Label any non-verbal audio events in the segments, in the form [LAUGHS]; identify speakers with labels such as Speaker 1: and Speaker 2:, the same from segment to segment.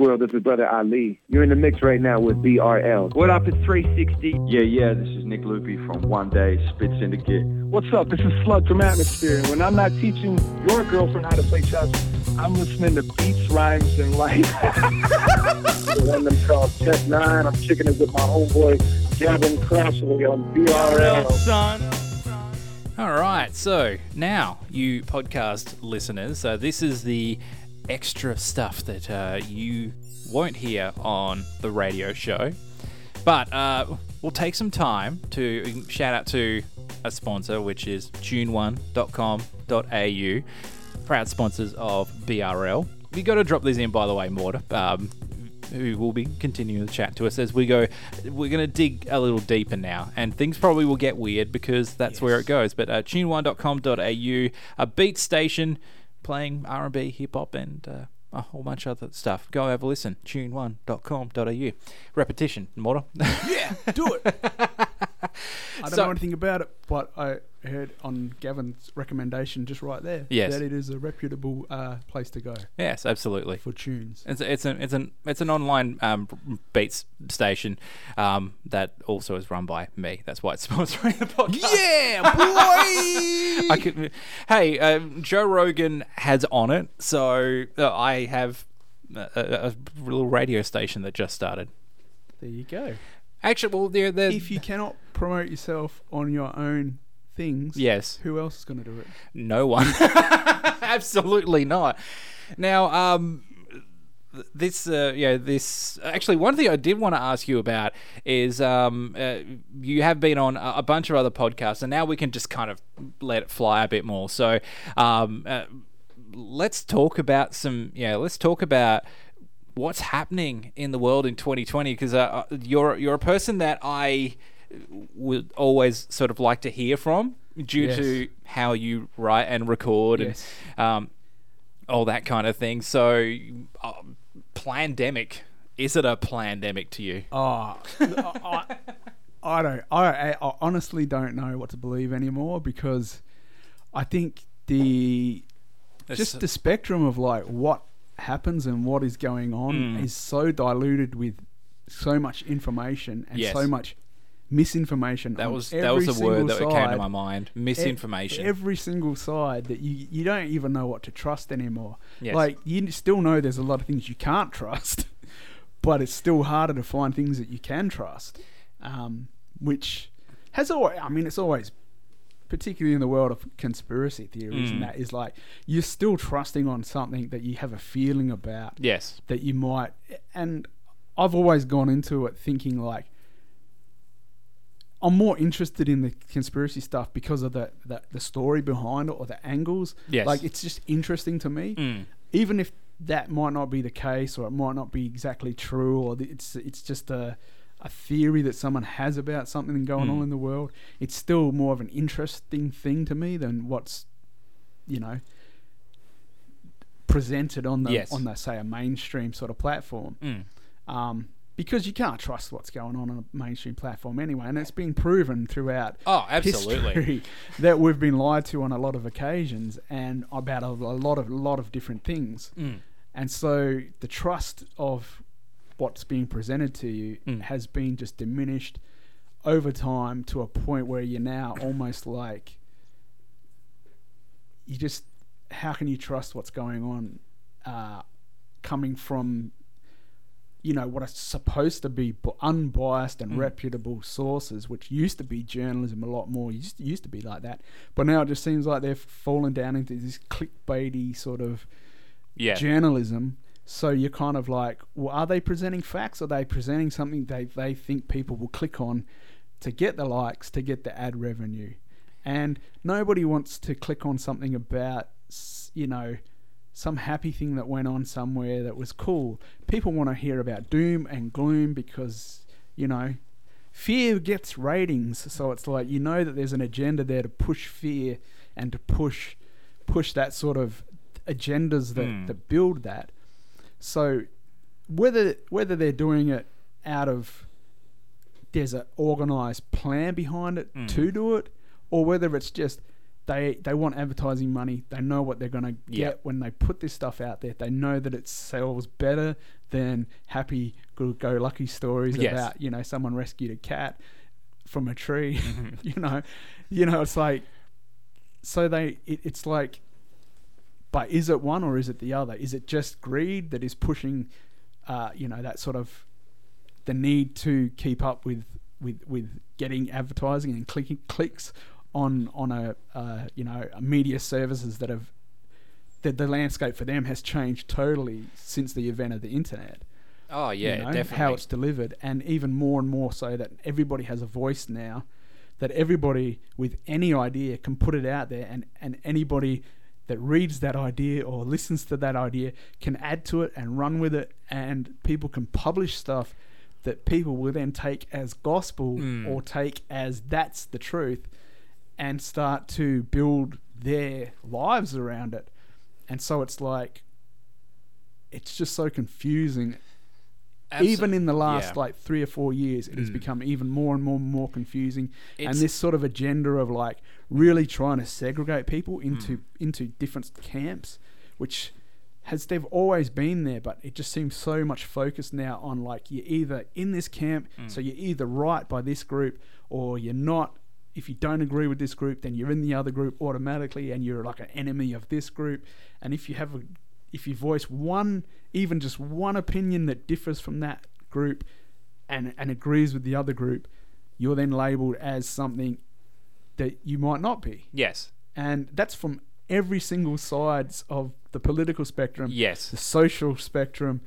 Speaker 1: world. This is Brother Ali. You're in the mix right now with BRL.
Speaker 2: What up, it's 360.
Speaker 3: Yeah, yeah, this is Nick Loopy from One Day Spit Syndicate.
Speaker 2: What's up? This is Slug from Atmosphere. And when I'm not teaching your girlfriend how to play chess, I'm listening to beats, rhymes, and life.
Speaker 4: the one them called Tech Nine. I'm kicking it with my homeboy Gavin Crossley on BRL.
Speaker 5: Son. All right, so now you podcast listeners, so this is the extra stuff that uh, you won't hear on the radio show, but uh, we'll take some time to shout out to a sponsor, which is tune1.com.au, proud sponsors of BRL. You got to drop these in, by the way, Mortar. Um, who will be continuing to chat to us as we go. We're going to dig a little deeper now, and things probably will get weird because that's where it goes. But uh, tune1.com.au, a beat station playing R&B, hip hop, and uh, a whole bunch of other stuff. Go have a listen. Tune1.com.au. Repetition, [LAUGHS] Mortar.
Speaker 6: Yeah, do it. I don't
Speaker 5: So-
Speaker 6: know anything about it, but I heard on Gavin's recommendation just right there
Speaker 5: Yes.
Speaker 6: that it is a reputable uh, place to go
Speaker 5: yes, absolutely.
Speaker 6: for tunes.
Speaker 5: It's it's an it's an it's an online um, beats station um, that also is run by me. That's why it's [LAUGHS] sponsoring the podcast. [LAUGHS]
Speaker 6: Yeah, boy.
Speaker 5: I could, hey, um, Joe Rogan has on it, so uh, I have a, a, a little radio station that just started.
Speaker 6: there you go.
Speaker 5: Actually, well, they're, they're
Speaker 6: If you cannot promote yourself on your own things,
Speaker 5: Yes.
Speaker 6: who else is going to do it?
Speaker 5: no one, [LAUGHS] absolutely not. Now, um, th- this, uh, yeah, this. Actually, one thing I did want to ask you about is um, uh, you have been on a, a bunch of other podcasts, and now we can just kind of let it fly a bit more. So, um, uh, let's talk about some yeah let's talk about what's happening in the world in 2020 because uh, uh, you're you're a person that I would always sort of like to hear from due
Speaker 6: Yes.
Speaker 5: to how you write and record
Speaker 6: Yes.
Speaker 5: and um, all that kind of thing so um, pandemic is it a pandemic to you
Speaker 6: Oh, I, I, I don't. I, I- I honestly don't know what to believe anymore because I think the just the spectrum of like what happens and what is going on
Speaker 5: Mm.
Speaker 6: is so diluted with so much information and
Speaker 5: Yes.
Speaker 6: so much misinformation.
Speaker 5: that
Speaker 6: on
Speaker 5: was
Speaker 6: Um, every
Speaker 5: that was the word
Speaker 6: single
Speaker 5: that came to
Speaker 6: side.
Speaker 5: my mind
Speaker 6: E-
Speaker 5: misinformation
Speaker 6: Every single side that you you don't even know what to trust anymore.
Speaker 5: Yes.
Speaker 6: Like you still know there's a lot of things you can't trust, [LAUGHS] but it's still harder to find things that you can trust. Um, which has always, I mean, it's always, particularly in the world of conspiracy theories,
Speaker 5: Mm.
Speaker 6: and that is like you're still trusting on something that you have a feeling about
Speaker 5: yes
Speaker 6: that you might and I've always gone into it thinking like I'm more interested in the conspiracy stuff because of the the, the story behind it or the angles.
Speaker 5: Yes.
Speaker 6: Like it's just interesting to me. Even if that might not be the case or it might not be exactly true or the- it's it's just a a theory that someone has about something going on in the world, it's still more of an interesting thing to me than what's you know presented on the
Speaker 5: Yes.
Speaker 6: on the say a mainstream sort of platform
Speaker 5: Mm.
Speaker 6: um, because you can't trust what's going on on a mainstream platform anyway and it's been proven throughout
Speaker 5: Oh, absolutely.
Speaker 6: history [LAUGHS] that we've been lied to on a lot of occasions and about a, a lot of lot of different things
Speaker 5: Mm.
Speaker 6: and so the trust of what's being presented to you
Speaker 5: Mm.
Speaker 6: has been just diminished over time to a point where you're now almost like you just how can you trust what's going on uh, coming from you know what are supposed to be bu- unbiased and reputable sources which used to be journalism a lot more used to, used to be like that but now it just seems like they've fallen down into this clickbaity sort of
Speaker 5: yeah
Speaker 6: journalism so you're kind of like well are they presenting facts are they presenting something they, they think people will click on to get the likes to get the ad revenue and nobody wants to click on something about s- you know some happy thing that went on somewhere that was cool people want to hear about doom and gloom because you know fear gets ratings so it's like you know that there's an agenda there to push fear and to push push that sort of agendas that,
Speaker 5: Hmm.
Speaker 6: that build that so whether whether they're doing it out of
Speaker 5: Hmm.
Speaker 6: there's an organized plan behind it to do it or whether it's just They they want advertising money. They know what they're gonna get
Speaker 5: Yeah.
Speaker 6: when they put this stuff out there. They know that it sells better than happy go go lucky stories
Speaker 5: Yes.
Speaker 6: about you know someone rescued a cat from a tree.
Speaker 5: Mm-hmm.
Speaker 6: [LAUGHS] you know, you know it's like so they it, it's like but is it one or is it the other? Is it just greed that is pushing, uh, you know, that sort of the need to keep up with with with getting advertising and clicking clicks on on a uh, you know a media services that have that the landscape for them has changed totally since the event of the internet
Speaker 5: Oh yeah,
Speaker 6: you know,
Speaker 5: definitely.
Speaker 6: how it's delivered, and even more and more so that everybody has a voice now, that everybody with any idea can put it out there, and, and anybody that reads that idea or listens to that idea can add to it and run with it, and people can publish stuff that people will then take as gospel
Speaker 5: Hmm.
Speaker 6: or take as that's the truth and start to build their lives around it. And so it's like, it's just so confusing
Speaker 5: Absol-
Speaker 6: even in the last
Speaker 5: yeah. Mm.
Speaker 6: like three or four years, it has become even more and more and more confusing. and
Speaker 5: It's-
Speaker 6: this sort of agenda of like really trying to segregate
Speaker 5: Mm.
Speaker 6: people into into different camps, which has they've always been there, but it just seems so much focus now on like you're either in this camp,
Speaker 5: Mm.
Speaker 6: so you're either right by this group or you're not. If you don't agree with this group, then you're in the other group automatically, and you're like an enemy of this group. And if you have a if you voice one even just one opinion that differs from that group and and agrees with the other group you're then labeled as something that you might not be
Speaker 5: yes,
Speaker 6: and that's from every single sides of the political spectrum the
Speaker 5: yes,
Speaker 6: social spectrum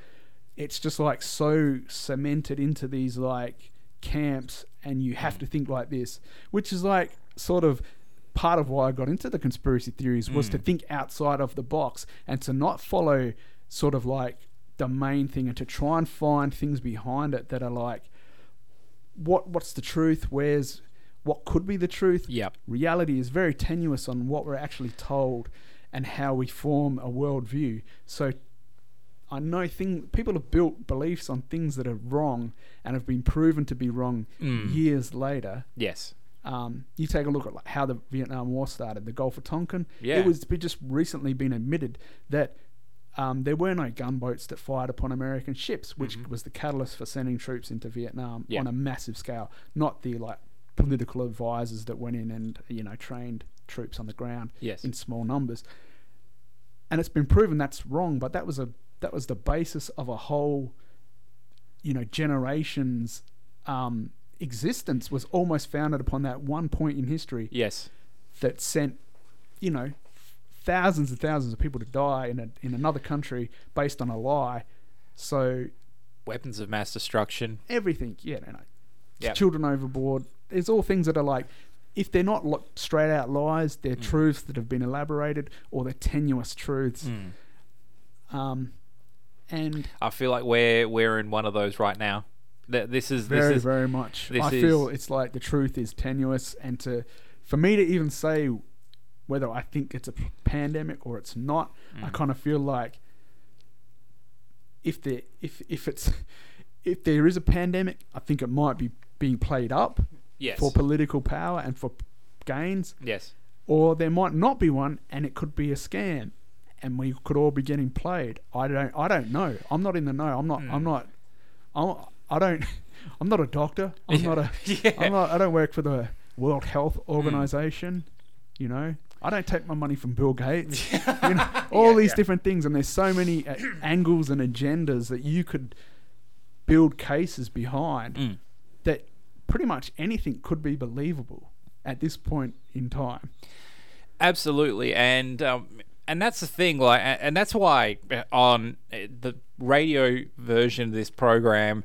Speaker 6: it's just like so cemented into these like camps and you have to think like this which is like sort of part of why I got into the conspiracy theories was to think outside of the box and to not follow sort of like the main thing and to try and find things behind it that are like what what's the truth where's what could be the truth
Speaker 5: Yep.
Speaker 6: reality is very tenuous on what we're actually told and how we form a worldview so I know thing people have built beliefs on things that are wrong and have been proven to be wrong years later.
Speaker 5: yes.
Speaker 6: Um, you take a look at like how the Vietnam War started, the Gulf of Tonkin.
Speaker 5: Yeah.
Speaker 6: It was be- just recently been admitted that um, there were no gunboats that fired upon American ships, which was the catalyst for sending troops into Vietnam
Speaker 5: Mm-hmm. Yeah.
Speaker 6: on a massive scale, not the like political advisors that went in and you know trained troops on the ground
Speaker 5: Yes.
Speaker 6: in small numbers. And it's been proven that's wrong, but that was a that was the basis of a whole you know generations um, existence was almost founded upon that one point in history
Speaker 5: Yes.
Speaker 6: that sent you know thousands and thousands of people to die in a, in another country based on a lie. So
Speaker 5: Weapons of mass destruction.
Speaker 6: everything, yeah, no, no.
Speaker 5: Yep.
Speaker 6: children overboard. It's all things that are like, if they're not lo- straight out lies, they're truths that have been elaborated or they're tenuous truths. Um, and
Speaker 5: I feel like we're we're in one of those right now. That this is this
Speaker 6: very
Speaker 5: is
Speaker 6: very much
Speaker 5: this
Speaker 6: i
Speaker 5: is-
Speaker 6: feel it's like the truth is tenuous and to for me to even say whether i think it's a p- pandemic or it's not i
Speaker 5: Mm.
Speaker 6: kind of feel like if there if if it's if there is a pandemic i think it might be being played up
Speaker 5: yes
Speaker 6: for political power and for p- gains
Speaker 5: yes
Speaker 6: or there might not be one and it could be a scam and we could all be getting played i don't i don't know i'm not in the know i'm not i'm not I'm, i don't [LAUGHS] i'm not a doctor i'm not a
Speaker 5: Yeah.
Speaker 6: am not i don't work for the world health organization you know i don't take my money from bill gates you know, all these different things and there's so many uh, angles and agendas that you could build cases behind that pretty much anything could be believable at this point in time
Speaker 5: absolutely and um and that's the thing like a- and that's why uh, on uh, the radio version of this program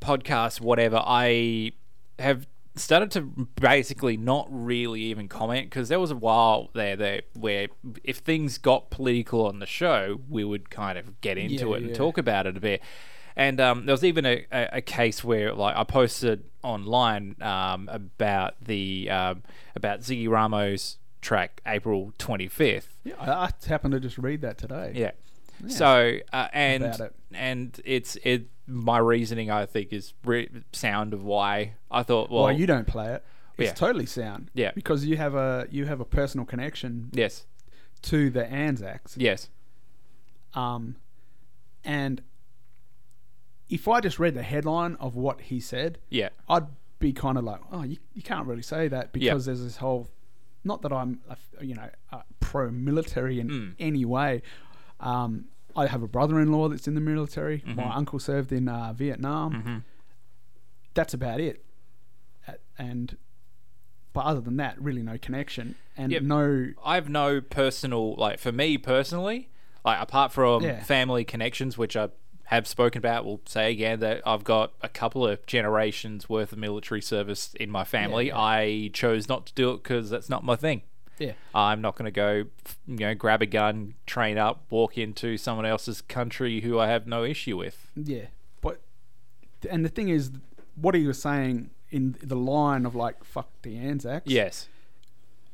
Speaker 5: podcast whatever I have started to basically not really even comment because there was a while there that where if things got political on the show we would kind of get into
Speaker 6: Yeah,
Speaker 5: it and
Speaker 6: yeah.
Speaker 5: talk talk about it a bit. And um, there was even a, a, a case where like I posted online um, about the um, about Ziggy Ramos track April 25th.
Speaker 6: Yeah, I, I happened to just read that today.
Speaker 5: Yeah. So uh, and
Speaker 6: About it.
Speaker 5: and it's it my reasoning I think is re- sound of why I thought well
Speaker 6: Well, you don't play it. it's
Speaker 5: Yeah.
Speaker 6: totally sound.
Speaker 5: Yeah.
Speaker 6: Because you have a you have a personal connection
Speaker 5: Yes.
Speaker 6: to the Anzacs.
Speaker 5: Yes.
Speaker 6: Um, and if I just read the headline of what he said,
Speaker 5: Yeah.
Speaker 6: I'd be kind of like, oh, you, you can't really say that because there's this whole, not that I'm, a f- you know, uh, pro military in any way. Um, I have a brother in law that's in the military. My uncle served in uh, Vietnam. That's about it. A- And, but other than that, really no connection and
Speaker 5: Yep.
Speaker 6: no,
Speaker 5: I have no personal like for me personally, like apart from
Speaker 6: Yeah.
Speaker 5: family connections, which I have spoken about, will say again that I've got a couple of generations worth of military service in my family. I chose not to do it because that's not my thing.
Speaker 6: yeah.
Speaker 5: I'm not going to go, f- you know, grab a gun, train up, walk into someone else's country who I have no issue with.
Speaker 6: Yeah, but and the thing is, what he was saying in the line of like "fuck the Anzacs."
Speaker 5: Yes.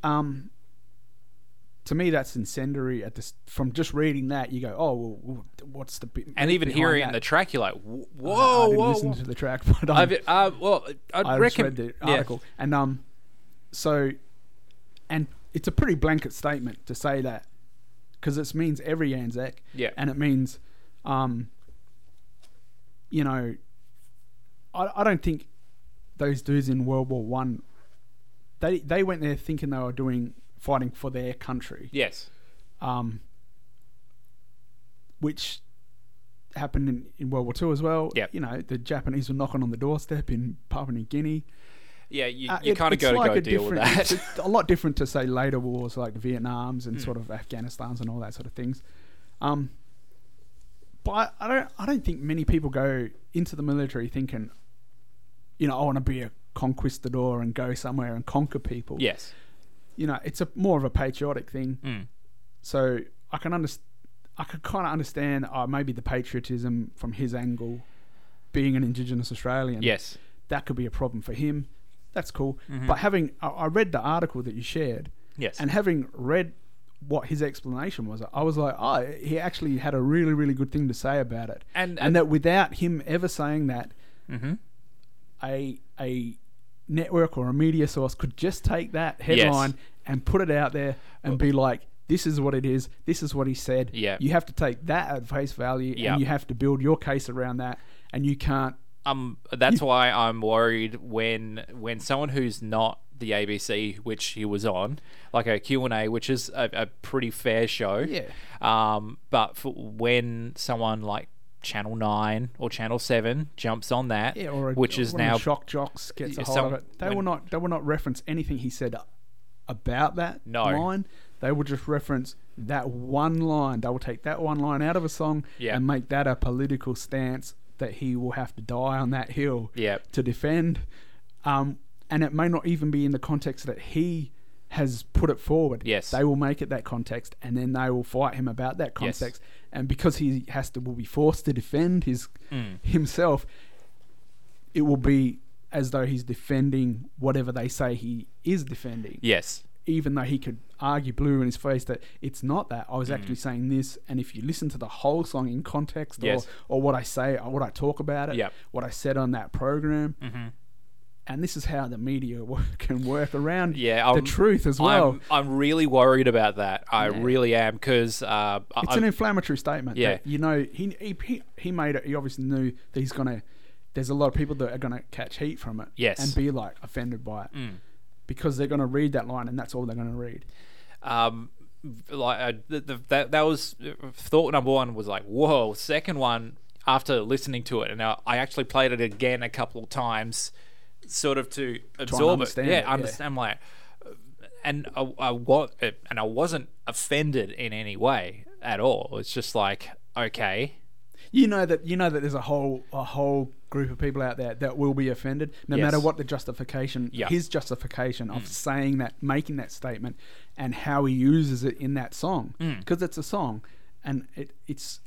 Speaker 6: Um. To me, that's incendiary. At this, from just reading that, you go, "Oh well, w- what's the?" Bit
Speaker 5: And even
Speaker 6: behind
Speaker 5: hearing
Speaker 6: that?
Speaker 5: the track, you're like, whoa,
Speaker 6: I
Speaker 5: whoa,
Speaker 6: didn't
Speaker 5: whoa.
Speaker 6: listen to the track, [LAUGHS] but um,
Speaker 5: I've, uh, well, I'd
Speaker 6: I just
Speaker 5: recommend
Speaker 6: read the article, and um, so, and it's a pretty blanket statement to say that, because it means every Anzac,
Speaker 5: Yeah.
Speaker 6: and it means, um, you know, I, I don't think those dudes in World War One, they they went there thinking they were doing fighting for their country,
Speaker 5: Yes.
Speaker 6: um, which happened in, in World War Two as well.
Speaker 5: Yep.
Speaker 6: you know, the Japanese were knocking on the doorstep in Papua New Guinea.
Speaker 5: Yeah, you,
Speaker 6: Uh,
Speaker 5: you
Speaker 6: it-
Speaker 5: kind of
Speaker 6: it's
Speaker 5: go to
Speaker 6: like
Speaker 5: go
Speaker 6: a
Speaker 5: deal with
Speaker 6: different-
Speaker 5: that. [LAUGHS] Hmm.
Speaker 6: it's a lot different to say later wars like Vietnam's and sort of Afghanistan's and all that sort of things. Um, but I don't, I don't think many people go into the military thinking, you know, I want to be a conquistador and go somewhere and conquer people.
Speaker 5: yes.
Speaker 6: You know, it's a more of a patriotic thing.
Speaker 5: Mm.
Speaker 6: So I can understand. I could kind of understand uh, maybe the patriotism from his angle, being an Indigenous Australian
Speaker 5: Yes.
Speaker 6: that could be a problem for him. That's cool. But having, I, I read the article that you shared,
Speaker 5: Mm-hmm. Yes.
Speaker 6: and having read what his explanation was, I was like, oh, he actually had a really, really good thing to say about it.
Speaker 5: And- Mm-hmm.
Speaker 6: and that without him ever saying that, a a network or a media source could just take that headline and put it out there and be like. This is what it is. This is what he said.
Speaker 5: Yeah.
Speaker 6: You have to take that at face value
Speaker 5: Yeah.
Speaker 6: and you have to build your case around that. And you can't
Speaker 5: um, that's why I'm worried when when someone who's not the ABC, which he was on, like a Q and A, which is a, a pretty fair show.
Speaker 6: Yeah.
Speaker 5: Um, but for when someone like Channel Nine or Channel Seven jumps on that,
Speaker 6: Yeah, or a,
Speaker 5: which is
Speaker 6: one of
Speaker 5: now
Speaker 6: the shock jocks gets a
Speaker 5: Yeah,
Speaker 6: hold
Speaker 5: some-
Speaker 6: of it. They
Speaker 5: when-
Speaker 6: will not. They will not reference anything he said about that
Speaker 5: No.
Speaker 6: line. They will just reference that one line. They will take that one line out of a song
Speaker 5: Yeah.
Speaker 6: and make that a political stance that he will have to die on that hill
Speaker 5: Yeah.
Speaker 6: to defend. Um, and it may not even be in the context that he has put it forward.
Speaker 5: Yes.
Speaker 6: they will make it that context, and then they will fight him about that
Speaker 5: Yes.
Speaker 6: context. And because he has to, will be forced to defend his
Speaker 5: Mm.
Speaker 6: himself it will be as though he's defending whatever they say he is defending.
Speaker 5: yes,
Speaker 6: Even though he could argue blue in his face that it's not that. I was
Speaker 5: Mm.
Speaker 6: actually saying this, and if you listen to the whole song in context
Speaker 5: Yes.
Speaker 6: or, or what I say, or what I talk about it,
Speaker 5: Yep. Mm-hmm.
Speaker 6: what I said on that program. And this is how the media [LAUGHS] wo- can work around
Speaker 5: yeah, um,
Speaker 6: the truth as well.
Speaker 5: I'm, I'm really worried about that. I really am because uh, I-
Speaker 6: it's
Speaker 5: I'm-
Speaker 6: an inflammatory statement.
Speaker 5: Yeah.
Speaker 6: that, you know, he, he- he he made it. He obviously knew that he's gonna. There's a lot of people that are gonna catch heat from it.
Speaker 5: Yes. Mm.
Speaker 6: and be like offended by it because they're gonna read that line and that's all they're gonna read.
Speaker 5: um like uh, the, the, that that was uh, thought number one was like whoa second one after listening to it and I, I actually played it again a couple of times sort of to absorb it
Speaker 6: understand
Speaker 5: yeah
Speaker 6: it, yeah.
Speaker 5: understand like uh, and I, I wa- uh, and I wasn't offended in any way at all it's just like okay
Speaker 6: You know that you know that there's a whole a whole group of people out there that will be offended no
Speaker 5: Yes.
Speaker 6: matter what the justification
Speaker 5: Yeah. Mm.
Speaker 6: his justification of saying that making that statement and how he uses it in that song
Speaker 5: Mm.
Speaker 6: because it's a song and it it's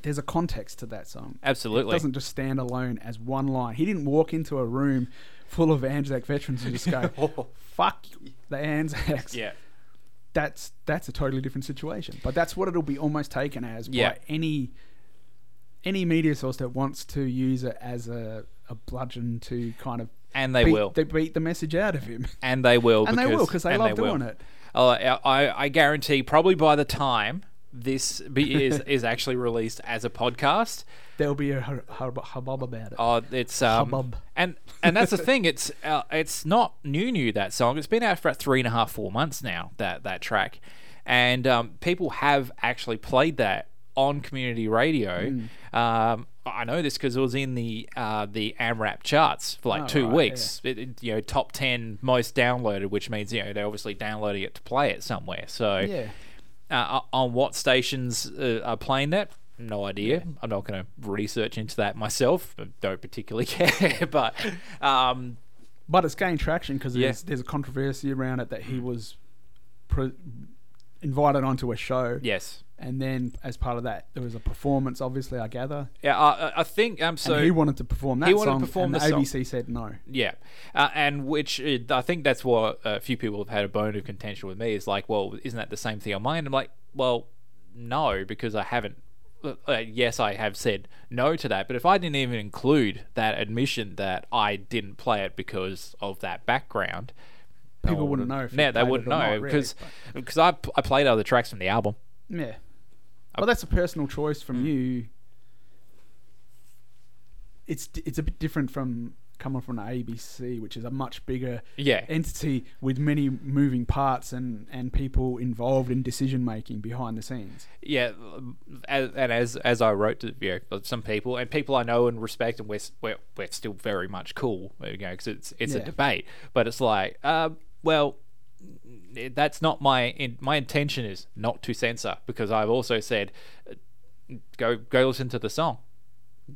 Speaker 6: there's a context to that song
Speaker 5: absolutely
Speaker 6: doesn't just stand alone as one line. He didn't walk into a room full of Anzac veterans and just
Speaker 5: [LAUGHS]
Speaker 6: go, "Fuck the Anzacs."
Speaker 5: yeah
Speaker 6: that's that's a totally different situation. But that's what it'll be almost taken as
Speaker 5: Yeah.
Speaker 6: by any any media source that wants to use it as a, a bludgeon to kind of
Speaker 5: And they
Speaker 6: beat,
Speaker 5: will.
Speaker 6: They beat the message out of him.
Speaker 5: and they will.
Speaker 6: And they
Speaker 5: because,
Speaker 6: will, 'cause they
Speaker 5: and
Speaker 6: love doing
Speaker 5: will.
Speaker 6: it.
Speaker 5: Oh, I, I- I guarantee, probably by the time this be, is is actually released as a podcast,
Speaker 6: There'll be a hub- hub- hubbub about it.
Speaker 5: oh, it's um,
Speaker 6: Hubbub.
Speaker 5: and
Speaker 6: [LAUGHS]
Speaker 5: and that's the thing. It's uh, it's not new new that song. It's been out for about three and a half four months now. That that track, and um, people have actually played that on community radio.
Speaker 6: Mm.
Speaker 5: Um, I know this because it was in the uh, the AMRAP charts for like
Speaker 6: Oh,
Speaker 5: two
Speaker 6: right, yeah.
Speaker 5: weeks. It, it, you know, top ten most downloaded, which means you know they're obviously downloading it to play it somewhere. So
Speaker 6: yeah.
Speaker 5: uh, on what stations uh, are playing that no idea i'm not going to research into that myself I don't particularly [LAUGHS] care but um,
Speaker 6: But it's gained traction because
Speaker 5: Yeah.
Speaker 6: there's, there's a controversy around it that he was pro- invited onto a show.
Speaker 5: yes
Speaker 6: And then as part of that, there was a performance, obviously, I gather.
Speaker 5: yeah I, I- I think um so
Speaker 6: and he wanted to perform that
Speaker 5: he wanted to
Speaker 6: song,
Speaker 5: perform
Speaker 6: and
Speaker 5: the
Speaker 6: the
Speaker 5: song.
Speaker 6: ABC said no.
Speaker 5: yeah uh, and which uh, i think that's what a few people have had a bone of contention with me is like well isn't that the same thing on mine i'm like well no because i haven't uh, uh, yes i have said no to that but if i didn't even include that admission that i didn't play it because of that background no
Speaker 6: People
Speaker 5: one
Speaker 6: wouldn't
Speaker 5: would've-
Speaker 6: know if you
Speaker 5: Oh, yeah they
Speaker 6: played it
Speaker 5: wouldn't
Speaker 6: or not,
Speaker 5: know
Speaker 6: really,
Speaker 5: because because I, p- I played other tracks from the album
Speaker 6: Yeah. Well, that's a personal choice
Speaker 5: Hmm.
Speaker 6: from you. It's d- it's a bit different from coming from the ABC, which is a much bigger
Speaker 5: Yeah.
Speaker 6: entity with many moving parts and, and people involved in decision making behind the scenes.
Speaker 5: yeah, um, as, and as as I wrote to you know, some people and people I know and respect, and we're s- we're, we're still very much cool, you know, because it's it's a
Speaker 6: Yeah.
Speaker 5: debate, but it's like, uh, well, it- that's not my in, my intention is not to censor because I've also said, uh, go go listen to the song,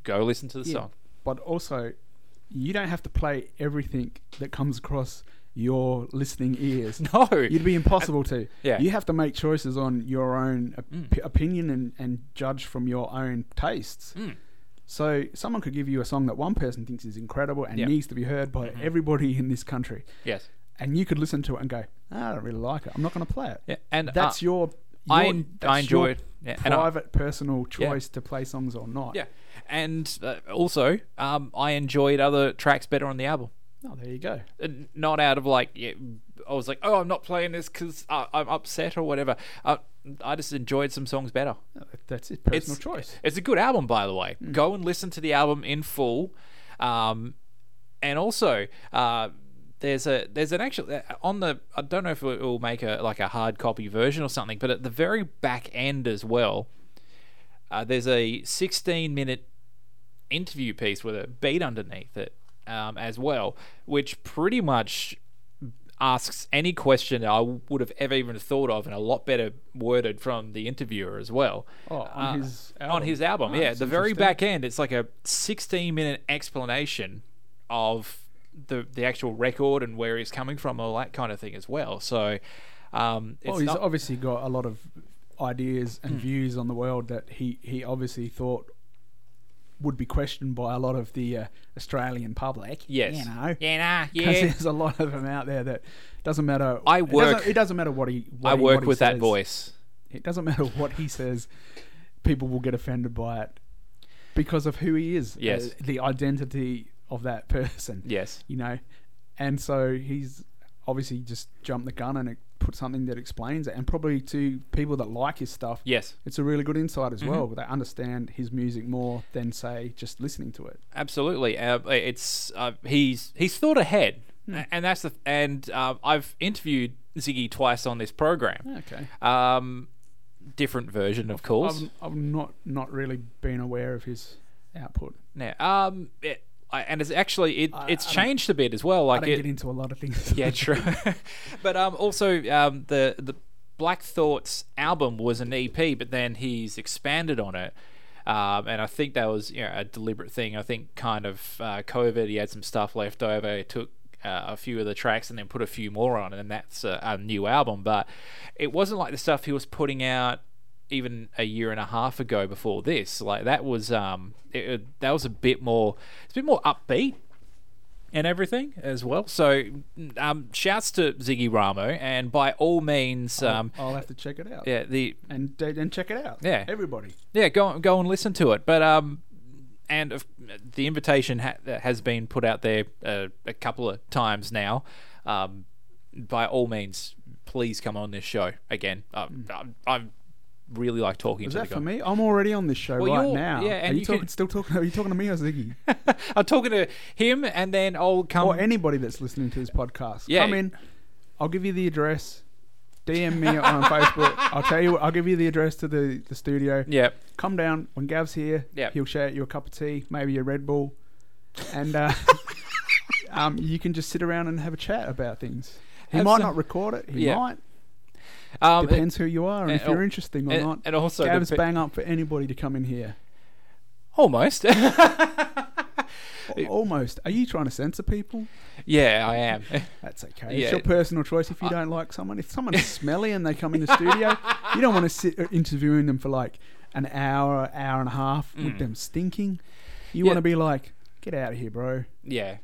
Speaker 5: go listen to the song.
Speaker 6: But also, you don't have to play everything that comes across your listening ears.
Speaker 5: [LAUGHS] No,
Speaker 6: You'd be impossible to.
Speaker 5: Yeah. Mm.
Speaker 6: You have to make choices on your own op- opinion and, and judge from your own tastes.
Speaker 5: Mm.
Speaker 6: So someone could give you a song that one person thinks is incredible and
Speaker 5: Yeah. Mm-hmm.
Speaker 6: needs to be heard by everybody in this country.
Speaker 5: yes,
Speaker 6: And you could listen to it and go, "Ah, I don't really like it. I'm not going to play it.
Speaker 5: Yeah, and,
Speaker 6: that's
Speaker 5: uh,
Speaker 6: your,
Speaker 5: I
Speaker 6: your-
Speaker 5: en-
Speaker 6: that's
Speaker 5: I
Speaker 6: your
Speaker 5: enjoyed- yeah, and I-
Speaker 6: private personal choice to play songs or not.
Speaker 5: yeah, and uh, also, um, I enjoyed other tracks better on the album.
Speaker 6: Oh, there you go.
Speaker 5: and not out of like yeah, I was like, oh, I'm not playing this because I'm upset or whatever. I, I just enjoyed some songs better.
Speaker 6: That's it. Personal choice. Hmm.
Speaker 5: It's uh, a good album, by the way. Go and listen to the album in full. Um, and also, uh, there's a there's an actual uh, on the I don't know if it will make a like a hard copy version or something, but at the very back end as well, uh, there's a 16 minute interview piece with a beat underneath it um, as well, which pretty much asks any question I would have ever even thought of and a lot better worded from the interviewer as well.
Speaker 6: Oh, on his
Speaker 5: uh, on his album,
Speaker 6: Oh,
Speaker 5: yeah.
Speaker 6: that's
Speaker 5: The very
Speaker 6: interesting.
Speaker 5: back end, it's like a 16 minute explanation of the the actual record and where he's coming from, all that kind of thing as well. So, um, it's
Speaker 6: Well, he's
Speaker 5: not- Hmm.
Speaker 6: obviously got a lot of ideas and views on the world that he, he obviously thought would be questioned by a lot of the uh, Australian public.
Speaker 5: yes,
Speaker 6: You know. [LAUGHS]
Speaker 5: yeah, nah,
Speaker 6: Because
Speaker 5: yeah.
Speaker 6: there's a lot of them out there that doesn't matter.
Speaker 5: I
Speaker 6: it
Speaker 5: work-
Speaker 6: Doesn't, it doesn't matter what he. What
Speaker 5: I
Speaker 6: he- what
Speaker 5: work
Speaker 6: he
Speaker 5: with that
Speaker 6: says.
Speaker 5: voice.
Speaker 6: It doesn't matter [LAUGHS] what he says. People will get offended by it because of who he is.
Speaker 5: Yes.
Speaker 6: uh, the identity of that person.
Speaker 5: Yes.
Speaker 6: You know, and so he's obviously just jumped the gun and it put something that explains it, and probably to people that like his stuff.
Speaker 5: Yes. Mm-hmm.
Speaker 6: It's a really good insight as well. They understand his music more than say just listening to it.
Speaker 5: absolutely. Uh, it's uh, he's he's thought ahead,
Speaker 6: Hmm.
Speaker 5: A- and that's the and um, I've interviewed Ziggy twice on this program.
Speaker 6: Okay.
Speaker 5: Um, different version, of course.
Speaker 6: Oh. I've, I've not not really been aware of his output.
Speaker 5: now, um, it, I, and it's actually it,
Speaker 6: I-
Speaker 5: it's
Speaker 6: I don't-
Speaker 5: changed a bit as well.
Speaker 6: I
Speaker 5: Like
Speaker 6: don't
Speaker 5: it,
Speaker 6: get into a lot of things.
Speaker 5: [LAUGHS]
Speaker 6: [LAUGHS]
Speaker 5: yeah, true. but um, also um, the the Black Thoughts album was an EP, but then he's expanded on it. Um, and I think that was you know, a deliberate thing. I think kind of uh, COVID, he had some stuff left over. He took uh, a few of the tracks and then put a few more on, and that's a, a new album. But it wasn't like the stuff he was putting out even a year and a half ago before this. Like that was um, it, it- that was a bit more, it's a bit more upbeat and everything as well. So, um, shouts to Ziggy Ramo, and by all means, um,
Speaker 6: I'll have to check it out.
Speaker 5: yeah, the
Speaker 6: uh, and and check it out.
Speaker 5: Yeah.
Speaker 6: everybody.
Speaker 5: yeah, go go and listen to it. But um, and of, the invitation ha- uh, has been put out there uh, a couple of times now. Um, by all means, please come on this show again. Um, I'm, I'm really like talking
Speaker 6: Is
Speaker 5: to
Speaker 6: Hmm. that
Speaker 5: the
Speaker 6: for
Speaker 5: guy.
Speaker 6: me? I'm already on this show
Speaker 5: Well,
Speaker 6: right
Speaker 5: you're-
Speaker 6: now.
Speaker 5: yeah, and
Speaker 6: are you,
Speaker 5: you
Speaker 6: talking,
Speaker 5: can-
Speaker 6: still talking? Are you talking to me or Ziggy?
Speaker 5: [LAUGHS] [LAUGHS] I'm talking to him, and then I'll come.
Speaker 6: or anybody that's listening to this podcast?
Speaker 5: Um, Yeah.
Speaker 6: Come in. I'll give you the address. DM me on [LAUGHS] Facebook. I'll tell you. I'll give you the address to the, the studio.
Speaker 5: yeah,
Speaker 6: Come down when Gav's here.
Speaker 5: Yeah.
Speaker 6: He'll share you a cup of tea, maybe a Red Bull, and
Speaker 5: [LAUGHS]
Speaker 6: uh, um, you can just sit around and have a chat about things. He
Speaker 5: Have
Speaker 6: might
Speaker 5: some-
Speaker 6: not record it. He
Speaker 5: Yeah.
Speaker 6: might.
Speaker 5: um,
Speaker 6: Depends who you are and
Speaker 5: and
Speaker 6: if you're
Speaker 5: al-
Speaker 6: interesting or
Speaker 5: and-
Speaker 6: not.
Speaker 5: and also
Speaker 6: Gav's
Speaker 5: depe-
Speaker 6: bang up for anybody to come in here.
Speaker 5: almost. [LAUGHS]
Speaker 6: Almost. Are you trying to censor people?
Speaker 5: yeah, I
Speaker 6: [LAUGHS]
Speaker 5: am.
Speaker 6: That's okay.
Speaker 5: Yeah.
Speaker 6: It's your personal choice. If you don't like someone, if someone's
Speaker 5: [LAUGHS]
Speaker 6: smelly and they come in the studio, you don't want to sit uh, interviewing them for like an hour, hour and a half with them stinking. You
Speaker 5: Mm. Yeah.
Speaker 6: want to be like, get out of here, bro.
Speaker 5: Yeah,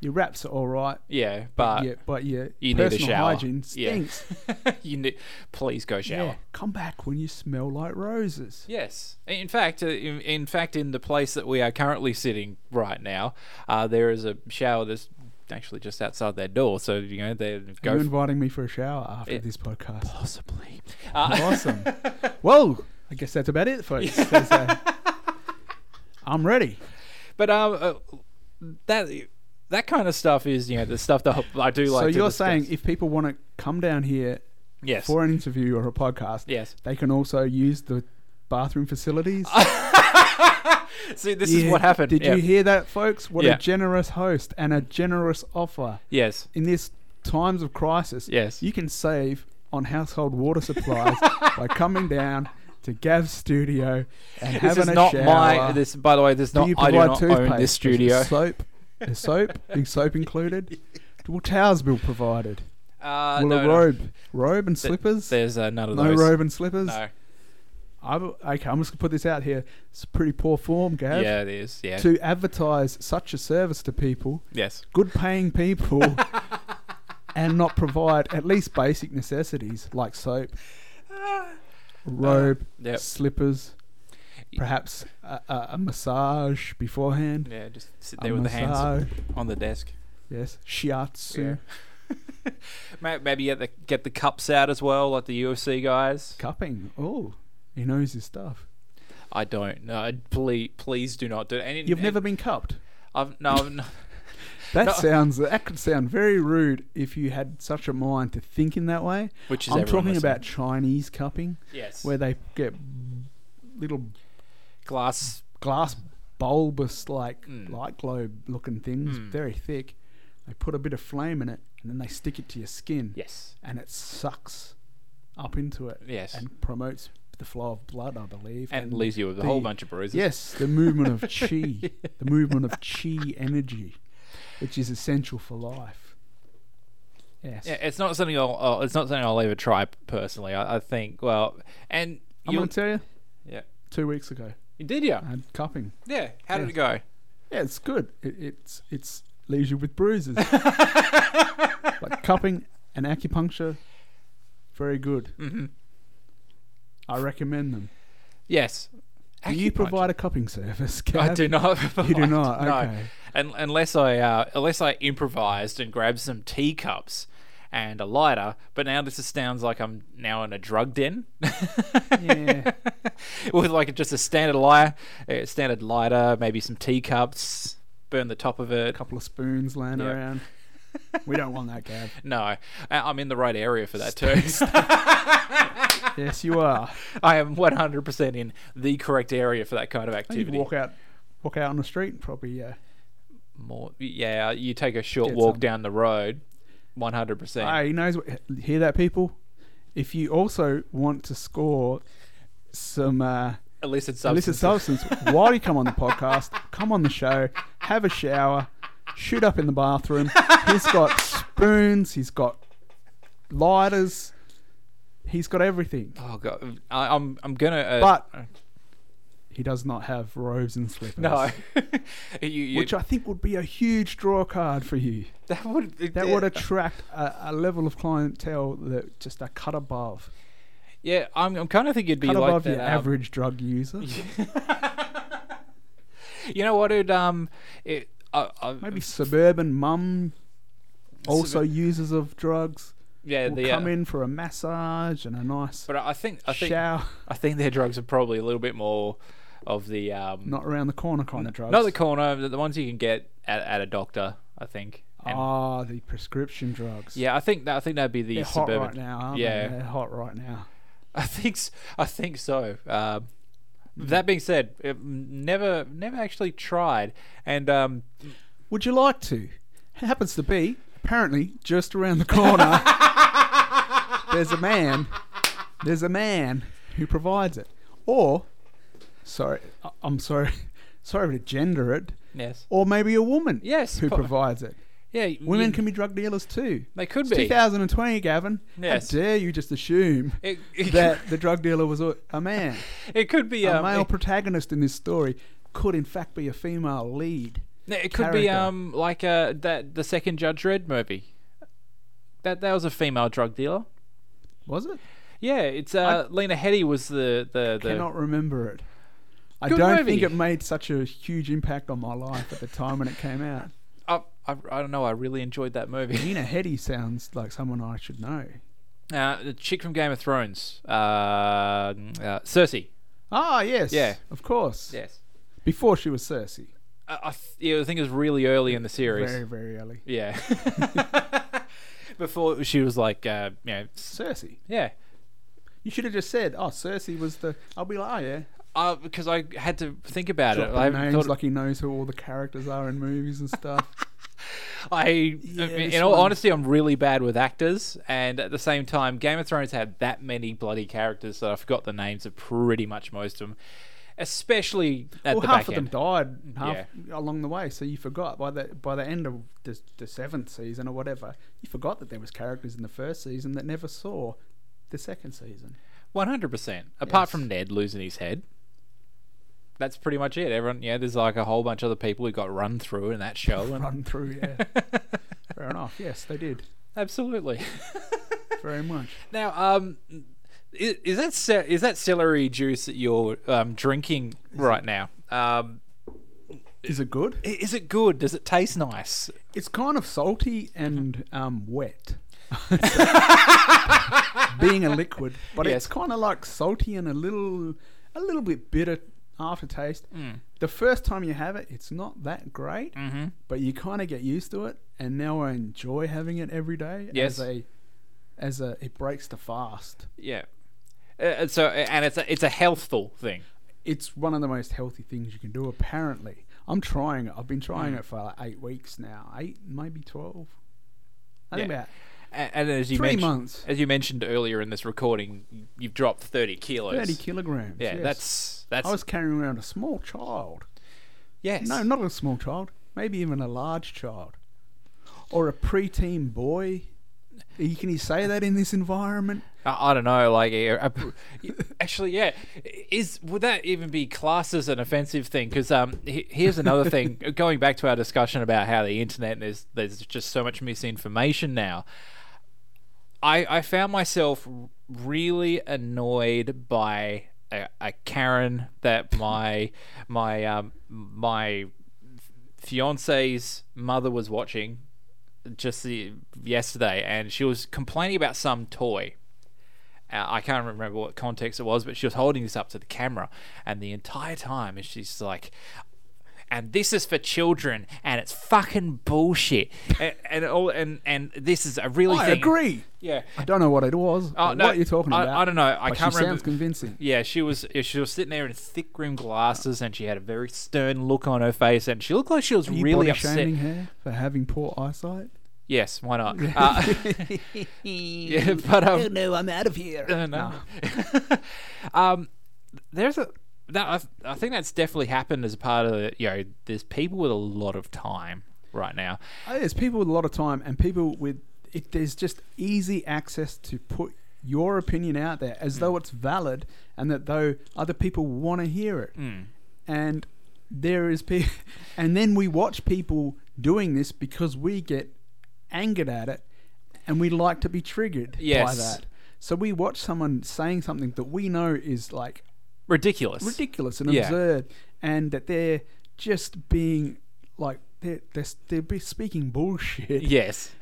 Speaker 6: Your raps are all right.
Speaker 5: yeah, but
Speaker 6: yeah, but yeah,
Speaker 5: Uh, you need a
Speaker 6: personal
Speaker 5: shower.
Speaker 6: hygiene
Speaker 5: Yeah.
Speaker 6: stinks.
Speaker 5: [LAUGHS] you need, please go
Speaker 6: Yeah.
Speaker 5: shower.
Speaker 6: come back when you smell like roses.
Speaker 5: Yes. In fact, uh, in, in fact, in the place that we are currently sitting right now, uh, there is a shower that's actually just outside their door. So you know they go.
Speaker 6: You're
Speaker 5: f-
Speaker 6: inviting me for a shower after
Speaker 5: Yeah.
Speaker 6: this podcast.
Speaker 5: Possibly.
Speaker 6: [LAUGHS]
Speaker 5: [LAUGHS]
Speaker 6: awesome. Well, I guess that's about it, folks. 'cause, uh, I'm ready.
Speaker 5: But um, uh, that that kind of stuff is you know the stuff that I do like.
Speaker 6: so
Speaker 5: to
Speaker 6: you're
Speaker 5: discuss.
Speaker 6: saying if people want to come down here
Speaker 5: yes?
Speaker 6: for an interview or a podcast,
Speaker 5: Yes.
Speaker 6: they can also use the bathroom facilities.
Speaker 5: See, [LAUGHS] this is
Speaker 6: Yeah.
Speaker 5: what happened.
Speaker 6: Did
Speaker 5: Yeah.
Speaker 6: you hear that, folks? What
Speaker 5: Yeah.
Speaker 6: a generous host and a generous offer
Speaker 5: Yes.
Speaker 6: in these times of crisis.
Speaker 5: Yes.
Speaker 6: you can save on household water supplies [LAUGHS] by coming down. To Gav's studio and
Speaker 5: This
Speaker 6: having
Speaker 5: is
Speaker 6: a
Speaker 5: not
Speaker 6: shower.
Speaker 5: my. This, by the way, this
Speaker 6: Do
Speaker 5: not.
Speaker 6: you
Speaker 5: I do
Speaker 6: provide
Speaker 5: not
Speaker 6: toothpaste?
Speaker 5: own
Speaker 6: Is
Speaker 5: this
Speaker 6: it
Speaker 5: studio.
Speaker 6: soap, is soap, is soap included? Will towels be provided?
Speaker 5: [LAUGHS] Uh,
Speaker 6: Will
Speaker 5: no,
Speaker 6: a
Speaker 5: no.
Speaker 6: robe, robe and slippers?
Speaker 5: There's uh, none of
Speaker 6: no
Speaker 5: those.
Speaker 6: robe and slippers.
Speaker 5: No.
Speaker 6: I'm, okay, I'm just gonna put this out here. It's pretty poor form, Gav.
Speaker 5: Yeah, it is. Yeah.
Speaker 6: To advertise such a service to people,
Speaker 5: Yes.
Speaker 6: good-paying people, [LAUGHS] and not provide at least basic necessities like
Speaker 5: [SIGHS]
Speaker 6: soap, robe,
Speaker 5: yep.
Speaker 6: slippers, perhaps a, a, a massage beforehand.
Speaker 5: Yeah. Just sit
Speaker 6: a
Speaker 5: there with the hands
Speaker 6: massage,
Speaker 5: on the desk.
Speaker 6: Yes, shiatsu.
Speaker 5: [LAUGHS] May- Maybe get the get the cups out as well, like the UFC guys.
Speaker 6: Cupping. Oh, he knows his stuff.
Speaker 5: I don't. No, please, please do not do it. And in-
Speaker 6: You've
Speaker 5: and
Speaker 6: never been cupped.
Speaker 5: [LAUGHS] I've no. [LAUGHS] I've not-
Speaker 6: That
Speaker 5: No.
Speaker 6: sounds. That could sound very rude if you had such a mind to think in that way.
Speaker 5: Which is
Speaker 6: I'm
Speaker 5: everyone
Speaker 6: talking
Speaker 5: listening.
Speaker 6: about Chinese cupping,
Speaker 5: yes.
Speaker 6: where they get little
Speaker 5: glass.
Speaker 6: glass bulbous like
Speaker 5: Mm.
Speaker 6: light globe looking things,
Speaker 5: Hmm.
Speaker 6: very thick. They put a bit of flame in it, and then they stick it to your skin,
Speaker 5: Yes.
Speaker 6: and it sucks up into it,
Speaker 5: Yes. And,
Speaker 6: and promotes the flow of blood, I believe,
Speaker 5: leaves you with a
Speaker 6: the-
Speaker 5: whole bunch of bruises.
Speaker 6: Yes, the movement
Speaker 5: [LAUGHS]
Speaker 6: of chi, the movement of chi energy, which is essential for life. Yes.
Speaker 5: Yeah, it's not something I'll, I'll. It's not something I'll ever try personally. I, I think. Well, and
Speaker 6: I'm
Speaker 5: you.
Speaker 6: going to tell you,
Speaker 5: Yeah.
Speaker 6: two weeks ago,
Speaker 5: You did yeah.
Speaker 6: I had cupping.
Speaker 5: Yeah. How did it go?
Speaker 6: Yeah, it's good. It, it's it's leaves you with bruises.
Speaker 5: [LAUGHS]
Speaker 6: like cupping and acupuncture, very good. Mm-hmm. I recommend them.
Speaker 5: Yes.
Speaker 6: Do you
Speaker 5: Acupuncture.
Speaker 6: provide a cupping service?
Speaker 5: I
Speaker 6: Gav?
Speaker 5: do not. [LAUGHS]
Speaker 6: You do not.
Speaker 5: no.
Speaker 6: Okay.
Speaker 5: Un- unless I uh, unless I improvised and grabbed some teacups and a lighter, but now this just sounds like I'm now in a drug den.
Speaker 6: Yeah.
Speaker 5: [LAUGHS] With like just a standard lighter, a standard lighter, maybe some teacups, burn the top of it.
Speaker 6: A couple of spoons laying
Speaker 5: Yeah. [LAUGHS]
Speaker 6: around. We don't want that, Gav.
Speaker 5: No, I- I'm in the right area for
Speaker 6: [LAUGHS]
Speaker 5: that too. [LAUGHS]
Speaker 6: Yes, you are.
Speaker 5: I am 100% in the correct area for that kind of
Speaker 6: Oh, You could
Speaker 5: activity.
Speaker 6: walk out, walk out on the street and probably uh, yeah.
Speaker 5: More, yeah, you take a short
Speaker 6: Get
Speaker 5: walk
Speaker 6: some.
Speaker 5: down the road, 100%.
Speaker 6: Ah, he knows. What, hear that, people? If you also want to score some uh,
Speaker 5: illicit
Speaker 6: illicit
Speaker 5: substance.
Speaker 6: substance while you come on the [LAUGHS] podcast, come on the show, have a shower, shoot up in the bathroom. He's got spoons. He's got lighters. He's got everything,
Speaker 5: Oh god, I, I'm I'm gonna. Uh,
Speaker 6: but he does not have robes and slippers.
Speaker 5: no, [LAUGHS] you, you,
Speaker 6: Which I think would be a huge draw card for you.
Speaker 5: that would
Speaker 6: That would attract a, a level of clientele that just are cut above,
Speaker 5: Yeah, I'm I'm kind of thinking it'd be
Speaker 6: cut
Speaker 5: like [LAUGHS]
Speaker 6: above
Speaker 5: that,
Speaker 6: your
Speaker 5: um,
Speaker 6: average drug user.
Speaker 5: You know what? It um, it I, I,
Speaker 6: Maybe suburban mum also users of drugs
Speaker 5: yeah,
Speaker 6: will
Speaker 5: the,
Speaker 6: come
Speaker 5: uh,
Speaker 6: in for a massage and a nice
Speaker 5: But I think I think
Speaker 6: shower.
Speaker 5: I think their drugs are probably a little bit more of the um,
Speaker 6: Not around the corner kind of drugs.
Speaker 5: not the corner, the- the ones you can get at, at a doctor. I think. And-
Speaker 6: Ah, the prescription drugs.
Speaker 5: Yeah, I think that I think that'd be the
Speaker 6: They're hot
Speaker 5: suburban.
Speaker 6: right now, aren't
Speaker 5: Yeah.
Speaker 6: they? They're hot right now.
Speaker 5: I think s- I think so. Um, that being said, uh, never never actually tried, and um,
Speaker 6: Would you like to? It happens to be, apparently, just around the
Speaker 5: [LAUGHS]
Speaker 6: corner. there's a man. There's a man who provides it. Or, sorry, I- I'm sorry, [LAUGHS] sorry to gender it.
Speaker 5: yes,
Speaker 6: Or maybe a woman.
Speaker 5: Yes,
Speaker 6: Who
Speaker 5: po-
Speaker 6: provides it.
Speaker 5: yeah, you-
Speaker 6: Women can be drug dealers too.
Speaker 5: They could
Speaker 6: It's
Speaker 5: be.
Speaker 6: 2020, Gavin.
Speaker 5: Yes.
Speaker 6: How dare you just assume
Speaker 5: [LAUGHS] It,
Speaker 6: [LAUGHS]
Speaker 5: it,
Speaker 6: that the drug dealer was a a man?
Speaker 5: [LAUGHS] it could be
Speaker 6: a
Speaker 5: um,
Speaker 6: male
Speaker 5: it-
Speaker 6: protagonist in this story could, in fact, be a female lead.
Speaker 5: No, it could be
Speaker 6: character.
Speaker 5: um like uh that the second Judge Red movie. That that was a female drug dealer.
Speaker 6: Was it?
Speaker 5: Yeah, it's uh Lena Headey was the the, the
Speaker 6: Cannot remember it. I
Speaker 5: Good
Speaker 6: don't
Speaker 5: movie.
Speaker 6: think it made such a huge impact on my life at the time when it came out.
Speaker 5: I, I I don't know. I really enjoyed that
Speaker 6: [LAUGHS]
Speaker 5: movie.
Speaker 6: Nina Hetty sounds like someone I should know.
Speaker 5: Uh, the chick from Game of Thrones, uh, uh Cersei.
Speaker 6: Ah, yes.
Speaker 5: Yeah.
Speaker 6: Of course.
Speaker 5: Yes,
Speaker 6: Before she was Cersei.
Speaker 5: Uh, I, I, th- yeah, I think it was really early in the series.
Speaker 6: Very, very early.
Speaker 5: Yeah. [LAUGHS] Before she was like, uh, you know, s-
Speaker 6: Cersei.
Speaker 5: yeah.
Speaker 6: You should have just said, oh, Cersei was the. I'll be like, oh, yeah.
Speaker 5: Uh, because I had to think about
Speaker 6: Drop
Speaker 5: it.
Speaker 6: the
Speaker 5: I haven't
Speaker 6: names
Speaker 5: thought,
Speaker 6: like he knows who all the characters are in movies and stuff.
Speaker 5: I, in
Speaker 6: this
Speaker 5: all
Speaker 6: one.
Speaker 5: honesty, I'm really bad with actors, and at the same time, Game of Thrones had that many bloody characters that I forgot the names of pretty much most of them, especially [LAUGHS] at
Speaker 6: well,
Speaker 5: the
Speaker 6: half
Speaker 5: back
Speaker 6: of them
Speaker 5: end.
Speaker 6: died half along the way, so you forgot by the by the end of the, the seventh season or whatever, you forgot that there was characters in the first season that never saw the second season.
Speaker 5: One hundred percent. Apart
Speaker 6: Yes.
Speaker 5: from Ned losing his head, that's pretty much it. Everyone, yeah, there's like a whole bunch of other people who got run through in that show,
Speaker 6: [LAUGHS]
Speaker 5: and
Speaker 6: Run through,
Speaker 5: [LAUGHS]
Speaker 6: yeah. Fair enough. Yes, they did
Speaker 5: absolutely.
Speaker 6: very
Speaker 5: [LAUGHS]
Speaker 6: much.
Speaker 5: Now, um, is, is that ce- is that celery juice that you're um, drinking right now? Um,
Speaker 6: Is it good?
Speaker 5: i- is it good? Does it taste nice?
Speaker 6: It's kind of salty and um,
Speaker 5: [LAUGHS]
Speaker 6: wet. Being a liquid, but
Speaker 5: Yes.
Speaker 6: it's kind of like salty and a little, a little bit bitter aftertaste.
Speaker 5: Hmm.
Speaker 6: The first time you have it, it's not that great,
Speaker 5: Mm-hmm.
Speaker 6: but you kind of get used to it. And now I enjoy having it every day.
Speaker 5: Yes.
Speaker 6: as a, as a, it breaks the fast.
Speaker 5: Yeah. Uh, and so, and it's a, it's a healthful thing.
Speaker 6: It's one of the most healthy things you can do. Apparently, I'm trying it. I've been trying
Speaker 5: Hmm.
Speaker 6: it for like eight weeks now, eight maybe twelve. I think
Speaker 5: Yeah.
Speaker 6: about
Speaker 5: A- And as you
Speaker 6: Three
Speaker 5: mentioned,
Speaker 6: months.
Speaker 5: as you mentioned earlier in this recording, you've dropped thirty kilos.
Speaker 6: 30 kilograms.
Speaker 5: Yeah,
Speaker 6: yes.
Speaker 5: that's that's
Speaker 6: I was carrying around a small child.
Speaker 5: yes.
Speaker 6: No, not a small child. Maybe even a large child. Or a preteen boy. You- Can you say that in this environment?
Speaker 5: I, I don't know. Like, uh, [LAUGHS] uh, pr- actually, yeah, is would that even be classed as an offensive thing? Because um, he- here's another thing. Going back to our discussion about how the internet and there's there's just so much misinformation now. I I found myself r- really annoyed by a, a Karen that my my um my fiance's mother was watching just the, yesterday and she was complaining about some toy uh, I can't remember what context it was, but she was holding this up to the camera, and the entire time, and she's like, "And this is for children, and it's fucking bullshit, and, and all, and and this is a really
Speaker 6: I
Speaker 5: thing."
Speaker 6: agree.
Speaker 5: Yeah.
Speaker 6: I don't know what it was.
Speaker 5: Oh,
Speaker 6: or
Speaker 5: no,
Speaker 6: what you're talking
Speaker 5: I-
Speaker 6: about.
Speaker 5: I don't know. I
Speaker 6: but
Speaker 5: can't
Speaker 6: she
Speaker 5: remember.
Speaker 6: sounds convincing.
Speaker 5: Yeah, she was she was sitting there in thick rimmed glasses, and she had a very stern look on her face, and she looked like she was
Speaker 6: Are you
Speaker 5: really
Speaker 6: body
Speaker 5: upset.
Speaker 6: shaming her for having poor eyesight?
Speaker 5: Yes, why not?
Speaker 6: [LAUGHS]
Speaker 5: Uh, [LAUGHS] yeah, but um,
Speaker 6: Oh, no, I'm out of here.
Speaker 5: Uh, [LAUGHS] no. [LAUGHS] um, there's a that I, I think that's definitely happened as part of the, you know there's people with a lot of time right now.
Speaker 6: Oh, There's people with a lot of time and people with it, there's just easy access to put your opinion out there as though it's valid and that though other people want to hear it. And there is people, [LAUGHS] and then we watch people doing this because we get angered at it and we like to be triggered by
Speaker 5: Yes.
Speaker 6: that. So we watch someone saying something that we know is like
Speaker 5: Ridiculous.
Speaker 6: ridiculous and
Speaker 5: Yeah.
Speaker 6: absurd, and that they're just being like they're they're, they're be speaking bullshit.
Speaker 5: Yes.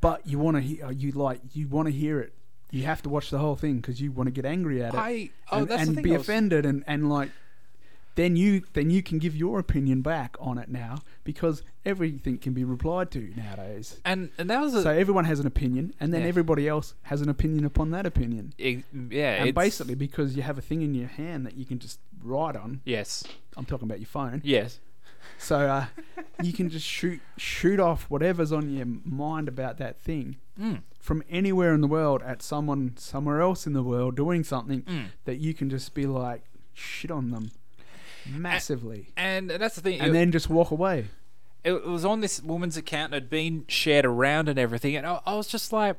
Speaker 6: But you want to hear you like you want to hear it. You have to watch the whole thing because you want to get angry at it
Speaker 5: I- oh,
Speaker 6: and,
Speaker 5: that's the
Speaker 6: and
Speaker 5: thing
Speaker 6: be
Speaker 5: I was-
Speaker 6: offended and and like then you then you can give your opinion back on it now because everything can be replied to nowadays.
Speaker 5: And and that was a
Speaker 6: So everyone has an opinion, and then
Speaker 5: Yeah.
Speaker 6: everybody else has an opinion upon that opinion.
Speaker 5: it- e, yeah.
Speaker 6: And
Speaker 5: it's-
Speaker 6: basically, because you have a thing in your hand that you can just write on,
Speaker 5: Yes.
Speaker 6: I'm talking about your phone.
Speaker 5: Yes.
Speaker 6: So uh, you can just shoot shoot off whatever's on your mind about that thing
Speaker 5: Mm.
Speaker 6: from anywhere in the world at someone somewhere else in the world doing something
Speaker 5: Mm.
Speaker 6: that you can just be like shit on them massively,
Speaker 5: And that's the thing.
Speaker 6: and
Speaker 5: it-
Speaker 6: then just walk away.
Speaker 5: it, it was on this woman's account and had been shared around and everything and I, I was just like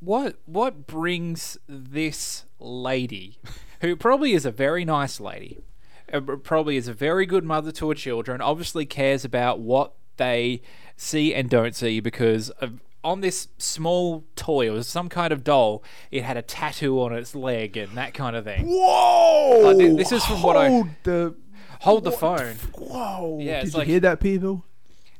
Speaker 5: what what brings this lady who probably is a very nice lady uh, pr- probably is a very good mother to her children obviously cares about what they see and don't see because of, on this small toy it was some kind of doll it had a tattoo on its leg and that kind of thing
Speaker 6: Whoa!
Speaker 5: Like, thi- this is from what I-
Speaker 6: Hold the
Speaker 5: hold the
Speaker 6: what
Speaker 5: phone
Speaker 6: f- Whoa!
Speaker 5: Yeah,
Speaker 6: Did
Speaker 5: it's
Speaker 6: you
Speaker 5: like-
Speaker 6: hear that, people?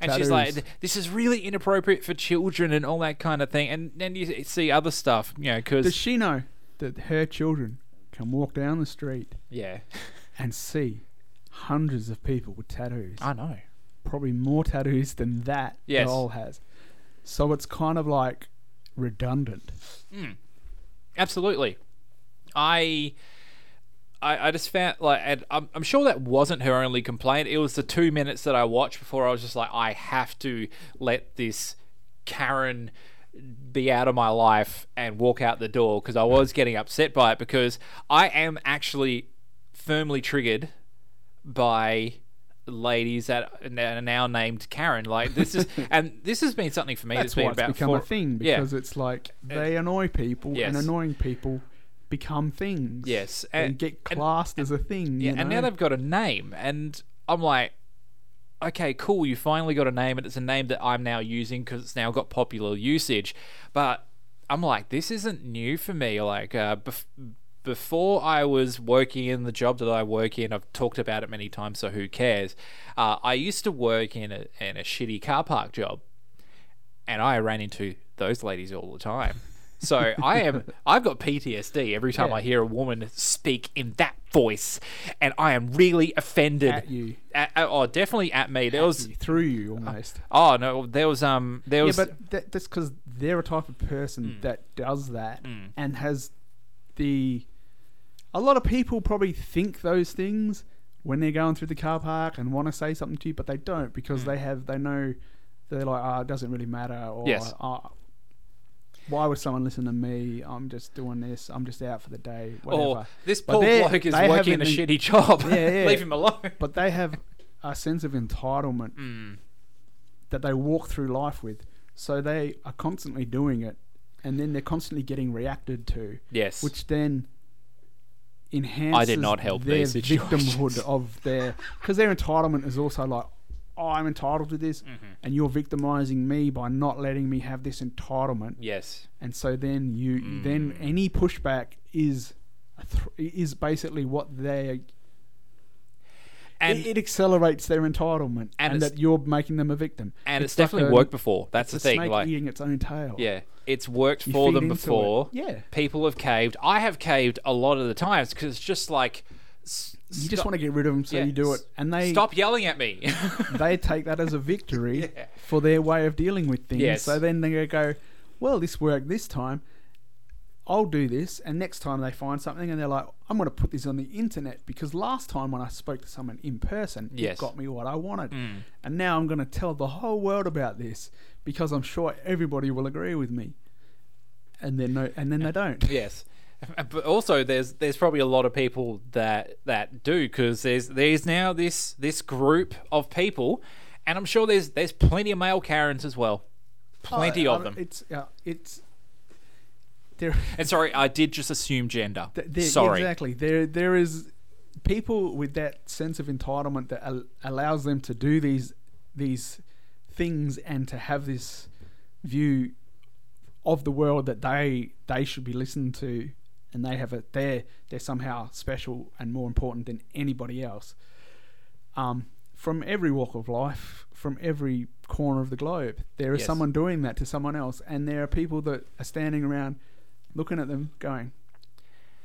Speaker 5: and
Speaker 6: That
Speaker 5: she's
Speaker 6: is-
Speaker 5: like, "This is really inappropriate for children and all that kind of thing." And then you see other stuff, you know,
Speaker 6: Does
Speaker 5: because
Speaker 6: she know that her children can walk down the street
Speaker 5: yeah,
Speaker 6: and see hundreds of people with tattoos?
Speaker 5: I know.
Speaker 6: probably more tattoos than that
Speaker 5: Yes.
Speaker 6: doll has. So it's kind of like redundant.
Speaker 5: Absolutely. I I, I just found like and I'm, I'm sure that wasn't her only complaint. It was the two minutes that I watched before I was just like, I have to let this Karen be out of my life and walk out the door because I was getting upset by it because I am actually firmly triggered by ladies that are now named Karen. Like
Speaker 6: [LAUGHS]
Speaker 5: this is and this has been something for me
Speaker 6: That's
Speaker 5: been
Speaker 6: why it's
Speaker 5: about
Speaker 6: become
Speaker 5: four,
Speaker 6: a thing
Speaker 5: Yeah.
Speaker 6: because it's like they annoy people
Speaker 5: yes.
Speaker 6: and annoying people become things.
Speaker 5: Yes,
Speaker 6: And,
Speaker 5: and-
Speaker 6: get
Speaker 5: and-
Speaker 6: classed as a thing.
Speaker 5: Yeah,
Speaker 6: you
Speaker 5: and now
Speaker 6: know?
Speaker 5: they've got a name, and I'm like, okay, cool, you finally got a name, and it's a name that I'm now using because it's now got popular usage. But I'm like, this isn't new for me. Like, uh, bef- before I was working in the job that I work in, I've talked about it many times, so who cares? Uh, I used to work in a, in a shitty car park job, and I ran into those ladies all the time. So I am [LAUGHS] I've got PTSD every time I hear a woman speak in that voice and I am really offended
Speaker 6: At you.
Speaker 5: At- at- oh definitely at me. There was
Speaker 6: through you almost.
Speaker 5: oh no there was um there
Speaker 6: yeah,
Speaker 5: was Mm.
Speaker 6: but that, that's because they're a type of person that does that and has the. A lot of people probably think those things when they're going through the car park and want to say something to you, but they don't because
Speaker 5: Mm.
Speaker 6: they have they know they're like, oh, it doesn't really matter, or
Speaker 5: Yes.
Speaker 6: "Oh, why would someone listen to me? I'm just doing this. I'm just out for the day. Whatever.
Speaker 5: or oh, this
Speaker 6: But
Speaker 5: poor
Speaker 6: they're-
Speaker 5: bloke is
Speaker 6: they
Speaker 5: working a
Speaker 6: haven't been-
Speaker 5: shitty job.
Speaker 6: Yeah, yeah.
Speaker 5: [LAUGHS] Leave him alone.
Speaker 6: but they have a sense of entitlement
Speaker 5: Mm.
Speaker 6: that they walk through life with. So they are constantly doing it, and then they're constantly getting reacted to,
Speaker 5: Yes.
Speaker 6: which then enhances
Speaker 5: not help
Speaker 6: their
Speaker 5: these situations.
Speaker 6: victimhood of
Speaker 5: [LAUGHS]
Speaker 6: their because their entitlement is also like. "Oh, I'm entitled to this,
Speaker 5: Mm-hmm.
Speaker 6: and you're victimizing me by not letting me have this entitlement.
Speaker 5: yes.
Speaker 6: And so then you
Speaker 5: Mm.
Speaker 6: then any pushback is a thr is basically what they
Speaker 5: And
Speaker 6: it, it accelerates their entitlement
Speaker 5: And
Speaker 6: and,
Speaker 5: it's-
Speaker 6: that you're making them a victim.
Speaker 5: and it's,
Speaker 6: like
Speaker 5: definitely
Speaker 6: a-
Speaker 5: worked before. That's
Speaker 6: It's a
Speaker 5: the thing
Speaker 6: snake
Speaker 5: like
Speaker 6: eating its own tail.
Speaker 5: Yeah, it's worked
Speaker 6: You
Speaker 5: for
Speaker 6: feed
Speaker 5: them
Speaker 6: into it.
Speaker 5: before.
Speaker 6: Yeah.
Speaker 5: people have caved. I have caved a lot of the times because it's just like s-
Speaker 6: You
Speaker 5: stop-
Speaker 6: just want to get rid of them, so
Speaker 5: yeah,
Speaker 6: you do it,
Speaker 5: s-
Speaker 6: and they
Speaker 5: stop yelling at me. [LAUGHS]
Speaker 6: they take that as a victory for their way of dealing with things.
Speaker 5: Yes.
Speaker 6: So then they go, well, this worked this time. I'll do this, and next time they find something, and they're like, "I'm going to put this on the internet because last time when I spoke to someone in person,
Speaker 5: Yes. Mm.
Speaker 6: it got me what I wanted, and now I'm going to tell the whole world about this because I'm sure everybody will agree with me." And then no, and then they don't.
Speaker 5: yes. But also, there's there's probably a lot of people that that do because there's there's now this this group of people, and I'm sure there's there's plenty of male Karens as well, plenty
Speaker 6: Oh, I-
Speaker 5: of
Speaker 6: I-
Speaker 5: them.
Speaker 6: It's uh, it's there.
Speaker 5: and sorry, I did just assume gender.
Speaker 6: Th- there-
Speaker 5: sorry.
Speaker 6: Exactly. There, there is people with that sense of entitlement that al- allows them to do these these things and to have this view of the world that they they should be listened to, and they have a they're they're somehow special and more important than anybody else. um, from every walk of life, from every corner of the globe. There is
Speaker 5: Yes.
Speaker 6: someone doing that to someone else, and there are people that are standing around looking at them going,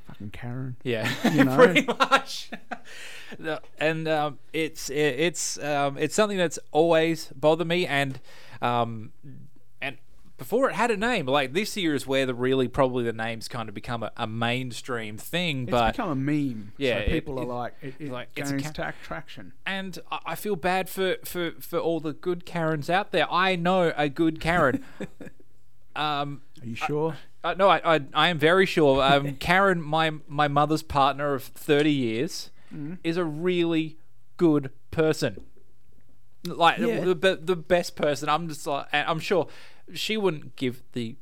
Speaker 6: fucking Karen.
Speaker 5: Yeah, [LAUGHS]
Speaker 6: You know?
Speaker 5: pretty much. No, and um, it's it, it's um, it's something that's always bothered me, and um, and before it had a name, like this year is where the really probably the names kind of become a, a mainstream thing.
Speaker 6: It's
Speaker 5: but
Speaker 6: become a meme.
Speaker 5: Yeah,
Speaker 6: so
Speaker 5: it-
Speaker 6: people
Speaker 5: it-
Speaker 6: are like, it, it
Speaker 5: like, it's
Speaker 6: gains
Speaker 5: a ca-
Speaker 6: ta- traction.
Speaker 5: and I I feel bad for, for, for all the good Karens out there. I know a good
Speaker 6: [LAUGHS]
Speaker 5: Karen. um,
Speaker 6: Are you sure?
Speaker 5: uh, no, I, I I am very sure. Um, Karen, my my mother's partner of thirty years, is a really good person. Like
Speaker 6: Yeah.
Speaker 5: the, the the best person. I'm just like and I'm sure she wouldn't give the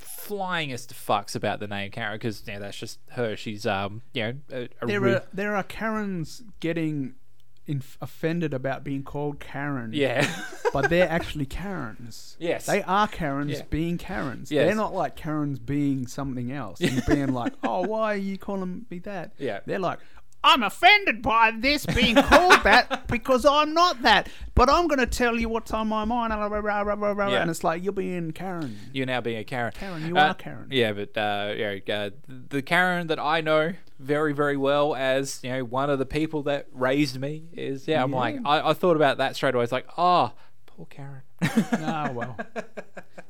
Speaker 5: flyingest fucks about the name Karen because yeah, that's just her. She's um you know a, a
Speaker 6: there
Speaker 5: re-
Speaker 6: are there are Karens getting inf- offended about being called Karen.
Speaker 5: [LAUGHS] yeah.
Speaker 6: but they're actually [LAUGHS] Karens.
Speaker 5: Yes.
Speaker 6: They are Karens
Speaker 5: Yeah.
Speaker 6: being Karens.
Speaker 5: Yes.
Speaker 6: They're not like Karens being something else [LAUGHS] and being like, oh, why are you calling me that?
Speaker 5: Yeah.
Speaker 6: They're like, I'm offended by this being called [LAUGHS] that because I'm not that, but I'm going to tell you what's on my mind. blah, blah, blah, blah, blah, blah.
Speaker 5: Yeah.
Speaker 6: And it's like, you're being Karen.
Speaker 5: You're now being a Karen.
Speaker 6: Karen, you
Speaker 5: Uh,
Speaker 6: are Karen.
Speaker 5: Yeah, but uh, yeah, uh, the Karen that I know very, very well as you know one of the people that raised me is yeah. I'm like I, I thought about that straight away. It's like ah, poor
Speaker 6: [LAUGHS]
Speaker 5: Karen.
Speaker 6: Ah, well. [LAUGHS]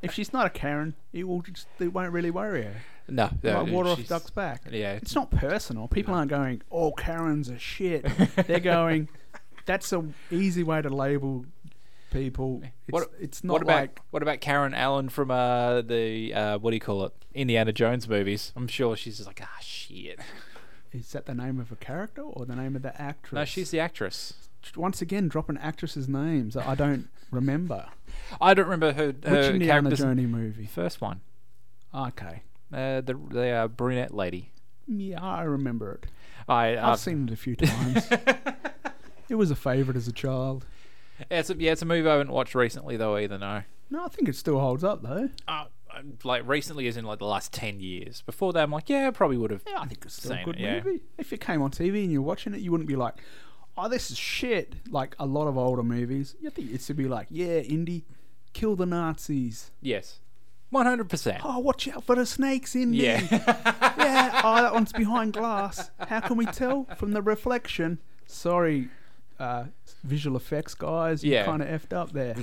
Speaker 6: If she's not a Karen, it will just it won't really worry her.
Speaker 5: no, no,
Speaker 6: like water off
Speaker 5: she's-
Speaker 6: duck's back.
Speaker 5: Yeah.
Speaker 6: It's not personal. People aren't going, "Oh, Karens are
Speaker 5: [LAUGHS]
Speaker 6: shit." They're going, "That's a easy way to label people." It's,
Speaker 5: What-
Speaker 6: it's not
Speaker 5: what about
Speaker 6: like
Speaker 5: what about Karen Allen from uh, the uh, what do you call it Indiana Jones movies? I'm sure she's just like ah
Speaker 6: [LAUGHS]
Speaker 5: shit.
Speaker 6: is that the name of a character or the name of the actress?
Speaker 5: No, she's the actress.
Speaker 6: once again dropping actresses' names that I don't remember.
Speaker 5: I don't remember [LAUGHS] her
Speaker 6: Which
Speaker 5: her
Speaker 6: Indiana
Speaker 5: character's
Speaker 6: Jones movie?
Speaker 5: first one.
Speaker 6: Okay,
Speaker 5: Uh, the the uh, brunette lady.
Speaker 6: yeah, I remember it.
Speaker 5: I
Speaker 6: I've
Speaker 5: uh,
Speaker 6: seen it a few
Speaker 5: [LAUGHS]
Speaker 6: times. it was a favorite as a child.
Speaker 5: Yeah, it's a, yeah, it's a movie I haven't watched recently though either. No,
Speaker 6: No, I think it still holds up though.
Speaker 5: uh, I'm- like recently is in like the last ten years. Before that, I'm like, yeah, I probably would have.
Speaker 6: Yeah, I think it's still
Speaker 5: seen
Speaker 6: a good
Speaker 5: it, yeah.
Speaker 6: movie. If it came on TV and you're watching it, you wouldn't be like, "Oh, this is shit." Like a lot of older movies, you think it's to be like, "Yeah, Indy, kill the Nazis."
Speaker 5: Yes, one hundred percent.
Speaker 6: Oh, watch out for the snakes, Indy.
Speaker 5: Yeah,
Speaker 6: yeah. Oh, that one's behind glass. How can we tell from the reflection? Sorry, uh, visual effects guys, you
Speaker 5: Yeah.
Speaker 6: kind of effed up there.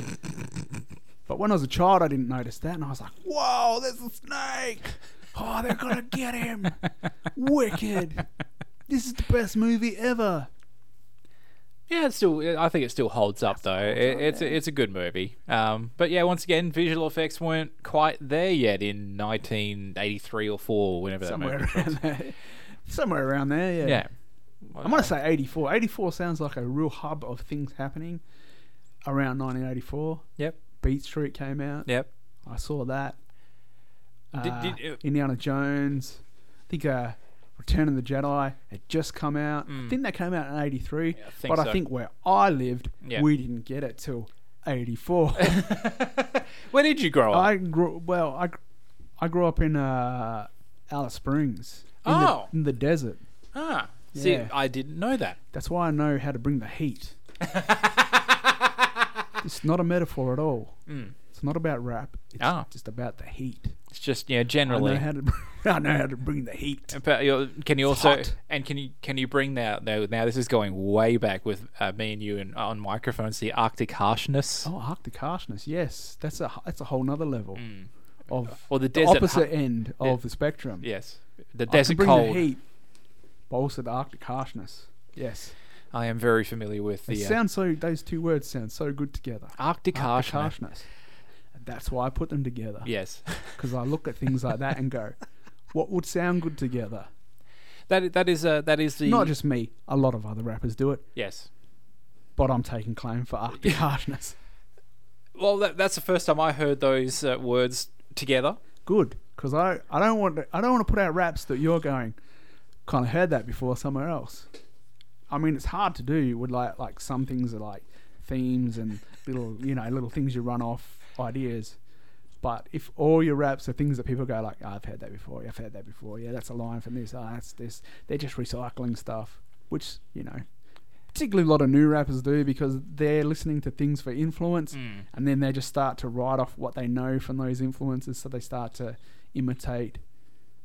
Speaker 6: But when I was a child, I didn't notice that, and I was like, "Whoa, there's a snake! Oh, they're gonna get him! Wicked! This is the best movie ever!"
Speaker 5: [LAUGHS] yeah. It's still, I think it still holds up though. It, it's a, it's a good movie. Um, but yeah, once again, visual effects weren't quite there yet in 1983 or four, whenever that
Speaker 6: Somewhere
Speaker 5: movie.
Speaker 6: around there. Somewhere around there, yeah.
Speaker 5: Yeah,
Speaker 6: I'm gonna say 84. 84 sounds like a real hub of things happening around 1984.
Speaker 5: yep,
Speaker 6: Beat Street came out.
Speaker 5: yep.
Speaker 6: I saw that.
Speaker 5: Did-
Speaker 6: Uh,
Speaker 5: did it-
Speaker 6: Indiana Jones. I think uh, Return of the Jedi had just come out. I think they came out in '83,
Speaker 5: Mm. I think
Speaker 6: but
Speaker 5: so.
Speaker 6: I think where I lived,
Speaker 5: Yeah.
Speaker 6: we didn't get it till '84.
Speaker 5: Where did you grow up?
Speaker 6: [LAUGHS] I grew well. I gr- I grew up in uh, Alice Springs. In
Speaker 5: Oh.
Speaker 6: the, in the desert.
Speaker 5: ah, see,
Speaker 6: Yeah.
Speaker 5: I didn't know that.
Speaker 6: That's why I know how to bring the
Speaker 5: [LAUGHS]
Speaker 6: heat. it's not a metaphor at all. It's not about rap. It's
Speaker 5: Mm. Ah.
Speaker 6: just about the heat.
Speaker 5: It's just you know
Speaker 6: I
Speaker 5: generally.
Speaker 6: know how to. br- [LAUGHS] I know how to bring the heat.
Speaker 5: But you'll- can you also
Speaker 6: hot.
Speaker 5: and can you can you bring now now, now this is going way back with uh, me and you and on microphones the Arctic harshness
Speaker 6: Oh, Arctic harshness. Yes, that's a that's a whole nother level of
Speaker 5: or the
Speaker 6: the
Speaker 5: desert
Speaker 6: opposite
Speaker 5: hu-
Speaker 6: end of the spectrum.
Speaker 5: yes the
Speaker 6: I can
Speaker 5: desert
Speaker 6: bring
Speaker 5: cold
Speaker 6: the heat, but also the Arctic harshness. Yes,
Speaker 5: I am very familiar with
Speaker 6: they
Speaker 5: the uh,
Speaker 6: sound so. Those two words sound so good together.
Speaker 5: Arctic,
Speaker 6: Arctic
Speaker 5: harshness.
Speaker 6: harshness. And That's why I put them together.
Speaker 5: yes [LAUGHS]
Speaker 6: because I look at things like that and go, what would sound good together?
Speaker 5: that that is uh, that is the
Speaker 6: Not just me. A lot of other rappers do it,
Speaker 5: yes
Speaker 6: but I'm taking claim for Arctic harshness.
Speaker 5: well that, that's the first time I heard those uh, words together
Speaker 6: good because I, I don't want to, I don't want to put out raps that you're going kind of heard that before somewhere else. I mean, it's hard to do with like like some things are like themes and little you know little things you run off ideas. But if all your raps are things that people go like, "Oh, I've heard that before, yeah, I've heard that before, yeah, that's a line from this, ah, that's this, they're just recycling stuff, which you know particularly a lot of new rappers do because they're listening to things for influence and then they just start to write off what they know from those influences so they start to imitate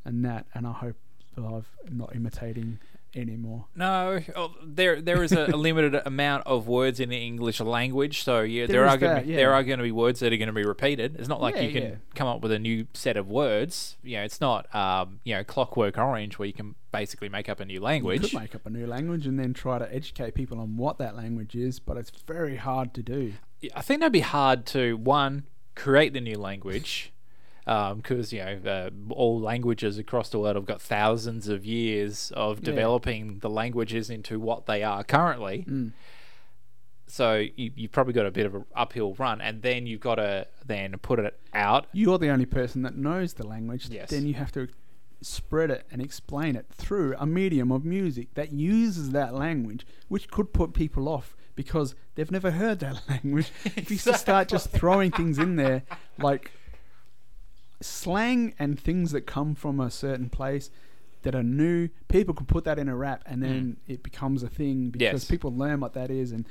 Speaker 6: and that and I hope that I've not imitating anymore.
Speaker 5: No, oh, there there is a, a limited [LAUGHS] amount of words in the English language, so yeah, there,
Speaker 6: There is
Speaker 5: are gonna
Speaker 6: that,
Speaker 5: be,
Speaker 6: yeah.
Speaker 5: there are going to be words that are going to be repeated. It's not like
Speaker 6: Yeah,
Speaker 5: you can
Speaker 6: yeah.
Speaker 5: come up with a new set of words. You know, it's not um, you know Clockwork Orange where you can basically make up a new
Speaker 6: You
Speaker 5: language.
Speaker 6: could make up a new language and then try to educate people on what that language is, but it's very hard to do.
Speaker 5: I think that'd be hard to one create the new language. Because you know, uh, all languages across the world have got thousands of years of developing the languages into what they are currently.
Speaker 6: Mm.
Speaker 5: So you, you've probably got a bit of an uphill run, and then you've got to then put it out.
Speaker 6: You're the only person that knows the language.
Speaker 5: Yes.
Speaker 6: Then you have to spread it and explain it through a medium of music that uses that language, which could put people off because they've never heard that [LAUGHS] language. If you just start just throwing things in there, like slang and things that come from a certain place that are new, people can put that in a rap and then it becomes a thing because
Speaker 5: Mm. Yes.
Speaker 6: people learn what that is and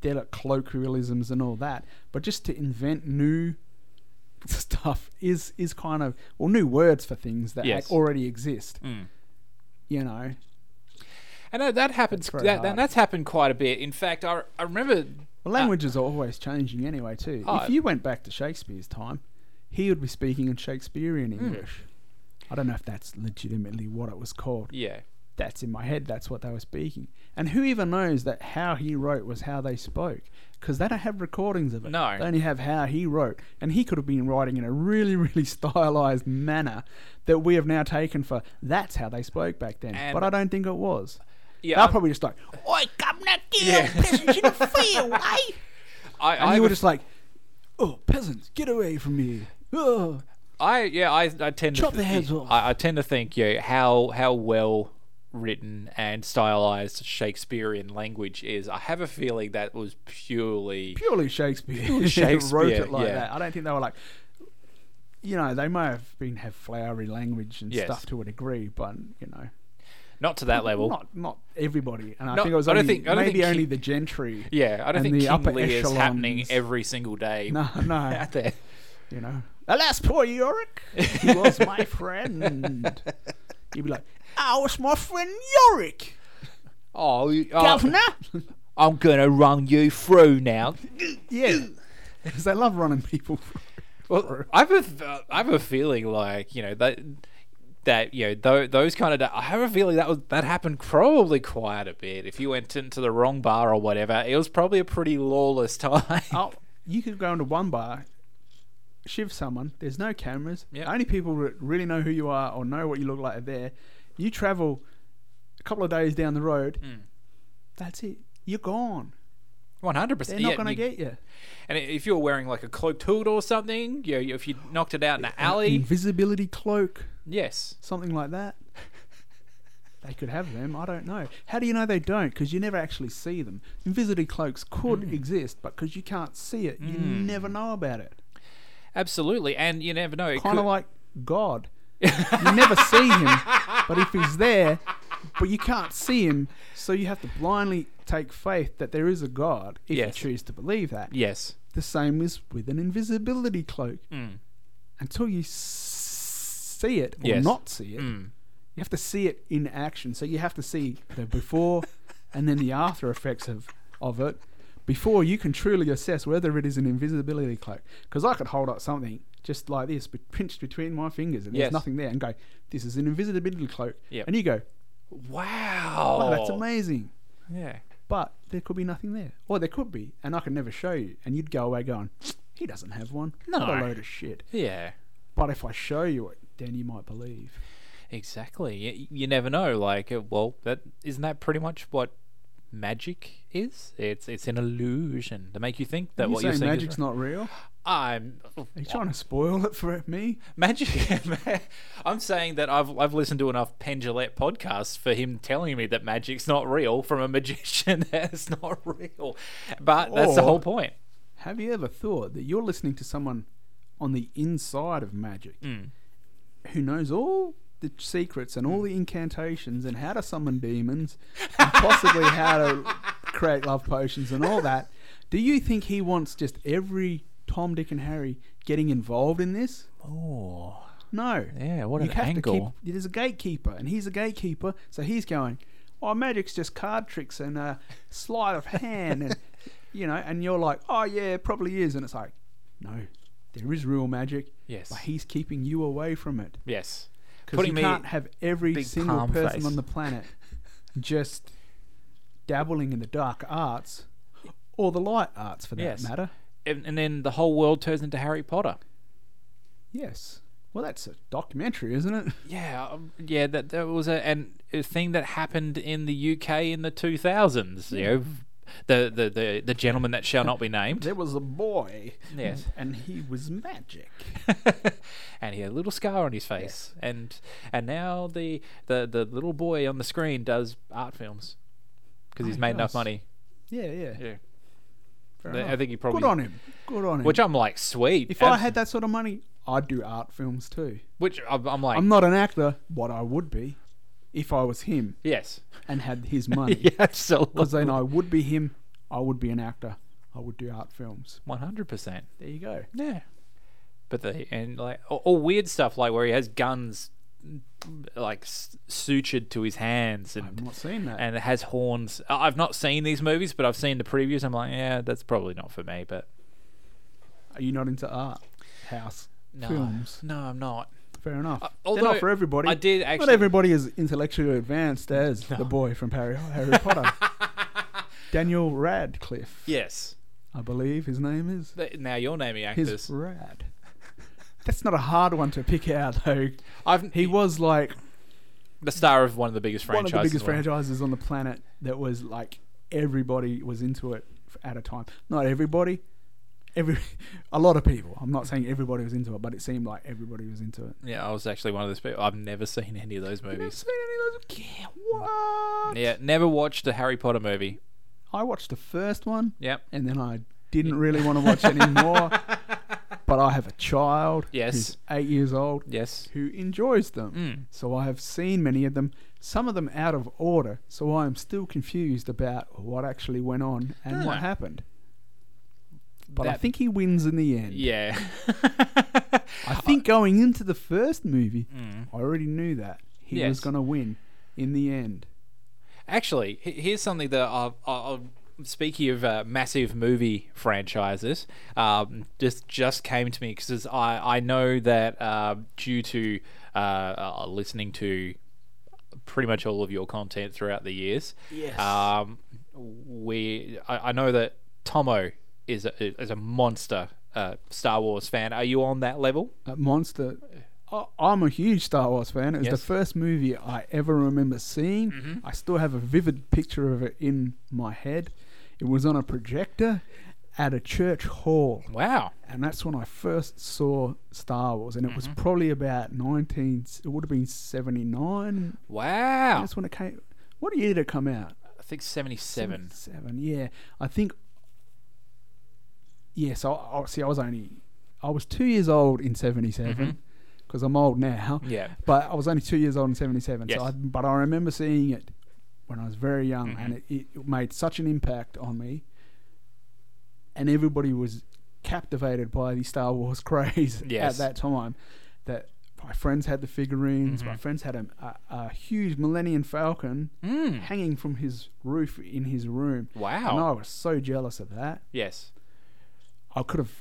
Speaker 6: they're like colloquialisms and all that. But just to invent new [LAUGHS] stuff is is kind of well new words for things that
Speaker 5: Yes.
Speaker 6: ac- already exist. You know,
Speaker 5: And that, that happens.
Speaker 6: very
Speaker 5: That, and
Speaker 6: hard.
Speaker 5: that's happened quite a bit. In fact, I, I remember.
Speaker 6: well, languages are always changing anyway too.
Speaker 5: Oh.
Speaker 6: if you went back to Shakespeare's time, he would be speaking in Shakespearean English. I don't know if that's legitimately what it was called. [LAUGHS]
Speaker 5: Yeah,
Speaker 6: That's in my head. That's what they were speaking. And who even knows that how he wrote was how they spoke? Because they don't have recordings of it.
Speaker 5: No.
Speaker 6: They only have how he wrote. And he could have been writing in a really, [LAUGHS] really stylized manner that we have now taken for that's how they spoke back then.
Speaker 5: And-
Speaker 6: but I don't think it was.
Speaker 5: yeah.
Speaker 6: They're
Speaker 5: I'm-
Speaker 6: probably just like, Oi, come not here,
Speaker 5: Yeah. [LAUGHS]
Speaker 6: peasants in the field, eh?
Speaker 5: I,
Speaker 6: And
Speaker 5: I
Speaker 6: you were
Speaker 5: have a-
Speaker 6: just like, Oh, peasants, get away from me. Oh.
Speaker 5: I yeah, I, I tend
Speaker 6: Chop
Speaker 5: to
Speaker 6: their heads off.
Speaker 5: I, I tend to think yeah, how how well written and stylized Shakespearean language is. I have a feeling that was purely
Speaker 6: purely [LAUGHS] Shakespeare.
Speaker 5: Shakespeare,
Speaker 6: wrote it like
Speaker 5: yeah.
Speaker 6: that. I don't think they were like, you know, they may have been have flowery language and
Speaker 5: Yes.
Speaker 6: stuff to a degree, but you know,
Speaker 5: not to that level.
Speaker 6: not not everybody. And I
Speaker 5: No,
Speaker 6: think it was
Speaker 5: I don't
Speaker 6: only,
Speaker 5: think- I don't
Speaker 6: maybe
Speaker 5: think
Speaker 6: only
Speaker 5: he-
Speaker 6: the gentry.
Speaker 5: yeah, I don't
Speaker 6: and
Speaker 5: think
Speaker 6: the upper
Speaker 5: King Lear is happening
Speaker 6: echelons.
Speaker 5: every single day.
Speaker 6: [LAUGHS] No,
Speaker 5: [LAUGHS]
Speaker 6: no,
Speaker 5: out there.
Speaker 6: you know, alas, poor Yorick, he was
Speaker 5: [LAUGHS]
Speaker 6: my friend. You'd be like, oh, it's my friend Yorick,
Speaker 5: Oh, you- oh,
Speaker 6: governor.
Speaker 5: [LAUGHS] I'm gonna run you through now.
Speaker 6: yeah, [LAUGHS] because they love running people.
Speaker 5: Well, I have a, I have a feeling like you know that that you know those, those kind of. da- I have a feeling that was that happened probably quite a bit. If you went into the wrong bar or whatever, it was probably a pretty lawless [LAUGHS] time.
Speaker 6: Oh, you could go into one bar, shiv someone. There's no cameras.
Speaker 5: Yeah.
Speaker 6: Only people that really know who you are or know what you look like are there. You travel a couple of days down the road. That's it. You're gone.
Speaker 5: One hundred
Speaker 6: They're
Speaker 5: percent.
Speaker 6: not going to get you.
Speaker 5: And if you were wearing like a cloaked hood or something, you know, if you knocked it out in an alley,
Speaker 6: Invisibility cloak,
Speaker 5: yes.
Speaker 6: something like that. [LAUGHS] they could have them. I don't know. How do you know they don't? Because you never actually see them. Invisibility cloaks could exist, but because you can't see it, you never know about it.
Speaker 5: Absolutely, and you never know. It
Speaker 6: kind
Speaker 5: could-
Speaker 6: of like God. you never see him, but if he's there, but you can't see him, so you have to blindly take faith that there is a God if
Speaker 5: Yes.
Speaker 6: you choose to believe that.
Speaker 5: yes,
Speaker 6: The same is with an invisibility cloak.
Speaker 5: Mm.
Speaker 6: Until you s- see it or
Speaker 5: Yes. Mm.
Speaker 6: not see it, you have to see it in action. So you have to see the
Speaker 5: [LAUGHS]
Speaker 6: before and then the after effects of, of it before you can truly assess whether it is an invisibility cloak. Because I could hold up something just like this, but pinched between my fingers, and
Speaker 5: Yes.
Speaker 6: there's nothing there, and go, "This is an invisibility cloak,"
Speaker 5: Yep.
Speaker 6: and you go,
Speaker 5: wow,
Speaker 6: "Oh, that's amazing."
Speaker 5: Yeah,
Speaker 6: but there could be nothing there. Or there could be, and I could never show you. And you'd go away going, he doesn't have one. No. What a load of shit.
Speaker 5: yeah,
Speaker 6: But if I show you it, then you might believe.
Speaker 5: exactly. You, you never know. Like, uh, well, that isn't that pretty much what magic is? It's it's an illusion to make you think that
Speaker 6: you
Speaker 5: what you're
Speaker 6: say
Speaker 5: seeing
Speaker 6: magic's
Speaker 5: is.
Speaker 6: not real?
Speaker 5: I'm [LAUGHS]
Speaker 6: Are you trying to spoil it for me?
Speaker 5: magic. [LAUGHS] I'm saying that I've I've listened to enough Pendulette podcasts for him telling me that magic's not real from a [LAUGHS] magician. That's not real, but that's the
Speaker 6: Or-
Speaker 5: whole point.
Speaker 6: Have you ever thought that you're listening to someone on the inside of magic who knows all the secrets and all the incantations and how to summon demons and possibly how to create love potions and all that. Do you think he wants just every Tom, Dick, and Harry getting involved in this?
Speaker 5: Oh,
Speaker 6: No.
Speaker 5: Yeah, what an
Speaker 6: have to
Speaker 5: angle.
Speaker 6: keep- there's a gatekeeper, and he's a gatekeeper, so he's going, "Oh, magic's just card tricks and uh, sleight of hand," and [LAUGHS] you know, and you're like, "Oh yeah, it probably is," and it's like, "No, there is real magic."
Speaker 5: Yes.
Speaker 6: but he's keeping you away from it
Speaker 5: yes.
Speaker 6: because you can't have every
Speaker 5: big
Speaker 6: single
Speaker 5: palm
Speaker 6: person
Speaker 5: face.
Speaker 6: on the
Speaker 5: [LAUGHS]
Speaker 6: planet just dabbling in the dark arts or the light arts, for that
Speaker 5: Yes.
Speaker 6: matter.
Speaker 5: and, and then the whole world turns into Harry Potter.
Speaker 6: Yes. Well, that's a documentary, isn't it?
Speaker 5: Yeah, um, yeah, that that was a and a thing that happened in the UK in the 2000s. You know, the the the, the gentleman that shall not be
Speaker 6: [LAUGHS]
Speaker 5: named. [LAUGHS]
Speaker 6: There was a boy.
Speaker 5: Yes.
Speaker 6: And he was magic.
Speaker 5: and he had a little scar on his face, and and now the, the the little boy on the screen does art films because he's
Speaker 6: Oh,
Speaker 5: made
Speaker 6: nice.
Speaker 5: enough money.
Speaker 6: Yeah, yeah.
Speaker 5: Yeah,
Speaker 6: fair
Speaker 5: I
Speaker 6: enough.
Speaker 5: think he probably
Speaker 6: Good on him. Good on him.
Speaker 5: Which I'm like, sweet.
Speaker 6: if I
Speaker 5: abs-
Speaker 6: had that sort of money, I'd do art films too.
Speaker 5: which I'm, I'm like,
Speaker 6: I'm not an actor, what I would be if I was him
Speaker 5: yes,
Speaker 6: and had
Speaker 5: [LAUGHS]
Speaker 6: his money.
Speaker 5: yeah, absolutely,
Speaker 6: Because then I would be him, I would be an actor, I would do art films.
Speaker 5: one hundred percent.
Speaker 6: There you go.
Speaker 5: Yeah. But they and like all, all weird stuff like where he has guns like s- sutured to his hands
Speaker 6: I've
Speaker 5: and
Speaker 6: not seen that.
Speaker 5: and it has horns. I- I've not seen these movies, but I've seen the previews. I'm like, yeah, that's probably not for me. But
Speaker 6: Are you not into art house
Speaker 5: no,
Speaker 6: films?
Speaker 5: no, I'm not.
Speaker 6: Fair enough. They're
Speaker 5: although
Speaker 6: not for everybody.
Speaker 5: I did
Speaker 6: Not
Speaker 5: actually-
Speaker 6: everybody is intellectually advanced as the boy from Harry, Harry
Speaker 5: [LAUGHS]
Speaker 6: Potter. Daniel Radcliffe,
Speaker 5: Yes.
Speaker 6: I believe his name is.
Speaker 5: Th- Now you're naming
Speaker 6: His
Speaker 5: actors.
Speaker 6: Rad. [LAUGHS] That's not a hard one to pick out though.
Speaker 5: I've
Speaker 6: He was like
Speaker 5: the star of one of the biggest
Speaker 6: one
Speaker 5: franchises.
Speaker 6: of the biggest
Speaker 5: in world.
Speaker 6: franchises on the planet that was like everybody was into it f- at a time. Not everybody, every [LAUGHS] a lot of people. I'm not saying everybody was into it, but it seemed like everybody was into it.
Speaker 5: Yeah, I was actually one of those people. I've never seen any of those
Speaker 6: Never
Speaker 5: movies.
Speaker 6: seen any of those. Yeah, What?
Speaker 5: Yeah, never watched a Harry Potter movie.
Speaker 6: I watched the first one,
Speaker 5: Yep.
Speaker 6: and then I didn't really want to watch
Speaker 5: [LAUGHS]
Speaker 6: anymore. but I have a child,
Speaker 5: Yes.
Speaker 6: who's eight years old,
Speaker 5: Yes.
Speaker 6: who enjoys them.
Speaker 5: Mm.
Speaker 6: So I have seen many of them, some of them out of order. So I am still confused about what actually went on and what
Speaker 5: Ah.
Speaker 6: happened. But I
Speaker 5: That-
Speaker 6: think he wins in the end.
Speaker 5: Yeah. [LAUGHS]
Speaker 6: I think going into the first movie, I already knew that he was
Speaker 5: Mm. Yes.
Speaker 6: going to win in the end.
Speaker 5: Actually, he- here's something that I've, I've speaking of uh, massive movie franchises, um, just just came to me because I I know that uh, due to uh, uh, listening to pretty much all of your content throughout the years. Yes. Um, we I, I know that Tomo is a, is a monster uh, Star Wars fan. Are you on that level?
Speaker 6: Uh, Monster. I- I'm a huge Star Wars fan. It was
Speaker 5: Yes. Mm-hmm.
Speaker 6: the first movie I ever remember seeing. I still have a vivid picture of it in my head. It was on a projector at a church hall.
Speaker 5: Wow.
Speaker 6: and that's when I first saw Star Wars, and it was
Speaker 5: Mm-hmm.
Speaker 6: probably about nineteen. It would have been seventy nine.
Speaker 5: Wow.
Speaker 6: That's when it came. What year did it come out?
Speaker 5: I think 77.
Speaker 6: Seven. Yeah, I think. Yeah, so I, I- see, I was only, I was two years old in seventy because I'm old now.
Speaker 5: Mm-hmm. Yeah.
Speaker 6: but I was only two years old in seventy seven. So,
Speaker 5: Yes. Mm-hmm.
Speaker 6: I, but I remember seeing it when I was very young, and it, it it made such an impact on me. And everybody was captivated by the Star Wars [LAUGHS] craze
Speaker 5: Yes.
Speaker 6: at that time. That my friends had the figurines.
Speaker 5: Mm-hmm.
Speaker 6: My friends had a, a, a huge Millennium Falcon hanging from his roof in his room.
Speaker 5: Mm. Wow.
Speaker 6: And I was so jealous of that.
Speaker 5: Yes.
Speaker 6: I could have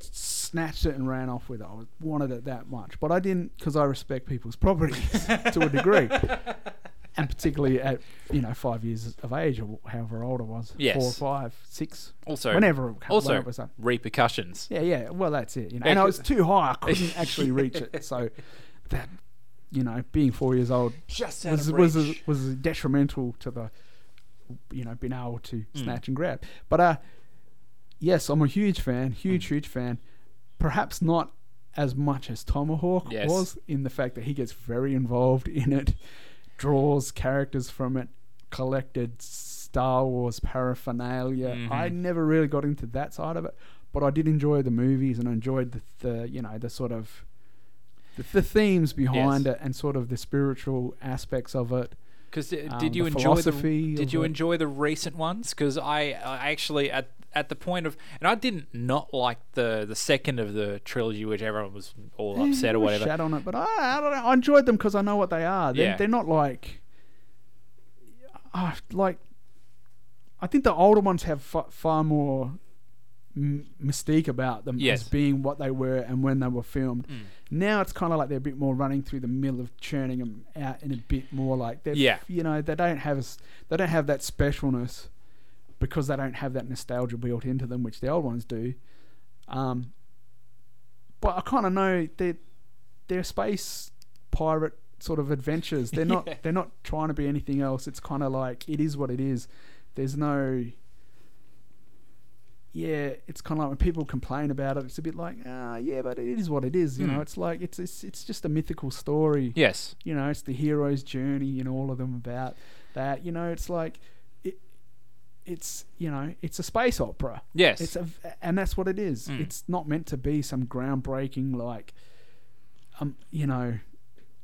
Speaker 6: snatched it and ran off with it. I wanted it that much, but I didn't because I respect people's [LAUGHS] property to a
Speaker 5: [LAUGHS]
Speaker 6: degree, and particularly at you know five years of age or however old I was, four,
Speaker 5: Yes.
Speaker 6: five, six,
Speaker 5: Also,
Speaker 6: whenever it ca-
Speaker 5: also
Speaker 6: whenever it was done.
Speaker 5: repercussions.
Speaker 6: Yeah, yeah. Well, that's it. You know,
Speaker 5: Yeah,
Speaker 6: and I
Speaker 5: 'cause-
Speaker 6: was too high. I
Speaker 5: [LAUGHS]
Speaker 6: couldn't actually reach it. So that you know, being four years old
Speaker 5: Just
Speaker 6: was was a, was detrimental to the you know being able to
Speaker 5: Mm.
Speaker 6: snatch and grab. But uh, yes, I'm a huge fan,
Speaker 5: Mm.
Speaker 6: huge huge fan. Perhaps not as much as Tomahawk
Speaker 5: Yes.
Speaker 6: was in the fact that he gets very involved in it, draws characters from it, collected Star Wars paraphernalia. I
Speaker 5: Mm-hmm.
Speaker 6: never really got into that side of it, but I did enjoy the movies and I enjoyed the, the you know the sort of the, the themes behind
Speaker 5: Yes.
Speaker 6: it and sort of the spiritual aspects of it
Speaker 5: Because uh,
Speaker 6: Um,
Speaker 5: did you
Speaker 6: the
Speaker 5: enjoy the
Speaker 6: philosophy
Speaker 5: did
Speaker 6: of
Speaker 5: you
Speaker 6: it.
Speaker 5: enjoy the recent ones? Because I, I actually at at the point of and I didn't not like the the second of the trilogy, which everyone was all
Speaker 6: Yeah, I
Speaker 5: upset or
Speaker 6: was
Speaker 5: whatever.
Speaker 6: Shat on it, but I, I don't know. I enjoyed them because I know what they are. They're,
Speaker 5: Yeah.
Speaker 6: they're not like, Ah, like, I think the older ones have fa- far more m- mystique about them
Speaker 5: Yes.
Speaker 6: as being what they were and when they were filmed.
Speaker 5: Mm.
Speaker 6: Now it's kind of like they're a bit more running through the mill of churning them out in a bit more like they're,
Speaker 5: Yeah.
Speaker 6: you know, they don't have as they don't have that specialness because they don't have that nostalgia built into them, which the old ones do. Um, but I kind of know they're, they're space pirate sort of adventures. They're not
Speaker 5: [LAUGHS] Yeah.
Speaker 6: they're not trying to be anything else. It's kind of like it is what it is. There's no yeah, it's kind of like when people complain about it, it's a bit like, ah, yeah, but it is what it is. You
Speaker 5: Hmm.
Speaker 6: know, it's like it's it's it's just a mythical story
Speaker 5: Yes.
Speaker 6: you know, it's the hero's journey and all of them about that. You know, it's like it, it's you know, it's a space opera.
Speaker 5: Yes. Hmm.
Speaker 6: It's a, and that's what it is. It's not meant to be some groundbreaking like, um, you know,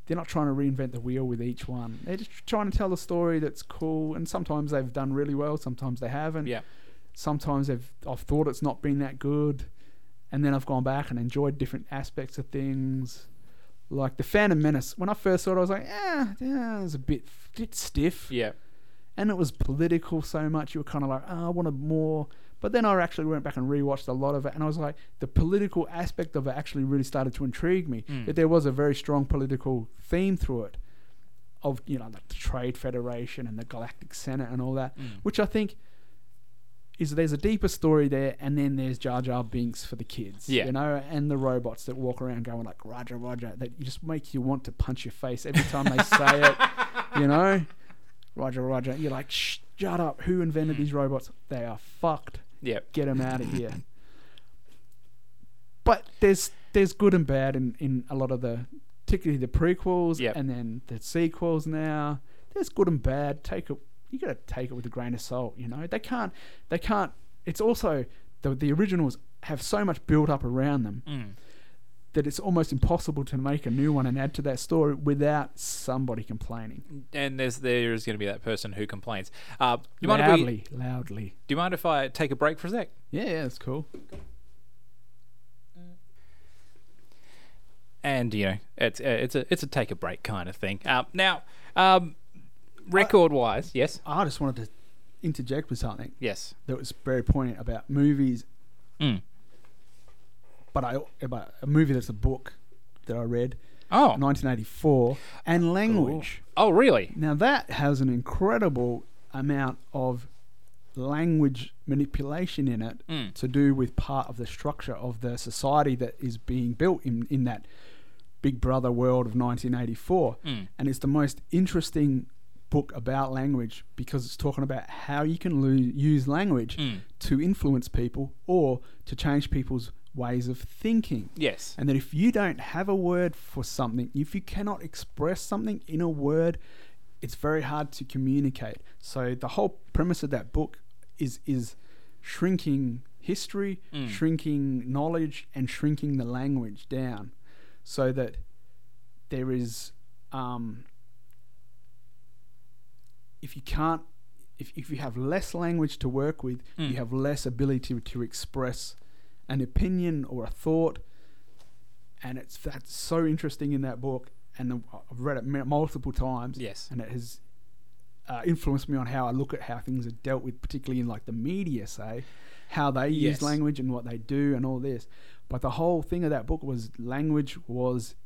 Speaker 6: they're not trying to reinvent the wheel with each one. They're just trying to tell a story that's cool. And sometimes they've done really well. Sometimes they haven't.
Speaker 5: Yeah.
Speaker 6: Sometimes I've I've thought it's not been that good, and then I've gone back and enjoyed different aspects of things. Like the Phantom Menace, when I first saw it, I was like, eh, yeah, it was a bit, bit stiff
Speaker 5: Yeah.
Speaker 6: and it was political so much you were kind of like oh, i wanted more but then i actually went back and rewatched a lot of it and i was like the political aspect of it actually really started to intrigue me that there was a very strong political theme through it of you know like the trade federation and the galactic senate and all that which i think is there's a deeper story there and then there's jar jar binks for the kids
Speaker 5: Yeah.
Speaker 6: you know and the robots that walk around going like roger roger that just make you want to punch your face every time they say it you know Roger, Roger. You're like, Shh, shut up. Who invented these robots? They are fucked.
Speaker 5: Yeah.
Speaker 6: Get them out of here. But there's there's good and bad in, in a lot of the, particularly the prequels
Speaker 5: Yep.
Speaker 6: and then the sequels now. There's good and bad. Take it. You gotta take it with a grain of salt. You know they can't they can't. It's also the the originals have so much built up around them that it's almost impossible to make a new one and add to that story without somebody complaining.
Speaker 5: And there's there is going to be that person who complains. Uh, do you mind if we,
Speaker 6: Loudly, loudly.
Speaker 5: do you mind if I take a break for a sec?
Speaker 6: Yeah, yeah, it's cool.
Speaker 5: And you know, it's uh, it's a it's a take a break kind of thing. Uh, now, um,
Speaker 6: Uh,
Speaker 5: record wise, yes,
Speaker 6: I just wanted to interject with something
Speaker 5: yes,
Speaker 6: that was very poignant about movies,
Speaker 5: Mm.
Speaker 6: but I about a movie that's a book that I read,
Speaker 5: oh,
Speaker 6: 1984, and language.
Speaker 5: oh, really?
Speaker 6: Now that has an incredible amount of language manipulation in it to do with part of the structure of the society that is being built in, in that Big Brother world of 1984. And it's the most interesting book about language because it's talking about how you can lo- use language to influence people or to change people's ways of thinking.
Speaker 5: Yes.
Speaker 6: And that if you don't have a word for something, if you cannot express something in a word, it's very hard to communicate. So the whole premise of that book is is shrinking history, shrinking knowledge, and shrinking the language down, so that there is, um, if you can't, if if you have less language to work with, you have less ability to, to express an opinion or a thought and it's that's so interesting in that book and the, i've read it mu- multiple times
Speaker 5: Yes.
Speaker 6: and it has uh, influenced me on how i look at how things are dealt with particularly in like the media say how they
Speaker 5: Yes.
Speaker 6: use language and what they do and all this but the whole thing of that book was language was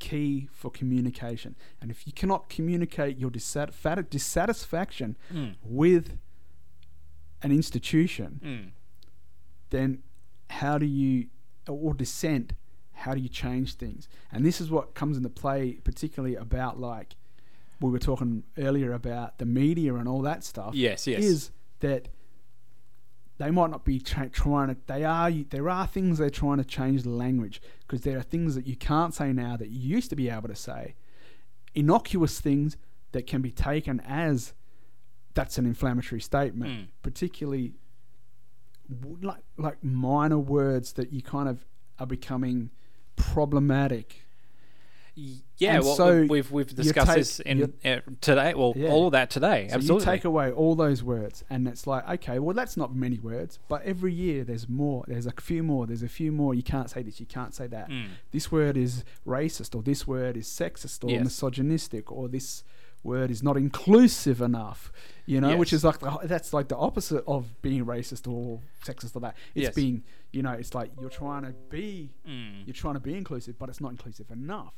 Speaker 6: key for communication and if you cannot communicate your dissatisfa- dissatisfaction with an institution then how do you or dissent how do you change things and this is what comes into play particularly about like we were talking earlier about the media and all that stuff
Speaker 5: Yes, yes.
Speaker 6: is that they might not be tra- trying to they are there are things they're trying to change the language because there are things that you can't say now that you used to be able to say innocuous things that can be taken as that's an inflammatory statement
Speaker 5: Mm.
Speaker 6: particularly w- like like minor words that you kind of are becoming problematic
Speaker 5: Yeah,
Speaker 6: And
Speaker 5: well,
Speaker 6: so
Speaker 5: we- we've we've
Speaker 6: you
Speaker 5: discussed
Speaker 6: take-
Speaker 5: this in uh, today. Well,
Speaker 6: Yeah.
Speaker 5: all of that today.
Speaker 6: So
Speaker 5: absolutely.
Speaker 6: you take away all those words, and it's like, okay, well, that's not many words, but every year there's more, there's a few more, there's a few more. You can't say this, you can't say that.
Speaker 5: Mm.
Speaker 6: This word is racist, or this word is sexist, or
Speaker 5: Yes.
Speaker 6: misogynistic, or this word is not inclusive enough. You know, which
Speaker 5: Yes.
Speaker 6: is like the, that's like the opposite of being racist or sexist or that. It's
Speaker 5: Yes. Mm.
Speaker 6: being, you know, it's like you're trying to be, you're trying to be inclusive, but it's not inclusive enough.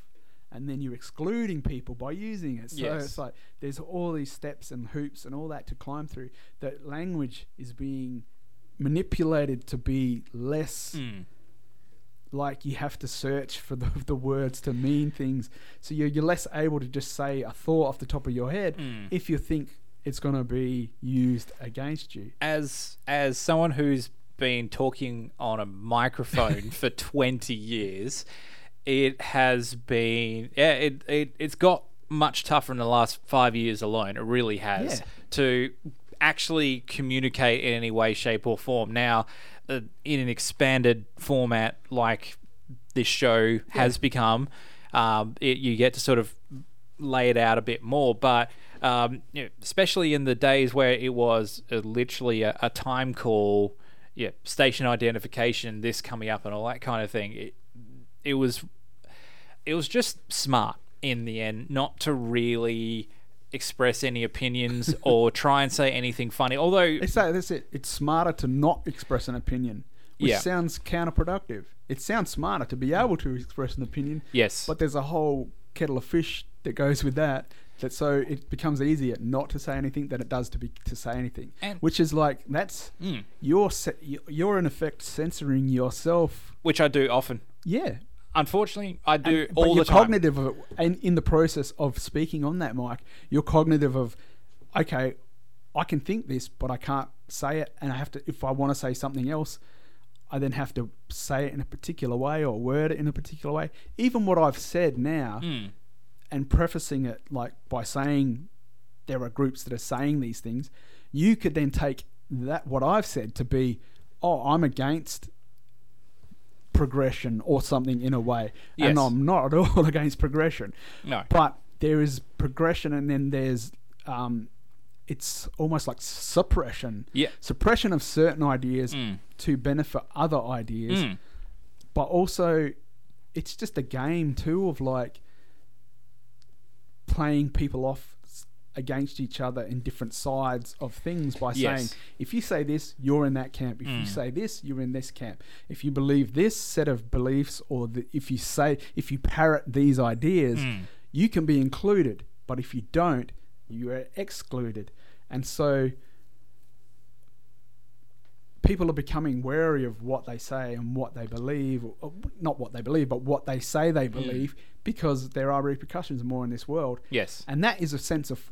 Speaker 6: And then you're excluding people by using it. So
Speaker 5: Yes.
Speaker 6: it's like like there's all these steps and hoops and all that to climb through that language is being manipulated to be less
Speaker 5: Mm. Hmm.
Speaker 6: like you have to search for the, [LAUGHS] the words to mean things so you're, you're less able to just say a thought off the top of your head if you think it's going to be used against you
Speaker 5: as as someone who's been talking on
Speaker 6: [LAUGHS]
Speaker 5: a microphone for 20 years it has been yeah it, it it's got much tougher in the last five years alone it really has
Speaker 6: Yeah.
Speaker 5: to actually communicate in any way shape or form now uh, in an expanded format like this show has become um, it, you get to sort of lay it out a bit more. But um, you know, especially in the days where it was uh, literally a, a time call, yeah, station identification, this coming up, and all that kind of thing. It it was it was just smart in the end not to really express
Speaker 6: [LAUGHS]
Speaker 5: any opinions or try and say anything funny. Although
Speaker 6: it's like that's it it's smarter to not express an opinion which
Speaker 5: Yeah. Mm.
Speaker 6: sounds counterproductive it sounds smarter to be able to express an opinion
Speaker 5: yes,
Speaker 6: But there's a whole kettle of fish that goes with that. That so it becomes easier not to say anything than it does to be to say anything.
Speaker 5: And- Mm.
Speaker 6: Which is like that's you're se- you're in effect censoring yourself.
Speaker 5: which I do often.
Speaker 6: Yeah.
Speaker 5: Unfortunately, I do
Speaker 6: but
Speaker 5: all
Speaker 6: you're
Speaker 5: the time.
Speaker 6: cognitive of it, and in the process of speaking on that mic, you're cognitive of, okay, I can think this, but I can't say it, and I have to. If I want to say something else, I then have to say it in a particular way or word it in a particular way. Even what I've said now,
Speaker 5: Hmm.
Speaker 6: and prefacing it like by saying there are groups that are saying these things, you could then take that what I've said to be, oh, I'm against progression or something in a way,
Speaker 5: Yes.
Speaker 6: and I'm not at all [LAUGHS] against progression.
Speaker 5: No.
Speaker 6: but there is progression, and then there's um, it's almost like suppression.
Speaker 5: Yeah. Mm.
Speaker 6: suppression of certain ideas to benefit other ideas, but also it's just a game too of like playing people off s- against each other in different sides of things by saying
Speaker 5: Yes.
Speaker 6: if you say this you're in that camp if you say this you're in this camp if you believe this set of beliefs or the, if you say if you parrot these ideas you can be included but if you don't you are excluded and so people are becoming wary of what they say and what they believe, or- or not what they believe, but what they say
Speaker 5: Mm.
Speaker 6: they believe, because there are repercussions more in this world.
Speaker 5: Yes.
Speaker 6: And that is a sense of,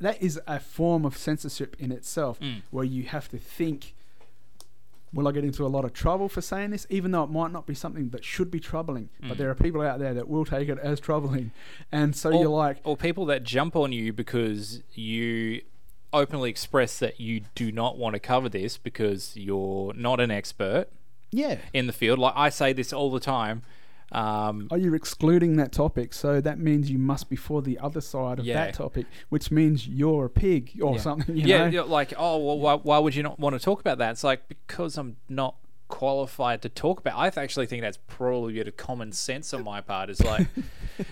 Speaker 6: that is a form of censorship in itself,
Speaker 5: Mm.
Speaker 6: where you have to think, will I get into a lot of trouble for saying this? Even though it might not be something that should be troubling,
Speaker 5: Mm.
Speaker 6: but there are people out there that will take it as troubling. And so you're like,
Speaker 5: or people that jump on you because you openly express that you do not want to cover this because you're not an expert
Speaker 6: yeah.
Speaker 5: in the field. Like I say this all the time. Um,
Speaker 6: Oh, you're excluding that topic, so that means you must be for the other side of
Speaker 5: Yeah.
Speaker 6: that topic, which means you're a pig or something. You
Speaker 5: yeah,
Speaker 6: know?
Speaker 5: you're like oh, well, why, why would you not want to talk about that? It's like because I'm not qualified to talk about. I actually think that's probably a bit of common sense on my part.
Speaker 6: [LAUGHS]
Speaker 5: Is like,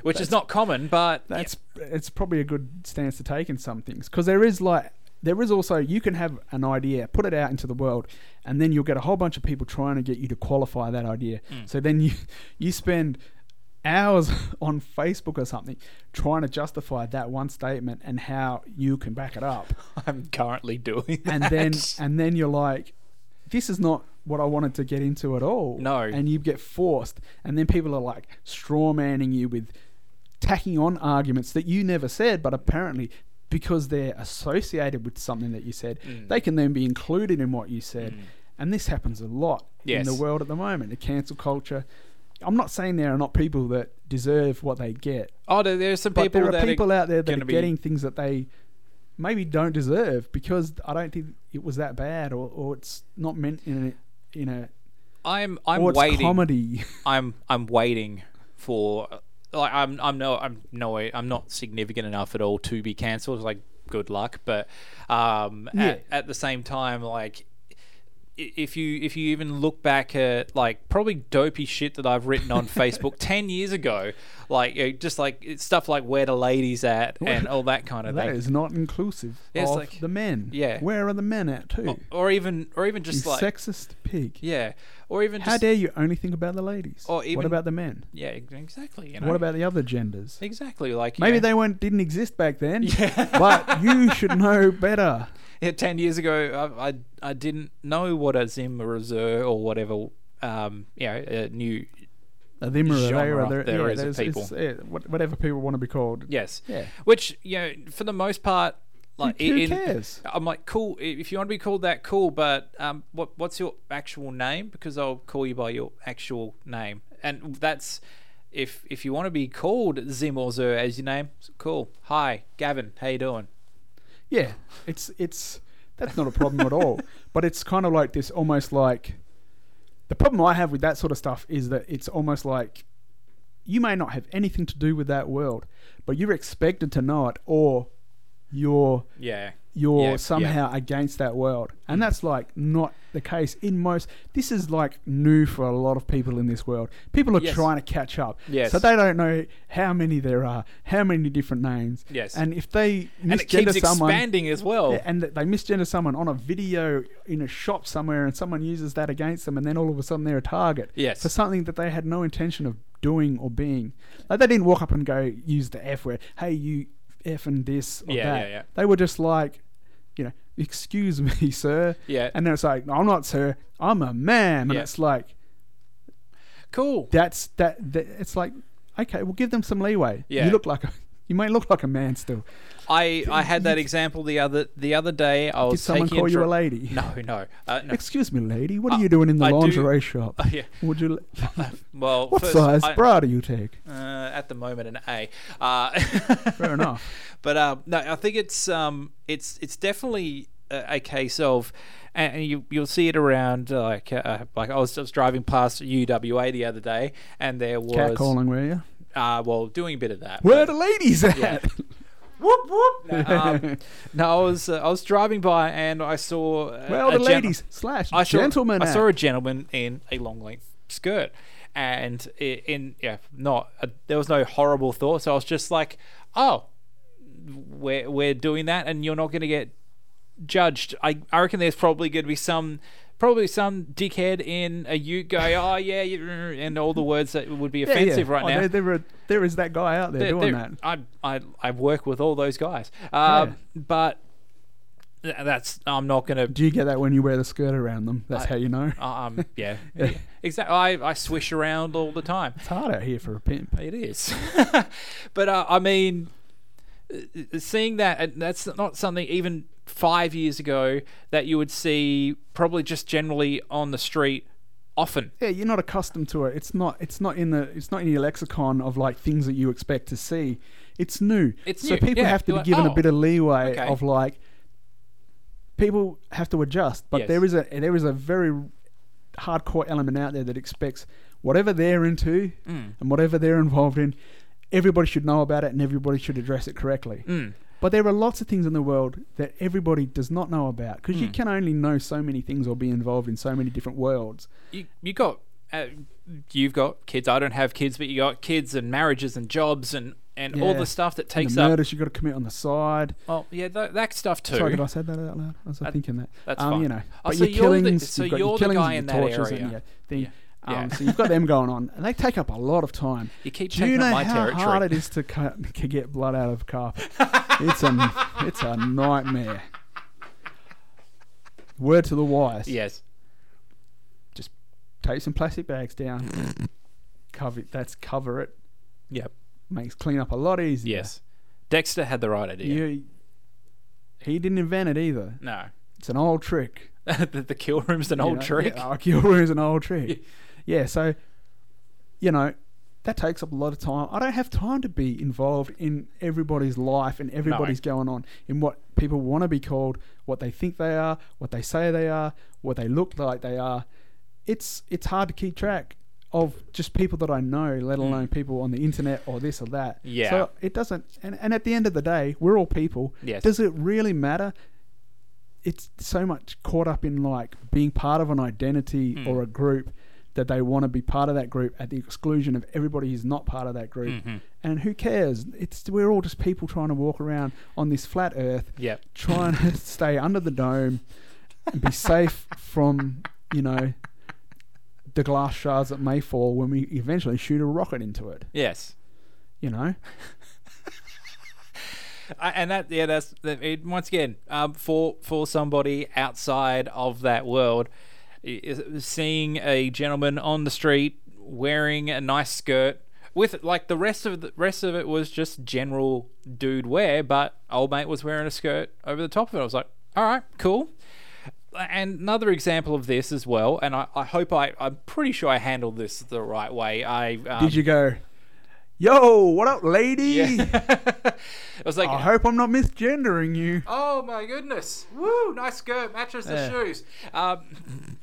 Speaker 5: which is not common, but
Speaker 6: that's it's probably a good stance to take in some things because there is like there is also you can have an idea, put it out into the world, and then you'll get a whole bunch of people trying to get you to qualify that idea.
Speaker 5: Mm.
Speaker 6: So then you you spend hours [LAUGHS] on Facebook or something trying to justify that one statement and how you can back it up.
Speaker 5: [LAUGHS] I'm currently doing.
Speaker 6: and
Speaker 5: that. [LAUGHS]
Speaker 6: then and then you're like, this is not what I wanted to get into at all.
Speaker 5: No.
Speaker 6: and you get forced, and then people are like straw manning you with tacking on arguments that you never said, but apparently because they're associated with something that you said,
Speaker 5: Mm.
Speaker 6: they can then be included in what you said. And this happens a lot
Speaker 5: Yes.
Speaker 6: in the world at the moment. The cancel culture. I'm not saying there are not people that deserve what they get,
Speaker 5: oh, there, there's some
Speaker 6: but
Speaker 5: people
Speaker 6: there
Speaker 5: that
Speaker 6: are people out there that
Speaker 5: gonna
Speaker 6: are
Speaker 5: be-
Speaker 6: getting things that they maybe don't deserve because I don't think it was that bad or, or it's not meant in a in a
Speaker 5: I'm I'm
Speaker 6: or Oh, it's
Speaker 5: waiting.
Speaker 6: comedy.
Speaker 5: I'm I'm waiting for like I'm I'm no I'm no I'm not significant enough at all to be cancelled. Like good luck, but um, at, at the same time, like i- if you if you even look back at like probably dopey shit that I've
Speaker 6: [LAUGHS]
Speaker 5: written on Facebook ten years ago, like you know, just like it's stuff like where the ladies at and all that kind of
Speaker 6: That
Speaker 5: thing,
Speaker 6: is not inclusive
Speaker 5: Yeah, it's
Speaker 6: of
Speaker 5: like-
Speaker 6: the men.
Speaker 5: yeah.
Speaker 6: Where are the men at too?
Speaker 5: or even or even
Speaker 6: you
Speaker 5: just like
Speaker 6: sexist pig.
Speaker 5: yeah, or even
Speaker 6: How
Speaker 5: just
Speaker 6: dare you only think about the ladies?
Speaker 5: Or
Speaker 6: what
Speaker 5: even-
Speaker 6: about the men?
Speaker 5: yeah exactly. You know?
Speaker 6: What about the other genders?
Speaker 5: exactly like you
Speaker 6: Maybe
Speaker 5: know.
Speaker 6: they weren't didn't exist back then. [LAUGHS] but you should know better.
Speaker 5: yeah, ten years ago, I, I I didn't know what a Zim or a Zer or whatever, um, you know, a new
Speaker 6: Uh, them or they
Speaker 5: Genre
Speaker 6: or they're-
Speaker 5: there
Speaker 6: yeah,
Speaker 5: is of
Speaker 6: there's- it's- yeah, what- whatever people want to be called.
Speaker 5: yes,
Speaker 6: Yeah.
Speaker 5: which you know, for the most part, like
Speaker 6: Who
Speaker 5: in-
Speaker 6: cares?
Speaker 5: I'm like, cool. i- If you want to be called that, cool. But um, what what's your actual name? Because I'll call you by your actual name, and that's if if you want to be called Zim or Zer as your name, cool. Hi, Gavin. How you doing?
Speaker 6: Yeah, it's it's that's not a problem at
Speaker 5: [LAUGHS]
Speaker 6: all. But it's kind of like this, almost like the problem I have with that sort of stuff is that it's almost like you may not have anything to do with that world, but you're expected to know it, or you're
Speaker 5: Yeah.
Speaker 6: you're
Speaker 5: Yeah, Mm.
Speaker 6: somehow against that world, and that's like not the case in most. This is like new for a lot of people in this world. People are
Speaker 5: Yes.
Speaker 6: trying to catch up,
Speaker 5: Yes.
Speaker 6: so they don't know how many there are, how many different names,
Speaker 5: Yes.
Speaker 6: and if they misgender
Speaker 5: And it keeps
Speaker 6: someone.
Speaker 5: expanding as well.
Speaker 6: Yeah, and th- they misgender someone on a video in a shop somewhere, and someone uses that against them, and then all of a sudden they're a target
Speaker 5: Yes.
Speaker 6: for something that they had no intention of doing or being. Like they didn't walk up and go use the f word. Hey, you f and this or
Speaker 5: Yeah,
Speaker 6: that.
Speaker 5: yeah, yeah.
Speaker 6: They were just like, you know, excuse me, [LAUGHS] sir.
Speaker 5: Yeah.
Speaker 6: And then it's like, no, I'm not sir. I'm a man. And
Speaker 5: Yeah.
Speaker 6: it's like
Speaker 5: cool.
Speaker 6: that's that, that. It's like, okay, well, give them some leeway.
Speaker 5: Yeah.
Speaker 6: You look like a. [LAUGHS] You may look like a man still.
Speaker 5: I, I had that example the other the other day. I was
Speaker 6: Did someone
Speaker 5: taking
Speaker 6: call you
Speaker 5: dri-
Speaker 6: a lady?
Speaker 5: [LAUGHS] No, no, uh, no.
Speaker 6: Excuse me, lady. What
Speaker 5: Uh,
Speaker 6: are you doing in the
Speaker 5: I do- Oh,
Speaker 6: lingerie shop?
Speaker 5: yeah.
Speaker 6: Would
Speaker 5: [LAUGHS]
Speaker 6: you?
Speaker 5: Well,
Speaker 6: what
Speaker 5: first,
Speaker 6: size
Speaker 5: I-
Speaker 6: bra do you take?
Speaker 5: Uh, at the moment, an A. Uh, [LAUGHS]
Speaker 6: Fair enough.
Speaker 5: But uh, no, I think it's um, it's it's definitely a, a case of, and and you you'll see it around uh, like uh, like I was just driving past UWA the other day, and there was
Speaker 6: Cat calling, were you?
Speaker 5: Uh, well, doing a bit of that.
Speaker 6: Where
Speaker 5: but-
Speaker 6: the ladies at? [LAUGHS]
Speaker 5: Yeah. whoop whoop. No, um, no, I was uh, I was driving by and I saw. Uh,
Speaker 6: Well, the
Speaker 5: a gen-
Speaker 6: ladies slash
Speaker 5: I saw,
Speaker 6: gentlemen.
Speaker 5: I
Speaker 6: at?
Speaker 5: saw a gentleman in a long length skirt, and i- in yeah, not uh there was no horrible thought. So I was just like, oh, we're we're doing that, and you're not going to get judged. I, I reckon there's probably going to be some. Probably some dickhead in a U go, oh yeah, you- and all the words that would be
Speaker 6: Yeah, yeah.
Speaker 5: offensive right
Speaker 6: Oh,
Speaker 5: now.
Speaker 6: There, there, are, there is that guy out there
Speaker 5: They're-
Speaker 6: doing
Speaker 5: they're-
Speaker 6: that.
Speaker 5: I, I I work with all those guys, um, but th- that's I'm not gonna.
Speaker 6: Do you get that when you wear the skirt around them? That's
Speaker 5: I-
Speaker 6: how you know. [LAUGHS]
Speaker 5: Um, yeah, yeah. exactly. I, I swish around all the time.
Speaker 6: It's hard out here for a pimp. eh?
Speaker 5: It is, [LAUGHS] but uh, I mean, uh, uh, seeing that and that's not something even five years ago that you would see probably just generally on the street often.
Speaker 6: Yeah, you're not accustomed to it. It's not. It's not in the. It's not in your lexicon of like things that you expect to see. It's new.
Speaker 5: It's
Speaker 6: so
Speaker 5: new,
Speaker 6: people
Speaker 5: yeah.
Speaker 6: have to
Speaker 5: You're
Speaker 6: be
Speaker 5: like,
Speaker 6: given
Speaker 5: oh,
Speaker 6: a bit of leeway
Speaker 5: okay.
Speaker 6: of like. People have to adjust, but
Speaker 5: Yes.
Speaker 6: there is a there is a very hardcore element out there that expects whatever they're into
Speaker 5: Mm.
Speaker 6: and whatever they're involved in, everybody should know about it and everybody should address it correctly.
Speaker 5: Mm.
Speaker 6: But there are lots of things in the world that everybody does not know about because
Speaker 5: Mm.
Speaker 6: you can only know so many things or be involved in so many different worlds.
Speaker 5: you you got uh, you've got kids. I don't have kids, but you got kids and marriages and jobs and and all
Speaker 6: Yeah.
Speaker 5: the stuff that
Speaker 6: And
Speaker 5: takes
Speaker 6: the
Speaker 5: up.
Speaker 6: murders you got to commit on the side.
Speaker 5: Oh yeah, th- that stuff too.
Speaker 6: Sorry, did I say that out loud? I was thinking that.
Speaker 5: that's
Speaker 6: um,
Speaker 5: fine.
Speaker 6: You know,
Speaker 5: Oh,
Speaker 6: but
Speaker 5: so
Speaker 6: your
Speaker 5: you're the-
Speaker 6: killings,
Speaker 5: so
Speaker 6: you've got
Speaker 5: you're
Speaker 6: your
Speaker 5: the
Speaker 6: killings
Speaker 5: guy
Speaker 6: and
Speaker 5: in
Speaker 6: your
Speaker 5: that
Speaker 6: tortures and
Speaker 5: area.
Speaker 6: your thing.
Speaker 5: Yeah.
Speaker 6: Um, so you've got them going on, and they take up a lot of time.
Speaker 5: [LAUGHS] You keep
Speaker 6: Do you
Speaker 5: taking up
Speaker 6: know
Speaker 5: my
Speaker 6: how
Speaker 5: territory.
Speaker 6: hard it is to, cut, to get blood out of carpet? it's a it's a nightmare. Word to the wise.
Speaker 5: yes.
Speaker 6: Take some plastic bags down. cover it. That's cover it.
Speaker 5: Yep.
Speaker 6: Makes cleanup a lot easier.
Speaker 5: Yes. Dexter had the right idea.
Speaker 6: You. He didn't invent it either.
Speaker 5: no. [LAUGHS]
Speaker 6: It's an old trick.
Speaker 5: the, the kill room's an
Speaker 6: you
Speaker 5: old
Speaker 6: know?
Speaker 5: trick.
Speaker 6: Yeah, like your room's an old trick. yeah, so you know that takes up a lot of time. I don't have time to be involved in everybody's life and everybody's going on in what people want to be called, what they think they are, what they say they are, what they look like they are. It's it's hard to keep track of just people that I know, let alone people on the internet or this or that.
Speaker 5: Mm. Yeah.
Speaker 6: So it doesn't. And, and at the end of the day, we're all people.
Speaker 5: Yes.
Speaker 6: Does it really matter? It's so much caught up in like being part of an identity
Speaker 5: Hmm.
Speaker 6: or a group that they want to be part of that group at the exclusion of everybody who's not part of that group.
Speaker 5: Mm-hmm.
Speaker 6: And who cares? It's we're all just people trying to walk around on this flat earth
Speaker 5: Yep.
Speaker 6: trying
Speaker 5: [LAUGHS]
Speaker 6: to stay under the dome and be safe from, you know, the glass shards that may fall when we eventually shoot a rocket into it.
Speaker 5: Yes.
Speaker 6: You know,
Speaker 5: I, and that yeah that's that, it, once again um, for for somebody outside of that world i- is- seeing a gentleman on the street wearing a nice skirt with like the rest of the rest of it was just general dude wear but old mate was wearing a skirt over the top of it i was like all right cool and another example of this as well and i, I hope i i'm pretty sure i handled this the right way i um,
Speaker 6: did you go? Yo, what up, lady?
Speaker 5: um, [LAUGHS] i was like
Speaker 6: I hope I'm not misgendering you.
Speaker 5: Oh my goodness! Woo! Nice skirt matches the
Speaker 6: Yeah.
Speaker 5: shoes. Um, [LAUGHS]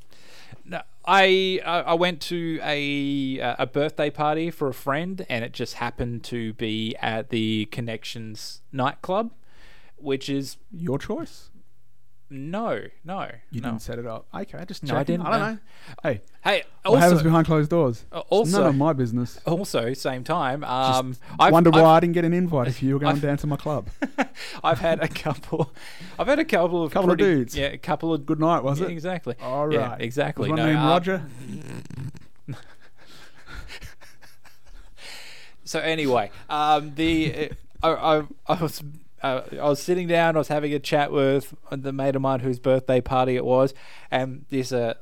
Speaker 5: no, I uh, I I went to a uh, a birthday party for a friend, and it just happened to be at the Connections nightclub, which is
Speaker 6: Your choice.
Speaker 5: no, no,
Speaker 6: You
Speaker 5: no.
Speaker 6: didn't set it up. Okay, I just
Speaker 5: No,
Speaker 6: checking.
Speaker 5: I didn't,
Speaker 6: I don't
Speaker 5: no.
Speaker 6: know. Hey,
Speaker 5: Hey,
Speaker 6: what happens
Speaker 5: also,
Speaker 6: behind closed doors?
Speaker 5: Uh,
Speaker 6: It's
Speaker 5: also-
Speaker 6: none of my business.
Speaker 5: also same time. Um,
Speaker 6: I
Speaker 5: [LAUGHS] I've,
Speaker 6: wonder why
Speaker 5: I've,
Speaker 6: I didn't get an invite if you were going down to my
Speaker 5: [LAUGHS]
Speaker 6: club.
Speaker 5: I've had a couple. I've had a couple of
Speaker 6: Couple of
Speaker 5: pretty-
Speaker 6: dudes.
Speaker 5: Yeah, a couple of
Speaker 6: Good night, was
Speaker 5: Yeah,
Speaker 6: it?
Speaker 5: Exactly.
Speaker 6: All right.
Speaker 5: Yeah, exactly.
Speaker 6: Was my
Speaker 5: no,
Speaker 6: name
Speaker 5: um,
Speaker 6: Roger.
Speaker 5: [LAUGHS] So anyway, um, the I, I, I was uh, I was sitting down. I was having a chat with the mate of mine whose birthday party it was, and this uh,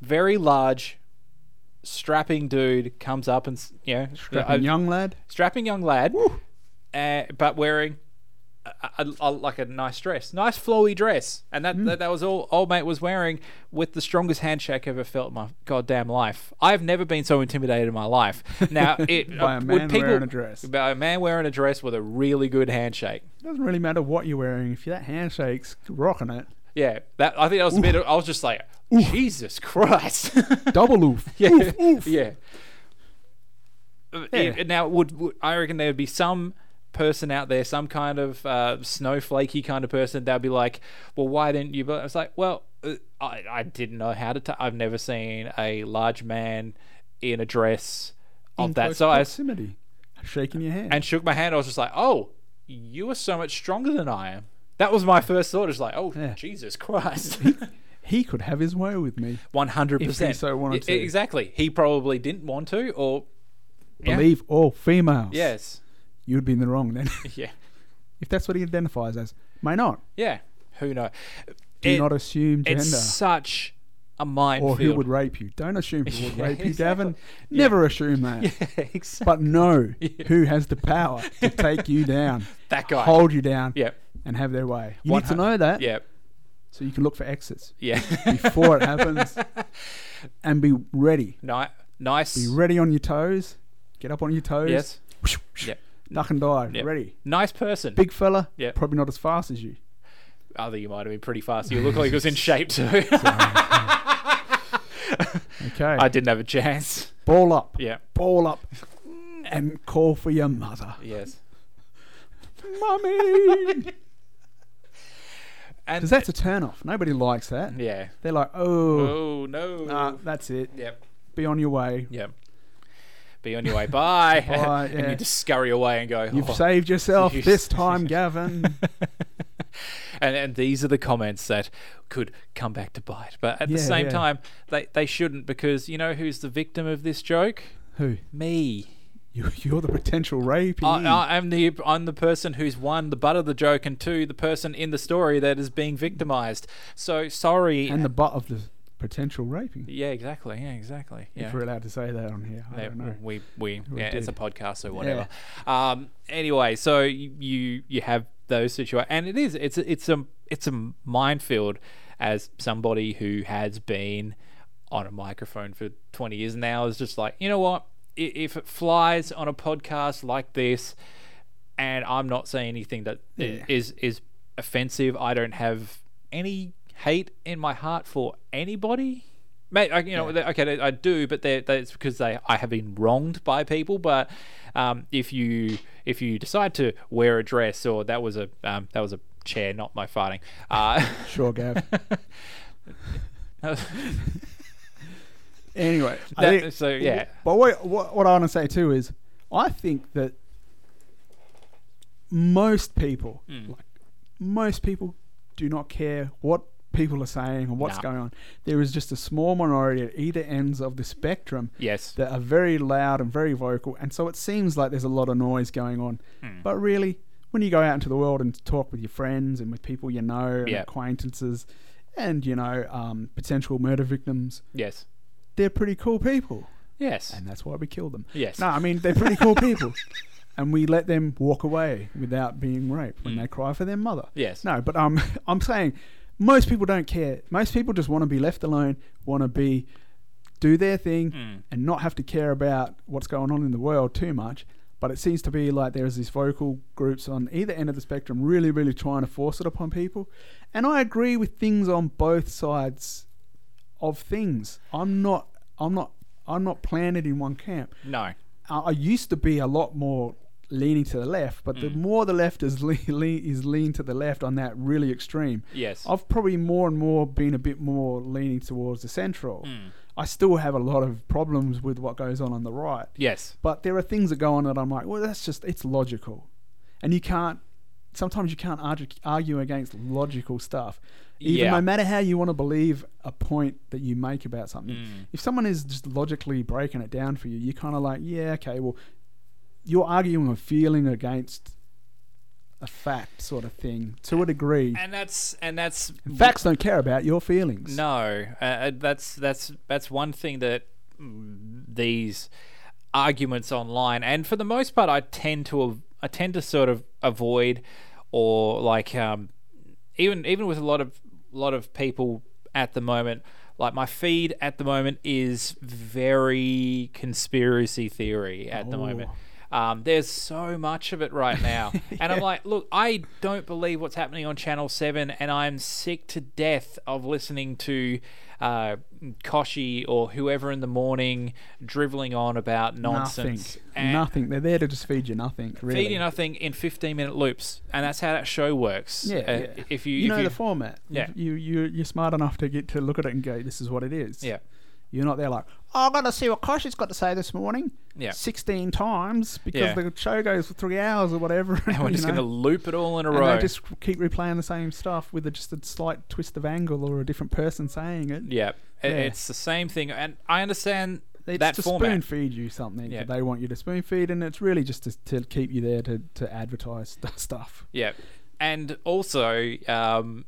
Speaker 5: very large, strapping dude comes up and s- you know
Speaker 6: Strapping
Speaker 5: a-
Speaker 6: young lad.
Speaker 5: strapping young lad,
Speaker 6: Woo.
Speaker 5: uh, but wearing. A, a, a, like a nice dress, nice flowy dress, and
Speaker 6: Hmm.
Speaker 5: that, that that was all old mate was wearing with the strongest handshake I ever felt in my goddamn life. I've never been so intimidated in
Speaker 6: [LAUGHS]
Speaker 5: my life. Now, it
Speaker 6: By a
Speaker 5: uh,
Speaker 6: man
Speaker 5: would people,
Speaker 6: wearing a dress.
Speaker 5: by a man wearing a dress with a really good handshake.
Speaker 6: doesn't really matter what you're wearing if that handshake's rocking it.
Speaker 5: Yeah, that I think that was a bit. Of, I was just like, Jesus Christ. [LAUGHS]
Speaker 6: Double oof.
Speaker 5: yeah,
Speaker 6: Oof, oof.
Speaker 5: yeah. Uh, it-
Speaker 6: Yeah.
Speaker 5: now, would, would I reckon there would be some person out there, some kind of uh, snowflakey kind of person that'd be like, "Well, why didn't you?" But it's like, well, uh, I I didn't know how to. T- I've never seen a large man in a dress of
Speaker 6: In
Speaker 5: that
Speaker 6: close
Speaker 5: size.
Speaker 6: proximity, shaking your hand.
Speaker 5: and shook my hand. I was just like, "Oh, you are so much stronger than I am." That was my first thought. It's like, "Oh,
Speaker 6: Yeah.
Speaker 5: Jesus Christ!"
Speaker 6: [LAUGHS] he could have his way with me.
Speaker 5: [LAUGHS] One
Speaker 6: If
Speaker 5: hundred
Speaker 6: he
Speaker 5: percent. E,
Speaker 6: so wanted to.
Speaker 5: Exactly. He probably didn't want to, or Yeah.
Speaker 6: Believe all females.
Speaker 5: yes,
Speaker 6: You'd be in the wrong then.
Speaker 5: [LAUGHS]
Speaker 6: [LAUGHS]
Speaker 5: yeah,
Speaker 6: if that's what he identifies as, may not.
Speaker 5: yeah. Who knows?
Speaker 6: Do not assume gender.
Speaker 5: It's such a
Speaker 6: Or
Speaker 5: minefield.
Speaker 6: who
Speaker 5: [LAUGHS]
Speaker 6: would rape you. Don't assume who would
Speaker 5: Yeah,
Speaker 6: rape you,
Speaker 5: exactly.
Speaker 6: Gavin. Never assume that.
Speaker 5: Exactly.
Speaker 6: But
Speaker 5: [LAUGHS]
Speaker 6: know who has the power to take you down,
Speaker 5: That guy.
Speaker 6: hold you down,
Speaker 5: Yeah.
Speaker 6: and have their way. You
Speaker 5: One
Speaker 6: need to
Speaker 5: hun-
Speaker 6: know that
Speaker 5: Yeah.
Speaker 6: so you can look for exits
Speaker 5: Yeah. [LAUGHS]
Speaker 6: before it happens and be ready.
Speaker 5: Ni- nice.
Speaker 6: Be ready on your toes. Get up on your toes.
Speaker 5: Yes. Yep.
Speaker 6: Duck and dive.
Speaker 5: Yep.
Speaker 6: Ready.
Speaker 5: Nice person.
Speaker 6: Big fella.
Speaker 5: Yep.
Speaker 6: Probably not as fast as you.
Speaker 5: I think you might have been pretty fast. You look like you
Speaker 6: [LAUGHS]
Speaker 5: was in shape too.
Speaker 6: Okay.
Speaker 5: [LAUGHS] I didn't have a chance.
Speaker 6: Ball up.
Speaker 5: Yeah.
Speaker 6: Ball up. And call for your mother.
Speaker 5: Yes.
Speaker 6: Mummy.
Speaker 5: And
Speaker 6: Because that's a turn off. Nobody likes that.
Speaker 5: yeah.
Speaker 6: They're like, oh,
Speaker 5: Oh no.
Speaker 6: nah, that's it.
Speaker 5: Yep.
Speaker 6: Be on your way.
Speaker 5: Yep. Be on your way. Bye.
Speaker 6: [LAUGHS] Bye,
Speaker 5: [LAUGHS] And
Speaker 6: yeah.
Speaker 5: you just scurry away and go.
Speaker 6: You've
Speaker 5: "Oh."
Speaker 6: saved yourself
Speaker 5: [LAUGHS] you-
Speaker 6: this time, Gavin.
Speaker 5: and and these are the comments that could come back to bite. But at the
Speaker 6: Yeah,
Speaker 5: same
Speaker 6: yeah.
Speaker 5: time, they they shouldn't because you know who's the victim of this joke?
Speaker 6: Who?
Speaker 5: Me.
Speaker 6: You, you're the potential rapey.
Speaker 5: I, I, I'm the I'm the person who's one the butt of the joke and two the person in the story that is being victimized. So sorry.
Speaker 6: and the butt of the potential raping.
Speaker 5: yeah, exactly. Yeah, exactly. Yeah.
Speaker 6: If we're allowed to say that on here, I
Speaker 5: Yeah,
Speaker 6: don't know.
Speaker 5: We we yeah, it's a
Speaker 6: did.
Speaker 5: podcast so whatever. Um. Anyway, so you you, you have those situations, and it is it's a- it's a it's a minefield as somebody who has been on a microphone for twenty years now is just like you know what I- if it flies on a podcast like this, and I'm not saying anything that i- is is offensive. I don't have any hate in my heart for anybody Mate, I, you know, they- okay, they- I do, but they they- it's because they I have been wronged by people. But um, if you if you decide to wear a dress, or that was a um, that was a chair, not my farting. Uh, [LAUGHS]
Speaker 6: Sure, [LAUGHS] Gav.
Speaker 5: that-
Speaker 6: anyway, I think-
Speaker 5: so yeah,
Speaker 6: But what, what, what I want to say too is, I think that most people,
Speaker 5: Hmm.
Speaker 6: like, most people, do not care what people are saying or what's
Speaker 5: Nah.
Speaker 6: going on. There is just a small minority at either ends of the spectrum
Speaker 5: yes,
Speaker 6: that are very loud and very vocal, and so it seems like there's a lot of noise going on.
Speaker 5: Hmm.
Speaker 6: But really, when you go out into the world and talk with your friends and with people you know, and
Speaker 5: Yeah.
Speaker 6: acquaintances, and you know, um, potential murder victims,
Speaker 5: yes,
Speaker 6: they're pretty cool people
Speaker 5: yes.
Speaker 6: and that's why we killed them.
Speaker 5: Yes.
Speaker 6: No, I mean they're pretty cool
Speaker 5: [LAUGHS]
Speaker 6: people, and we let them walk away without being raped when they cry for their mother.
Speaker 5: Yes.
Speaker 6: No, but um, [LAUGHS] I'm saying most people don't care. Most people just want to be left alone, want to be do their thing, and not have to care about what's going on in the world too much. But it seems to be like there's these vocal groups on either end of the spectrum really, really trying to force it upon people. And I agree with things on both sides of things. I'm not I'm not I'm not planted in one camp.
Speaker 5: no.
Speaker 6: I, I used to be a lot more leaning to the left, but the more the left is le- le- is lean to the left on that really extreme.
Speaker 5: Yes.
Speaker 6: I've probably more and more been a bit more leaning towards the central. I still have a lot of problems with what goes on on the right.
Speaker 5: Yes.
Speaker 6: But there are things that go on that I'm like, well, that's just it's logical, and you can't. Sometimes you can't argue, argue against logical stuff, even
Speaker 5: Yeah.
Speaker 6: no matter how you want to believe a point that you make about something.
Speaker 5: Mm.
Speaker 6: If someone is just logically breaking it down for you, you're kind of like, yeah, okay, well, you're arguing a feeling against a fact, sort of thing, to a degree.
Speaker 5: And that's and that's
Speaker 6: Facts don't care about your feelings.
Speaker 5: No, uh, uh, that's that's that's one thing that mm, these arguments online, and for the most part, I tend to av- I tend to sort of avoid, or like um, even even with a lot of lot of people at the moment. Like my feed at the moment is very conspiracy theory at the moment. Um, there's so much of it right
Speaker 6: [LAUGHS]
Speaker 5: now. And I'm like, look, I don't believe what's happening on Channel 7, and I'm sick to death of listening to uh, Koshy or whoever in the morning driveling on about
Speaker 6: Nothing.
Speaker 5: nonsense. And
Speaker 6: nothing. They're there to just feed you nothing. Really.
Speaker 5: Feed you nothing in 15 minute loops. And that's how that show works.
Speaker 6: Yeah,
Speaker 5: Uh,
Speaker 6: yeah.
Speaker 5: If you,
Speaker 6: you
Speaker 5: if
Speaker 6: know
Speaker 5: you,
Speaker 6: the format.
Speaker 5: Yeah.
Speaker 6: You you you're smart enough to get to look at it and go, this is what it is. [LAUGHS]
Speaker 5: Yeah. [LAUGHS]
Speaker 6: You're not there like, oh, I've got to see what Koshy's got to say this morning.
Speaker 5: Yeah.
Speaker 6: Sixteen times because
Speaker 5: Yeah.
Speaker 6: the show goes for three hours or whatever.
Speaker 5: [LAUGHS] And we're
Speaker 6: you
Speaker 5: just
Speaker 6: know?
Speaker 5: going to loop it all in a
Speaker 6: And
Speaker 5: row.
Speaker 6: they just keep replaying the same stuff with a, just a slight twist of angle or a different person saying it.
Speaker 5: Yeah. I-
Speaker 6: Yeah.
Speaker 5: It's the same thing. And I understand
Speaker 6: It's
Speaker 5: that
Speaker 6: to
Speaker 5: format.
Speaker 6: spoon feed you something
Speaker 5: Yeah.
Speaker 6: that they want you to spoon feed, and it's really just to, to keep you there to, to advertise st- stuff.
Speaker 5: Yeah, and also um,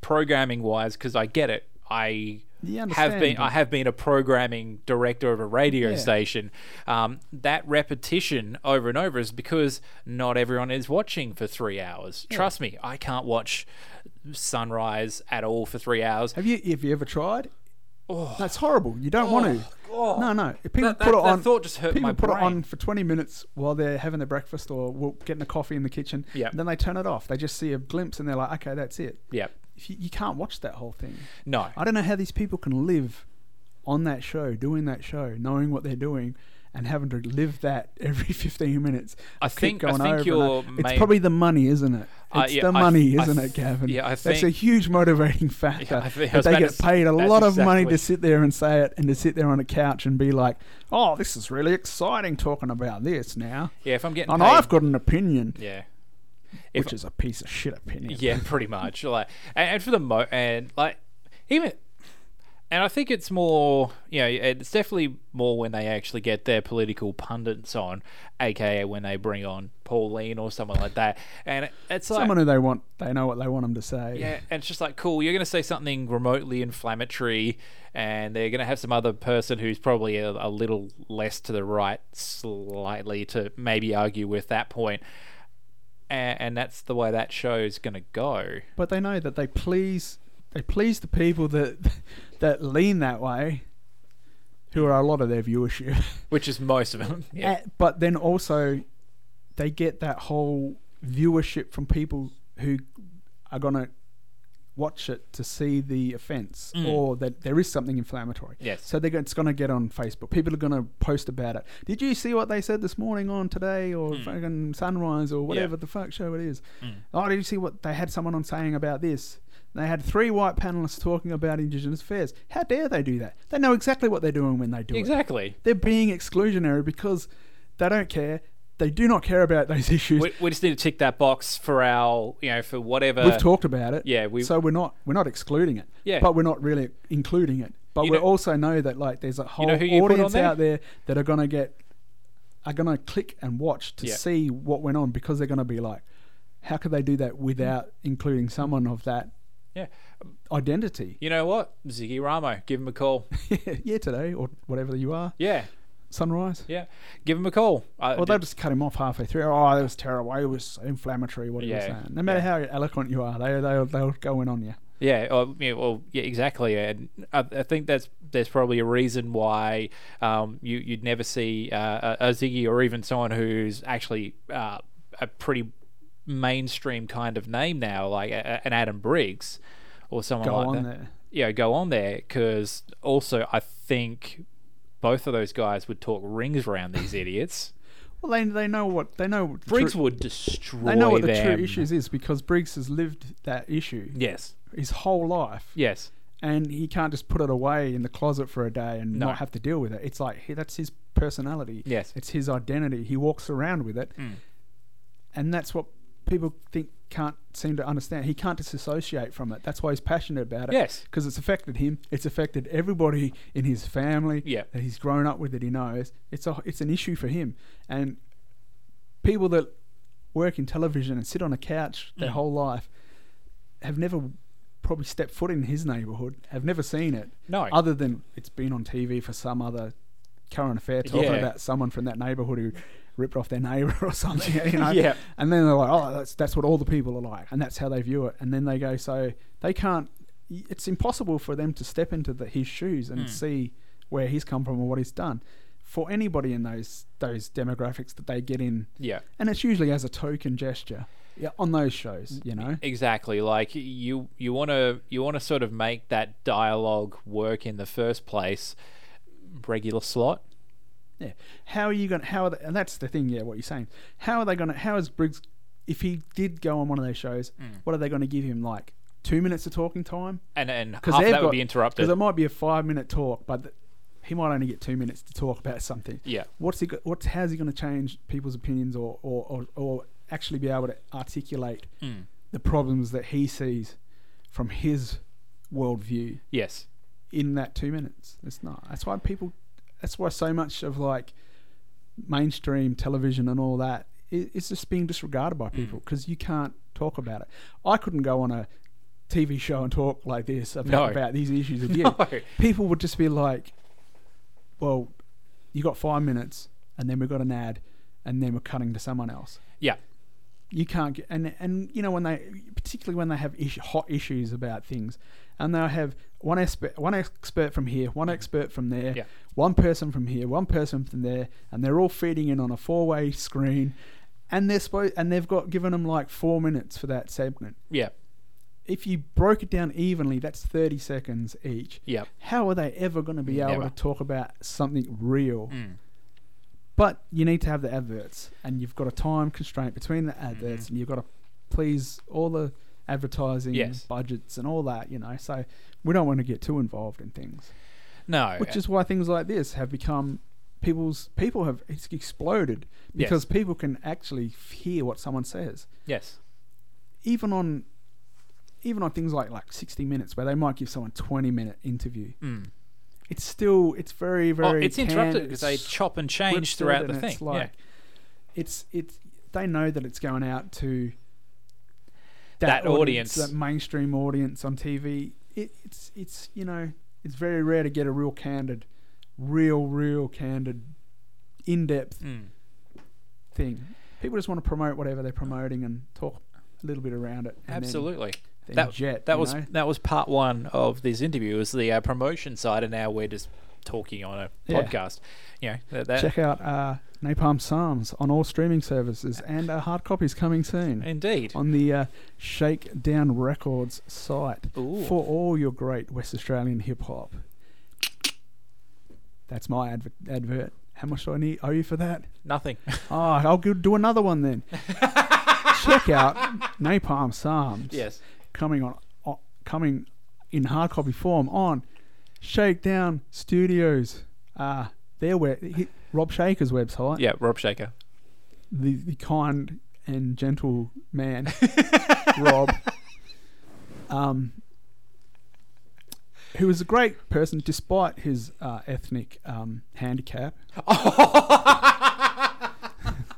Speaker 5: programming wise, because I get it. I
Speaker 6: You
Speaker 5: have
Speaker 6: understand,
Speaker 5: been
Speaker 6: but-
Speaker 5: I have been a programming director of a radio
Speaker 6: Yeah.
Speaker 5: station. Um, that repetition over and over is because not everyone is watching for three hours. Trust me, I can't watch sunrise at all for three hours.
Speaker 6: Have you have you ever tried? That's horrible. You don't want to. No, no. If People
Speaker 5: Oh. That- that-
Speaker 6: put it
Speaker 5: that
Speaker 6: on.
Speaker 5: thought just hurt
Speaker 6: people
Speaker 5: my
Speaker 6: put it on
Speaker 5: brain.
Speaker 6: for twenty minutes while they're having their breakfast or wa- getting a coffee in the kitchen.
Speaker 5: Yeah.
Speaker 6: and Then they turn it off. They just see a glimpse and they're like, okay, that's it.
Speaker 5: Yeah,
Speaker 6: If You, you can't watch that whole thing.
Speaker 5: no,
Speaker 6: I don't know how these people can live on that show, doing that show, knowing what they're doing. And having to live that every [LAUGHS] fifteen minutes.
Speaker 5: I
Speaker 6: Keep
Speaker 5: think- I think
Speaker 6: over and
Speaker 5: your
Speaker 6: over. it's
Speaker 5: main-
Speaker 6: probably the money, isn't it? It's
Speaker 5: Uh, yeah,
Speaker 6: the
Speaker 5: I-
Speaker 6: money,
Speaker 5: I
Speaker 6: isn't
Speaker 5: th-
Speaker 6: it, Gavin?
Speaker 5: yeah, I
Speaker 6: that's a
Speaker 5: think-
Speaker 6: huge motivating factor.
Speaker 5: I think-
Speaker 6: that
Speaker 5: I was
Speaker 6: they
Speaker 5: about to
Speaker 6: get
Speaker 5: s-
Speaker 6: paid a
Speaker 5: that's
Speaker 6: lot of money to
Speaker 5: exactly-
Speaker 6: sit there and say it, and to sit there on a couch and be like, "Oh, this is really exciting talking about this now,"
Speaker 5: yeah. If I'm getting
Speaker 6: and
Speaker 5: paid,
Speaker 6: I've got an opinion,
Speaker 5: yeah.
Speaker 6: which is a piece of shit opinion.
Speaker 5: Yeah, [LAUGHS] pretty much. Like, and, and for the mo, and like, even, and I think it's more, you know, it's definitely more when they actually get their political pundits on, aka when they bring on Pauline or someone like that, and it's like.
Speaker 6: Someone who they want, they know what they want them to say.
Speaker 5: yeah, and it's just like cool. You're going to say something remotely inflammatory, and they're going to have some other person who's probably a, a little less to the right, slightly to maybe argue with that point, and, and that's the way that show's going to go.
Speaker 6: but they know that they please, they please the people that [LAUGHS] that lean that way, who are a lot of their viewership. [LAUGHS]
Speaker 5: which is most of them. [LAUGHS] Yeah.
Speaker 6: Uh, but then also, they get that whole viewership from people who are gonna watch it to see the offence or that there is something inflammatory.
Speaker 5: Mm. Yes.
Speaker 6: So they're, go- it's going to get on Facebook. People are going to post about it. Did you see what they said this morning on Today or
Speaker 5: Mm.
Speaker 6: fucking Sunrise or whatever the fuck show it is? Oh, did you see what they had someone on saying about this? They had three white panelists talking about Indigenous affairs. How dare they do that? They know exactly what they're doing when they do it
Speaker 5: Exactly.
Speaker 6: they're being exclusionary because they don't care. They do not care about those [LAUGHS] issues.
Speaker 5: We, we just need to tick that box for our, you know, for whatever.
Speaker 6: We've talked about it.
Speaker 5: uh, yeah, we-
Speaker 6: so we're not we're not excluding it.
Speaker 5: Yeah.
Speaker 6: But we're not really including it. But
Speaker 5: You
Speaker 6: we
Speaker 5: know-
Speaker 6: also know that like there's a whole
Speaker 5: who you put on
Speaker 6: audience
Speaker 5: there?
Speaker 6: out there that are gonna get are gonna click and watch to
Speaker 5: Yeah.
Speaker 6: see what went on because they're gonna be like, how could they do that without including someone of that
Speaker 5: Yeah.
Speaker 6: identity? [LAUGHS]
Speaker 5: You know what? Ziggy Ramo, give him a call. [LAUGHS]
Speaker 6: yeah, today or whatever you are,
Speaker 5: Yeah,
Speaker 6: sunrise.
Speaker 5: yeah. Give him a call. I,
Speaker 6: Well, they'll just cut him off halfway through. Oh, that was terrible. It was inflammatory. What he was
Speaker 5: Yeah,
Speaker 6: saying. No matter how eloquent you are, they they'll, they'll go in on you.
Speaker 5: Yeah, or, yeah, well, yeah, exactly, and I, I think that's there's probably a reason why um, you you'd never see uh, a, a Ziggy or even someone who's actually uh, a pretty mainstream kind of name now, like a, a- an Adam Briggs or someone
Speaker 6: Go
Speaker 5: like
Speaker 6: on
Speaker 5: that.
Speaker 6: there.
Speaker 5: Yeah, go on there, because also I think both of those guys would talk rings around these idiots.
Speaker 6: Well, they they know what they know. what the
Speaker 5: Briggs
Speaker 6: true,
Speaker 5: would destroy.
Speaker 6: they know what the
Speaker 5: them.
Speaker 6: true issues is because Briggs has lived that issue
Speaker 5: Yes.
Speaker 6: his whole life,
Speaker 5: Yes.
Speaker 6: and he can't just put it away in the closet for a day and
Speaker 5: No.
Speaker 6: not have to deal with it. It's like he, that's his personality.
Speaker 5: Yes. Mm.
Speaker 6: it's his identity. He walks around with it, and that's what people think can't seem to understand. He can't disassociate from it. That's why he's passionate about it.
Speaker 5: Yes.
Speaker 6: because it's affected him. It's affected everybody in his family
Speaker 5: Yeah.
Speaker 6: that he's grown up with that he knows. It's a it's an issue for him, and people that work in television and sit on a couch
Speaker 5: Mm.
Speaker 6: their whole life have never probably stepped foot in his neighborhood, have never seen it.
Speaker 5: No.
Speaker 6: Other than it's been on TV for some other current affair talking
Speaker 5: Yeah.
Speaker 6: about someone from that neighborhood who ripped off their neighbor [LAUGHS] or something, you know.
Speaker 5: Yeah.
Speaker 6: And then they're like, oh, that's that's what all the people are like, and that's how they view it. And then they go, so they can't. It's impossible for them to step into the, his shoes
Speaker 5: Mm.
Speaker 6: and see where he's come from or what he's done. For anybody in those those demographics that they get in,
Speaker 5: Yeah.
Speaker 6: and it's usually as a token gesture, yeah, on those shows,
Speaker 5: Mm.
Speaker 6: you know.
Speaker 5: Exactly. Like you, you want to, you want to sort of make that dialogue work in the first place. Regular slot.
Speaker 6: Yeah. How are you going? to How are they, and that's the thing. Yeah, what you're saying. How are they going to? How is Briggs? If he did go on one of those shows,
Speaker 5: Mm.
Speaker 6: what are they going to give him? Like two minutes of talking time?
Speaker 5: And and half of that would be interrupted.
Speaker 6: Because it might be a five minute talk, but th- he might only get two minutes to talk about something.
Speaker 5: Yeah.
Speaker 6: What's he? Go, what's how's he going to change people's opinions or or, or or actually be able to articulate
Speaker 5: Mm.
Speaker 6: the problems that he sees from his worldview?
Speaker 5: yes.
Speaker 6: in that two minutes. It's not. That's why people. That's why so much of like mainstream television and all that i- is just being disregarded
Speaker 5: Mm.
Speaker 6: by people because you can't talk about it. I couldn't go on a TV show and talk like this about,
Speaker 5: No.
Speaker 6: about these issues
Speaker 5: [LAUGHS]
Speaker 6: with you.
Speaker 5: No.
Speaker 6: People would just be like, "Well, you got five minutes, and then we've got an ad, and then we're cutting to someone else."
Speaker 5: Yeah.
Speaker 6: you can't get and and you know when they particularly when they have ish, hot issues about things and they'll have one expert one expert from here one expert from there
Speaker 5: Yeah.
Speaker 6: one person from here one person from there and they're all feeding in on a four-way screen and they're supposed and they've got given them like four minutes for that segment
Speaker 5: Yeah.
Speaker 6: if you broke it down evenly that's 30 seconds each
Speaker 5: Yep.
Speaker 6: how are they ever going to be able
Speaker 5: Never. Mm.
Speaker 6: to talk about something real but you need to have the adverts, and you've got a time constraint between the adverts,
Speaker 5: Mm-hmm.
Speaker 6: and you've got to please all the advertising
Speaker 5: Yes.
Speaker 6: budgets and all that, you know. So we don't want to get too involved in things,
Speaker 5: No.
Speaker 6: which is why things like this have become people's people have it's exploded
Speaker 5: Yes.
Speaker 6: because people can actually hear what someone says,
Speaker 5: yes.
Speaker 6: even on even on things like like 60 minutes where they might give someone 20 minute interview. It's still it's very
Speaker 5: Hmm. Oh,
Speaker 6: very
Speaker 5: it's interrupted
Speaker 6: canned,
Speaker 5: because they
Speaker 6: it's
Speaker 5: chop and change
Speaker 6: rips through
Speaker 5: throughout
Speaker 6: it
Speaker 5: the
Speaker 6: and
Speaker 5: thing.
Speaker 6: It's like, it's it's they know that it's going out to
Speaker 5: That audience.
Speaker 6: that mainstream audience on TV. It, it's it's you know it's very rare to get a real candid, real real candid, in depth
Speaker 5: Hmm.
Speaker 6: thing. People just want to promote whatever they're promoting and talk a little bit around it. and
Speaker 5: yeah.
Speaker 6: then-
Speaker 5: Absolutely.
Speaker 6: then
Speaker 5: That,
Speaker 6: jet,
Speaker 5: that
Speaker 6: you
Speaker 5: was
Speaker 6: know?
Speaker 5: that was part one of this interview. It was the uh, promotion side, and now we're just talking on a
Speaker 6: Yeah.
Speaker 5: podcast. You know, that, that,
Speaker 6: Check out uh, Napalm Psalms on all streaming services, and uh, hard copies coming soon.
Speaker 5: indeed.
Speaker 6: on the uh, Shakedown Records site
Speaker 5: Ooh.
Speaker 6: for all your great West Australian hip hop. That's my adver- advert. How much do I need? Owe you for that? [LAUGHS]
Speaker 5: Nothing.
Speaker 6: Oh, I'll go do another one
Speaker 5: [LAUGHS]
Speaker 6: then. Check out Napalm Psalms.
Speaker 5: yes.
Speaker 6: coming on, o coming in hard copy form on Shakedown Studios. Uh, their we- Rob Shaker's website.
Speaker 5: Yeah, Rob Shaker.
Speaker 6: The, the kind and gentle
Speaker 5: [LAUGHS]
Speaker 6: man, Rob. Um, who was a great person despite his uh, ethnic um, handicap.
Speaker 5: Oh.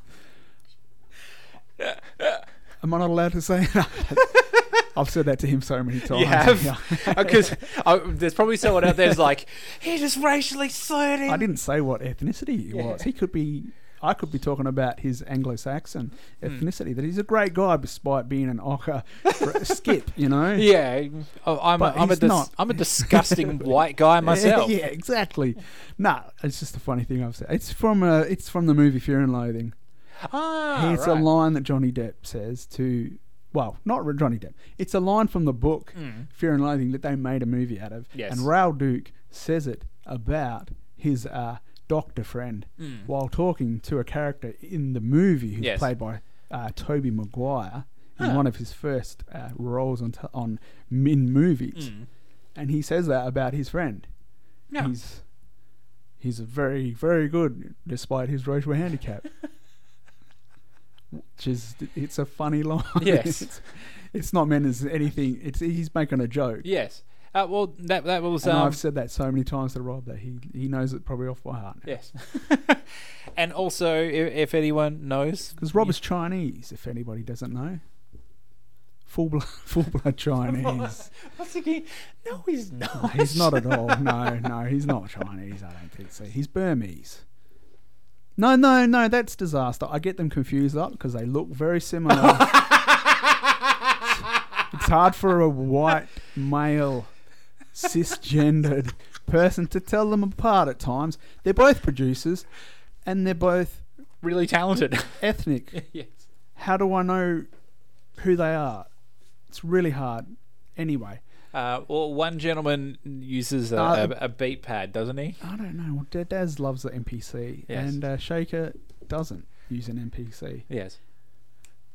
Speaker 5: [LAUGHS]
Speaker 6: Am I not allowed to say that?
Speaker 5: [LAUGHS]
Speaker 6: I've said that to him so many times.
Speaker 5: You have because uh, there's probably someone out there who's like, he just racially slurred
Speaker 6: I
Speaker 5: him.
Speaker 6: didn't say what ethnicity he was. He could be. I could be talking about his Anglo-Saxon
Speaker 5: Hmm.
Speaker 6: ethnicity. That he's a great guy, despite being an ochre r- skip. You know.
Speaker 5: [LAUGHS] Yeah, oh, I'm, a,
Speaker 6: But
Speaker 5: I'm, a
Speaker 6: he's
Speaker 5: dis-
Speaker 6: not.
Speaker 5: I'm a [LAUGHS] disgusting white guy
Speaker 6: [LAUGHS]
Speaker 5: myself.
Speaker 6: yeah, exactly. Nah, it's just a funny thing I've said. It's from uh, it's from the movie Fear and Loathing.
Speaker 5: Ah,
Speaker 6: it's
Speaker 5: right.
Speaker 6: a line that Johnny Depp says to, well, not re- Johnny Depp. It's a line from the book Fear and Loathing that they made a movie out of.
Speaker 5: Hmm. Yes.
Speaker 6: And Raoul Duke says it about his uh, doctor friend while talking to a character in the movie who's
Speaker 5: Hmm. Yes.
Speaker 6: played by uh, Toby Maguire in one of his first uh, roles on, t- on in movies.
Speaker 5: Hmm.
Speaker 6: And he says that about his friend.
Speaker 5: Yeah.
Speaker 6: He's he's very very good despite his racial handicap. Which is it's a funny line. [LAUGHS]
Speaker 5: Yes.
Speaker 6: it's, it's not meant as anything. It's he's making a joke.
Speaker 5: Yes. Uh, well, that that was.
Speaker 6: And
Speaker 5: um,
Speaker 6: I've said that so many times to Rob that he he knows it probably off by heart.
Speaker 5: Yes. [LAUGHS] and also, if, if anyone knows,
Speaker 6: Because Rob is Chinese, if anybody doesn't know. Full [LAUGHS] blood, full blood
Speaker 5: [LAUGHS]
Speaker 6: Chinese.
Speaker 5: [LAUGHS] What's he going- No, he's not. [LAUGHS]
Speaker 6: he's not at all. No, no, he's not Chinese. I don't think so. He's Burmese. No, no, no. That's disaster. I get them confused up because they look very similar. it's hard for a white male cisgendered person to tell them apart at times. They're both producers, and they're both
Speaker 5: really talented. [LAUGHS]
Speaker 6: ethnic.
Speaker 5: yes.
Speaker 6: How do I know who they are? It's really hard. Anyway,
Speaker 5: Uh, well, one gentleman uses a,
Speaker 6: Uh,
Speaker 5: a, a beat pad, doesn't he?
Speaker 6: I don't know. Well, Daz loves the NPC,
Speaker 5: Yes.
Speaker 6: and uh, Shaker doesn't use an NPC.
Speaker 5: Yes.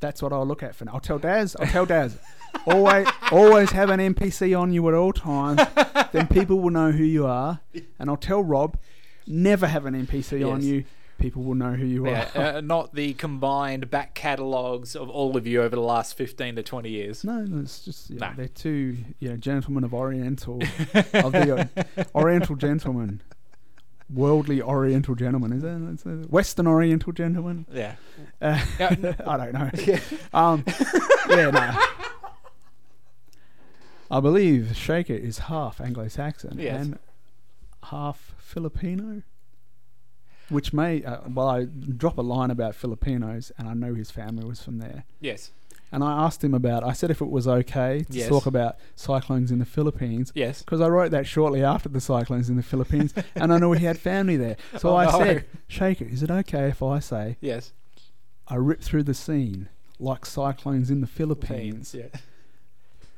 Speaker 6: That's what I'll look at for now. I'll tell Daz. I'll tell
Speaker 5: [LAUGHS]
Speaker 6: Daz. always, always have an NPC on you at all times. then people will know who you
Speaker 5: [LAUGHS]
Speaker 6: are. And I'll tell Rob, never have an NPC on
Speaker 5: Yes.
Speaker 6: you. People will know who you [LAUGHS]
Speaker 5: Yeah,
Speaker 6: are.
Speaker 5: uh, not the combined back catalogues of all of you over the last 15 to 20 years.
Speaker 6: No, no, it's just yeah,
Speaker 5: No.
Speaker 6: they're two yeah gentlemen of
Speaker 5: [LAUGHS]
Speaker 6: Oriental of the uh, Oriental gentlemen, worldly Oriental gentlemen. Is that that's a- Western Oriental gentlemen?
Speaker 5: Yeah.
Speaker 6: Uh,
Speaker 5: [LAUGHS] Yeah, n-
Speaker 6: [LAUGHS] I don't know. Um, yeah, no.
Speaker 5: [LAUGHS]
Speaker 6: I believe Shaker is half Anglo-Saxon
Speaker 5: Yes.
Speaker 6: and half Filipino, which may uh, well I drop a line about Filipinos, and I know his family was from there.
Speaker 5: Yes.
Speaker 6: And I asked him about. I said if it was okay to
Speaker 5: Yes.
Speaker 6: talk about cyclones in the Philippines.
Speaker 5: Yes.
Speaker 6: Because I wrote that shortly after the cyclones in the Philippines, and I know he had family there. So
Speaker 5: [LAUGHS] Oh,
Speaker 6: I
Speaker 5: no.
Speaker 6: said, "Shaker, is it okay if I say
Speaker 5: Yes.
Speaker 6: I rip through the scene like cyclones in the Philippines?"
Speaker 5: Pains. Yeah.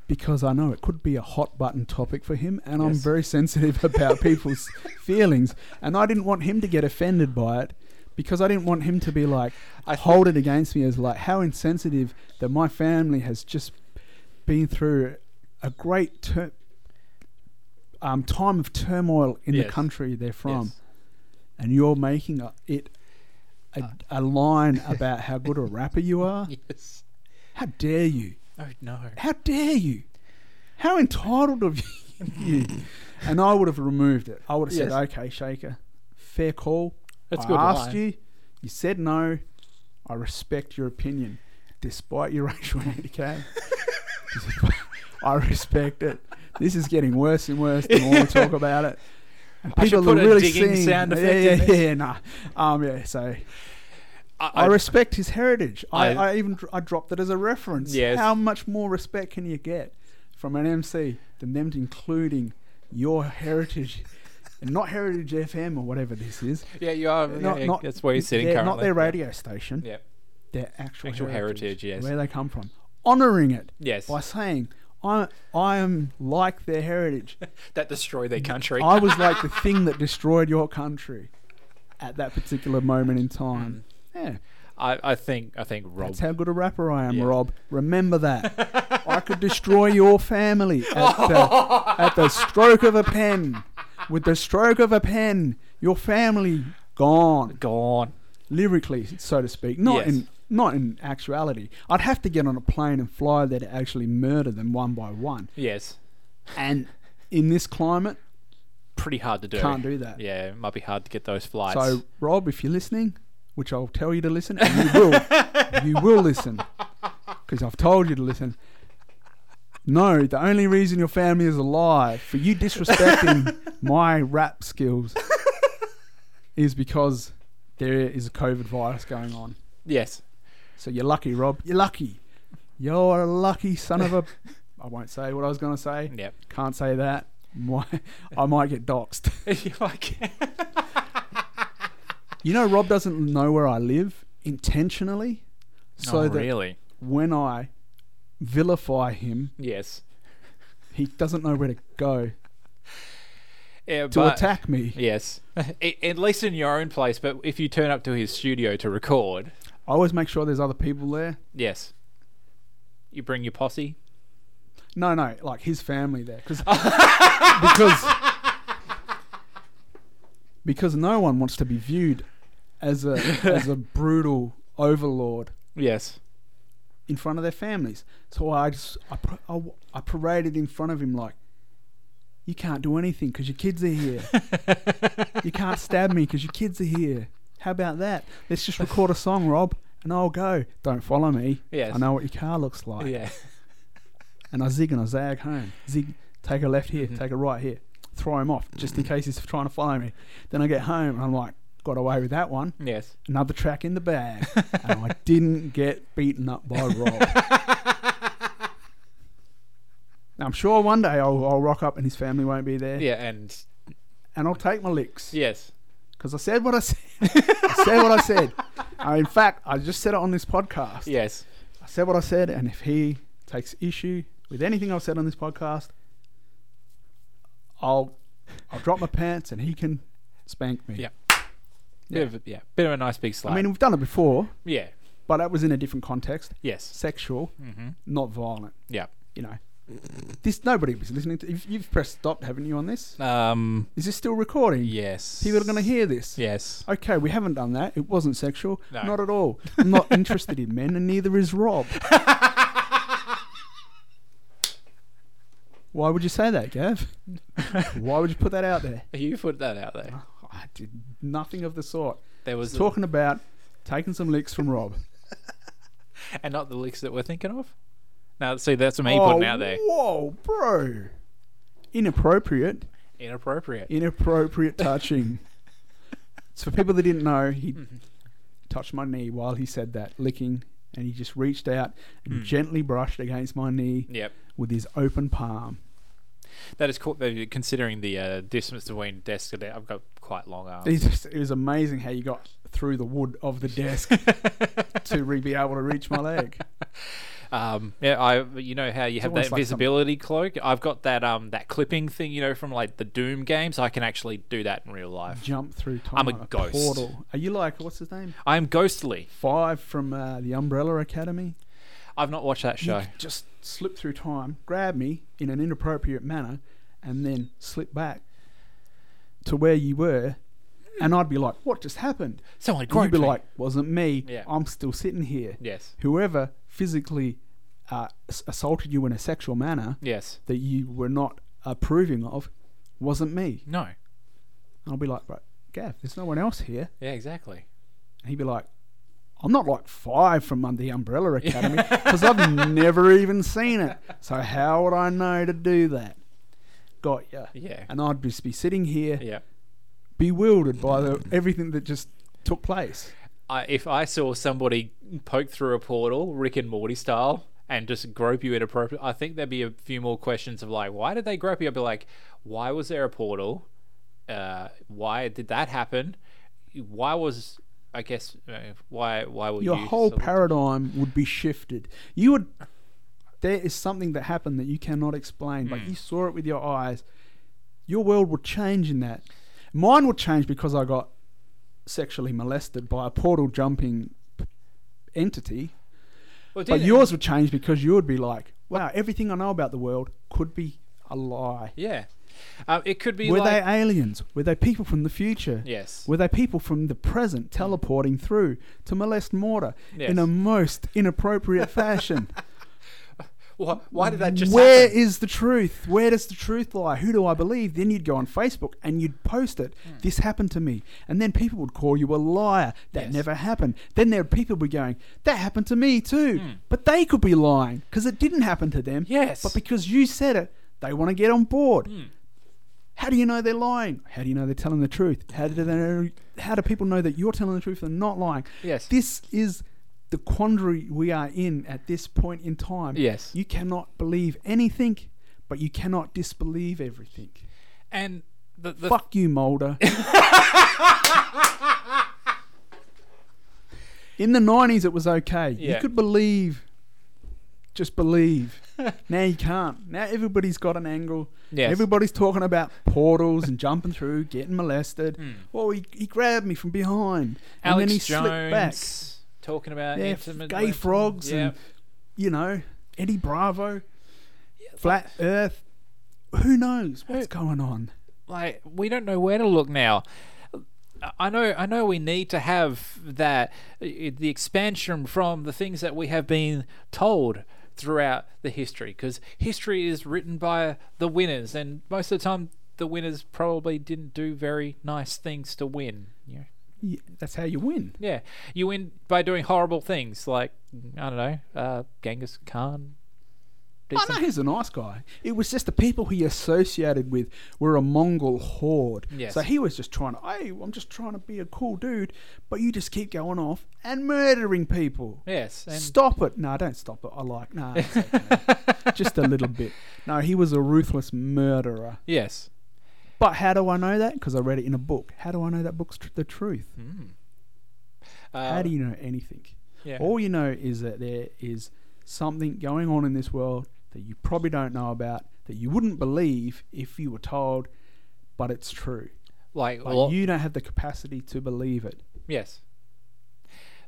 Speaker 6: Because I know it could be a hot button topic for him, and I'm
Speaker 5: Yes.
Speaker 6: very
Speaker 5: [LAUGHS]
Speaker 6: sensitive about people's feelings, and I didn't want him to get offended by it. Because I didn't want him to be like hold it against me as like how insensitive that my family has just been through a great tur um, time of turmoil in the
Speaker 5: Yes.
Speaker 6: country they're from,
Speaker 5: Yes.
Speaker 6: and you're making a, it a,
Speaker 5: Uh.
Speaker 6: a line about how good a rapper you are.
Speaker 5: Yes. [LAUGHS]
Speaker 6: How dare you?
Speaker 5: Oh,
Speaker 6: [LAUGHS]
Speaker 5: no.
Speaker 6: How dare you? How entitled of you? and I would have removed it. I would have
Speaker 5: Yes.
Speaker 6: said, okay, Shaker, fair call.
Speaker 5: That's
Speaker 6: I
Speaker 5: good
Speaker 6: asked
Speaker 5: line.
Speaker 6: you. You said no. I respect your opinion, despite your [LAUGHS] racial handicap. I respect it. This is getting worse and worse the more we talk about it. And
Speaker 5: I should
Speaker 6: people are
Speaker 5: put a
Speaker 6: really
Speaker 5: digging
Speaker 6: seeing-
Speaker 5: sound
Speaker 6: yeah,
Speaker 5: effect in
Speaker 6: Yeah,
Speaker 5: there.
Speaker 6: yeah, nah. Um, yeah. So
Speaker 5: I,
Speaker 6: I
Speaker 5: I-
Speaker 6: respect his heritage. I,
Speaker 5: I-
Speaker 6: I, even dr- I dropped it as a reference.
Speaker 5: Yes.
Speaker 6: How much more respect can you get from an MC than them including your heritage [LAUGHS] and not Heritage FM or whatever this is.
Speaker 5: Yeah, you are.
Speaker 6: Not,
Speaker 5: yeah,
Speaker 6: not-
Speaker 5: that's where you're sitting
Speaker 6: they're
Speaker 5: currently.
Speaker 6: Not their radio station.
Speaker 5: Yep.
Speaker 6: Their actual,
Speaker 5: Actual heritage, yes.
Speaker 6: Where they come from. Honouring it.
Speaker 5: Yes.
Speaker 6: By saying, I, I am like their
Speaker 5: [LAUGHS]
Speaker 6: heritage.
Speaker 5: That destroy their country.
Speaker 6: I was like the thing that destroyed your country at that particular moment in time.
Speaker 5: Mm.
Speaker 6: Yeah.
Speaker 5: I, I think I think Rob.
Speaker 6: That's how good a rapper I am,
Speaker 5: Yeah.
Speaker 6: Rob. Remember
Speaker 5: [LAUGHS]
Speaker 6: that. I could destroy your family at the, at the stroke of a pen. With the stroke of a pen, your family gone,
Speaker 5: gone.
Speaker 6: lyrically, so to speak. Not
Speaker 5: Yes.
Speaker 6: in not in actuality. I'd have to get on a plane and fly there to actually murder them one by one.
Speaker 5: Yes.
Speaker 6: And in this climate,
Speaker 5: Pretty hard to do.
Speaker 6: Can't do that.
Speaker 5: Yeah, it might be hard to get those flights.
Speaker 6: so Rob, if you're listening, which I'll tell you to listen, and you will, you will listen, because I've told you to listen. No, the only reason your family is alive for you disrespecting my rap skills is because there is a COVID virus going on.
Speaker 5: [LAUGHS] yes. [LAUGHS]
Speaker 6: So you're lucky, Rob. You're lucky. You're a lucky son of a. I won't say what I was gonna say.
Speaker 5: Yep.
Speaker 6: Can't say that. Why? I might get doxxed.
Speaker 5: If I can-
Speaker 6: You know, Rob doesn't know where I live intentionally, so
Speaker 5: oh,
Speaker 6: that
Speaker 5: really?
Speaker 6: when I vilify him,
Speaker 5: Yes.
Speaker 6: he doesn't know where to go
Speaker 5: Yeah,
Speaker 6: to
Speaker 5: but-
Speaker 6: attack me. [LAUGHS]
Speaker 5: Yes. A- At least in your own place, but if you turn up to his studio to record,
Speaker 6: I always make sure there's other people there.
Speaker 5: yes. You bring your posse.
Speaker 6: No, no, like his family there,
Speaker 5: [LAUGHS]
Speaker 6: 'cause- because because no one wants to be viewed as a as a brutal overlord
Speaker 5: Yes.
Speaker 6: in front of their families. So I just I, par- I, w- I paraded in front of him like, you can't do anything because your kids are
Speaker 5: [LAUGHS]
Speaker 6: here. you can't stab me because your kids are here. How about that? Let's just record a song, Rob, and I'll go. Don't follow me.
Speaker 5: Yes.
Speaker 6: I know what your car looks like.
Speaker 5: Yeah.
Speaker 6: And I zig and I zag home. Zig, take a left
Speaker 5: Mm-hmm.
Speaker 6: here, take a right here. Throw him off just in case he's trying to follow me. Then I get home and I'm like, got away with that one.
Speaker 5: [LAUGHS] Yes.
Speaker 6: Another track in the
Speaker 5: [LAUGHS]
Speaker 6: bag. and I didn't get beaten up by Rob.
Speaker 5: [LAUGHS]
Speaker 6: Now, I'm sure one day I'll, I'll rock up and his family won't be there.
Speaker 5: Yeah, and
Speaker 6: And I'll take my licks.
Speaker 5: yes.
Speaker 6: Because I said what I said. I said what I
Speaker 5: [LAUGHS]
Speaker 6: said. I, in fact, I just said it on this podcast.
Speaker 5: Yes.
Speaker 6: I said what I said. And if he takes issue with anything I've said on this podcast, I'll, I'll drop my pants and he can spank me.
Speaker 5: Yeah. Bit of a- yeah. Bit of a nice big slap.
Speaker 6: I mean, we've done it before,
Speaker 5: yeah.
Speaker 6: but that was in a different context
Speaker 5: Yes.
Speaker 6: sexual,
Speaker 5: Mm-hmm.
Speaker 6: not violent.
Speaker 5: Yeah.
Speaker 6: You know, this nobody was listening to. You've, you've pressed stop, haven't you, on this?
Speaker 5: Um
Speaker 6: Is this still recording?
Speaker 5: yes.
Speaker 6: People are going to hear this.
Speaker 5: Yes.
Speaker 6: Okay, we haven't done that. It wasn't sexual.
Speaker 5: No.
Speaker 6: Not at all. I'm not interested in men, and neither is
Speaker 5: [LAUGHS]
Speaker 6: Rob. Why would you say that, Gav? Why would you put that out
Speaker 5: [LAUGHS]
Speaker 6: there?
Speaker 5: You put that out there.
Speaker 6: I did nothing of the sort.
Speaker 5: There was a-
Speaker 6: Talking about taking some licks from Rob.
Speaker 5: and not the licks that we're thinking of. Now see that's me
Speaker 6: oh,
Speaker 5: putting out there.
Speaker 6: Whoa, bro. Inappropriate.
Speaker 5: Inappropriate.
Speaker 6: Inappropriate touching. so, for people that didn't know, he
Speaker 5: Mm-hmm.
Speaker 6: touched my knee while he said that, licking, and he just reached out and gently brushed against my knee
Speaker 5: Mm. Yep.
Speaker 6: with his open palm.
Speaker 5: That is cool. Considering the uh, distance between desks, and- I've got quite long arms.
Speaker 6: It was, it was amazing how you got through the wood of the
Speaker 5: [LAUGHS]
Speaker 6: desk to re- be able to reach my leg.
Speaker 5: Um, yeah, I. You know how you have
Speaker 6: almost
Speaker 5: that
Speaker 6: like some-
Speaker 5: visibility cloak. I've got that um that clipping thing. You know from like the Doom games. I can actually do that in real life.
Speaker 6: Jump through time.
Speaker 5: I'm a
Speaker 6: on
Speaker 5: ghost.
Speaker 6: Portal. Are you like, what's his name?
Speaker 5: I am ghostly.
Speaker 6: Five from uh, the Umbrella Academy?
Speaker 5: I've not watched that show.
Speaker 6: You could just slip through time, grab me in an inappropriate manner, and then slip back to where you were. And I'd be like, "What just happened?"
Speaker 5: Someone
Speaker 6: And you'd be
Speaker 5: groped me.
Speaker 6: like, "Wasn't me.
Speaker 5: Yeah.
Speaker 6: I'm still sitting here."
Speaker 5: Yes.
Speaker 6: Whoever physically uh, ass- assaulted you in a sexual manner
Speaker 5: Yes.
Speaker 6: that you were not approving of wasn't me.
Speaker 5: No.
Speaker 6: And I'll be like, "Right, Gav, there's no one else here."
Speaker 5: Yeah. Exactly.
Speaker 6: And he'd be like, I'm not like five from under the Umbrella
Speaker 5: [LAUGHS]
Speaker 6: Academy because I've never even seen it. So how would I know to do that? Got ya.
Speaker 5: Yeah.
Speaker 6: And I'd just be sitting here
Speaker 5: Yeah.
Speaker 6: bewildered by the, everything that just took place.
Speaker 5: I, if I saw somebody poke through a portal, Rick and Morty style, and just grope you inappropriate, I think there'd be a few more questions of like, why did they grope you? I'd be like, why was there a portal? uh, why did that happen? Why was I guess uh, why why were
Speaker 6: Your
Speaker 5: you
Speaker 6: whole
Speaker 5: selected?
Speaker 6: paradigm would be shifted. You would. There is something that happened that you cannot explain, but you saw it with your eyes. Your world would change in that. Mine would change because I got sexually molested by a portal jumping p- entity.
Speaker 5: Well,
Speaker 6: But
Speaker 5: didn't-
Speaker 6: yours would change because you would be like, wow, everything I know about the world could be a lie.
Speaker 5: yeah, um, it could be
Speaker 6: Were
Speaker 5: like
Speaker 6: they aliens? Were they people from the future?
Speaker 5: yes, Mm.
Speaker 6: Were they people from the present teleporting through to molest Morta
Speaker 5: Yes.
Speaker 6: in a most inappropriate
Speaker 5: [LAUGHS]
Speaker 6: fashion?
Speaker 5: why, why did that just
Speaker 6: Where is
Speaker 5: happen?
Speaker 6: the truth? Where does the truth lie? Who do I believe? Then you'd go on Facebook and you'd post it.
Speaker 5: Hmm.
Speaker 6: This happened to me. And then people would call you a liar. That
Speaker 5: Yes.
Speaker 6: never happened. Then there would people be going, that happened to me too. But they could be lying because it didn't happen to them.
Speaker 5: Hmm. Yes. Hmm.
Speaker 6: But because you said it, they want to get on board. How do you know they're lying? How do you know they're telling the truth? How do they know, how do people know that you're telling the truth and not lying?
Speaker 5: Yes.
Speaker 6: This is the quandary we are in at this point in time.
Speaker 5: Yes.
Speaker 6: You cannot believe anything, but you cannot disbelieve everything.
Speaker 5: and the, the
Speaker 6: Fuck you,
Speaker 5: [LAUGHS]
Speaker 6: Mulder. in the 90s, it was okay. You
Speaker 5: Yeah.
Speaker 6: could believe, just believe. now you can't. Now everybody's got an angle.
Speaker 5: Yes.
Speaker 6: Everybody's talking about portals and jumping through, getting molested. Oh, he, he grabbed me from behind. and then
Speaker 5: Hmm. Alex
Speaker 6: he slipped back.
Speaker 5: Jones talking about
Speaker 6: Yeah,
Speaker 5: intimate
Speaker 6: gay
Speaker 5: women.
Speaker 6: frogs
Speaker 5: Yeah.
Speaker 6: and you know Eddie Bravo, flat Earth. Who knows what's going on?
Speaker 5: like we don't know where to look now. I know, I know. We need to have that i- the expansion from the things that we have been told throughout the history, because history is written by the winners, and most of the time, the winners probably didn't do very nice things to win. You know?
Speaker 6: Yeah, that's how you win.
Speaker 5: Yeah, you win by doing horrible things, like I don't know, uh, Genghis Khan. did
Speaker 6: I know
Speaker 5: some-
Speaker 6: he's a nice guy. It was just the people he associated with were a Mongol horde.
Speaker 5: Yes.
Speaker 6: So he was just trying to, hey, I'm just trying to be a cool dude, but you just keep going off and murdering people.
Speaker 5: Yes, and
Speaker 6: Stop it. No, don't stop it. I like, no, it's
Speaker 5: [LAUGHS]
Speaker 6: okay. just a little bit. No, he was a ruthless murderer.
Speaker 5: yes,
Speaker 6: But how do I know that? Because I read it in a book. How do I know that book's tr- the truth?
Speaker 5: Hmm. uh,
Speaker 6: How do you know anything?
Speaker 5: yeah.
Speaker 6: All you know is that there is something going on in this world that you probably don't know about, that you wouldn't believe if you were told, but it's true.
Speaker 5: like
Speaker 6: But
Speaker 5: well,
Speaker 6: you don't have the capacity to believe it.
Speaker 5: Yes.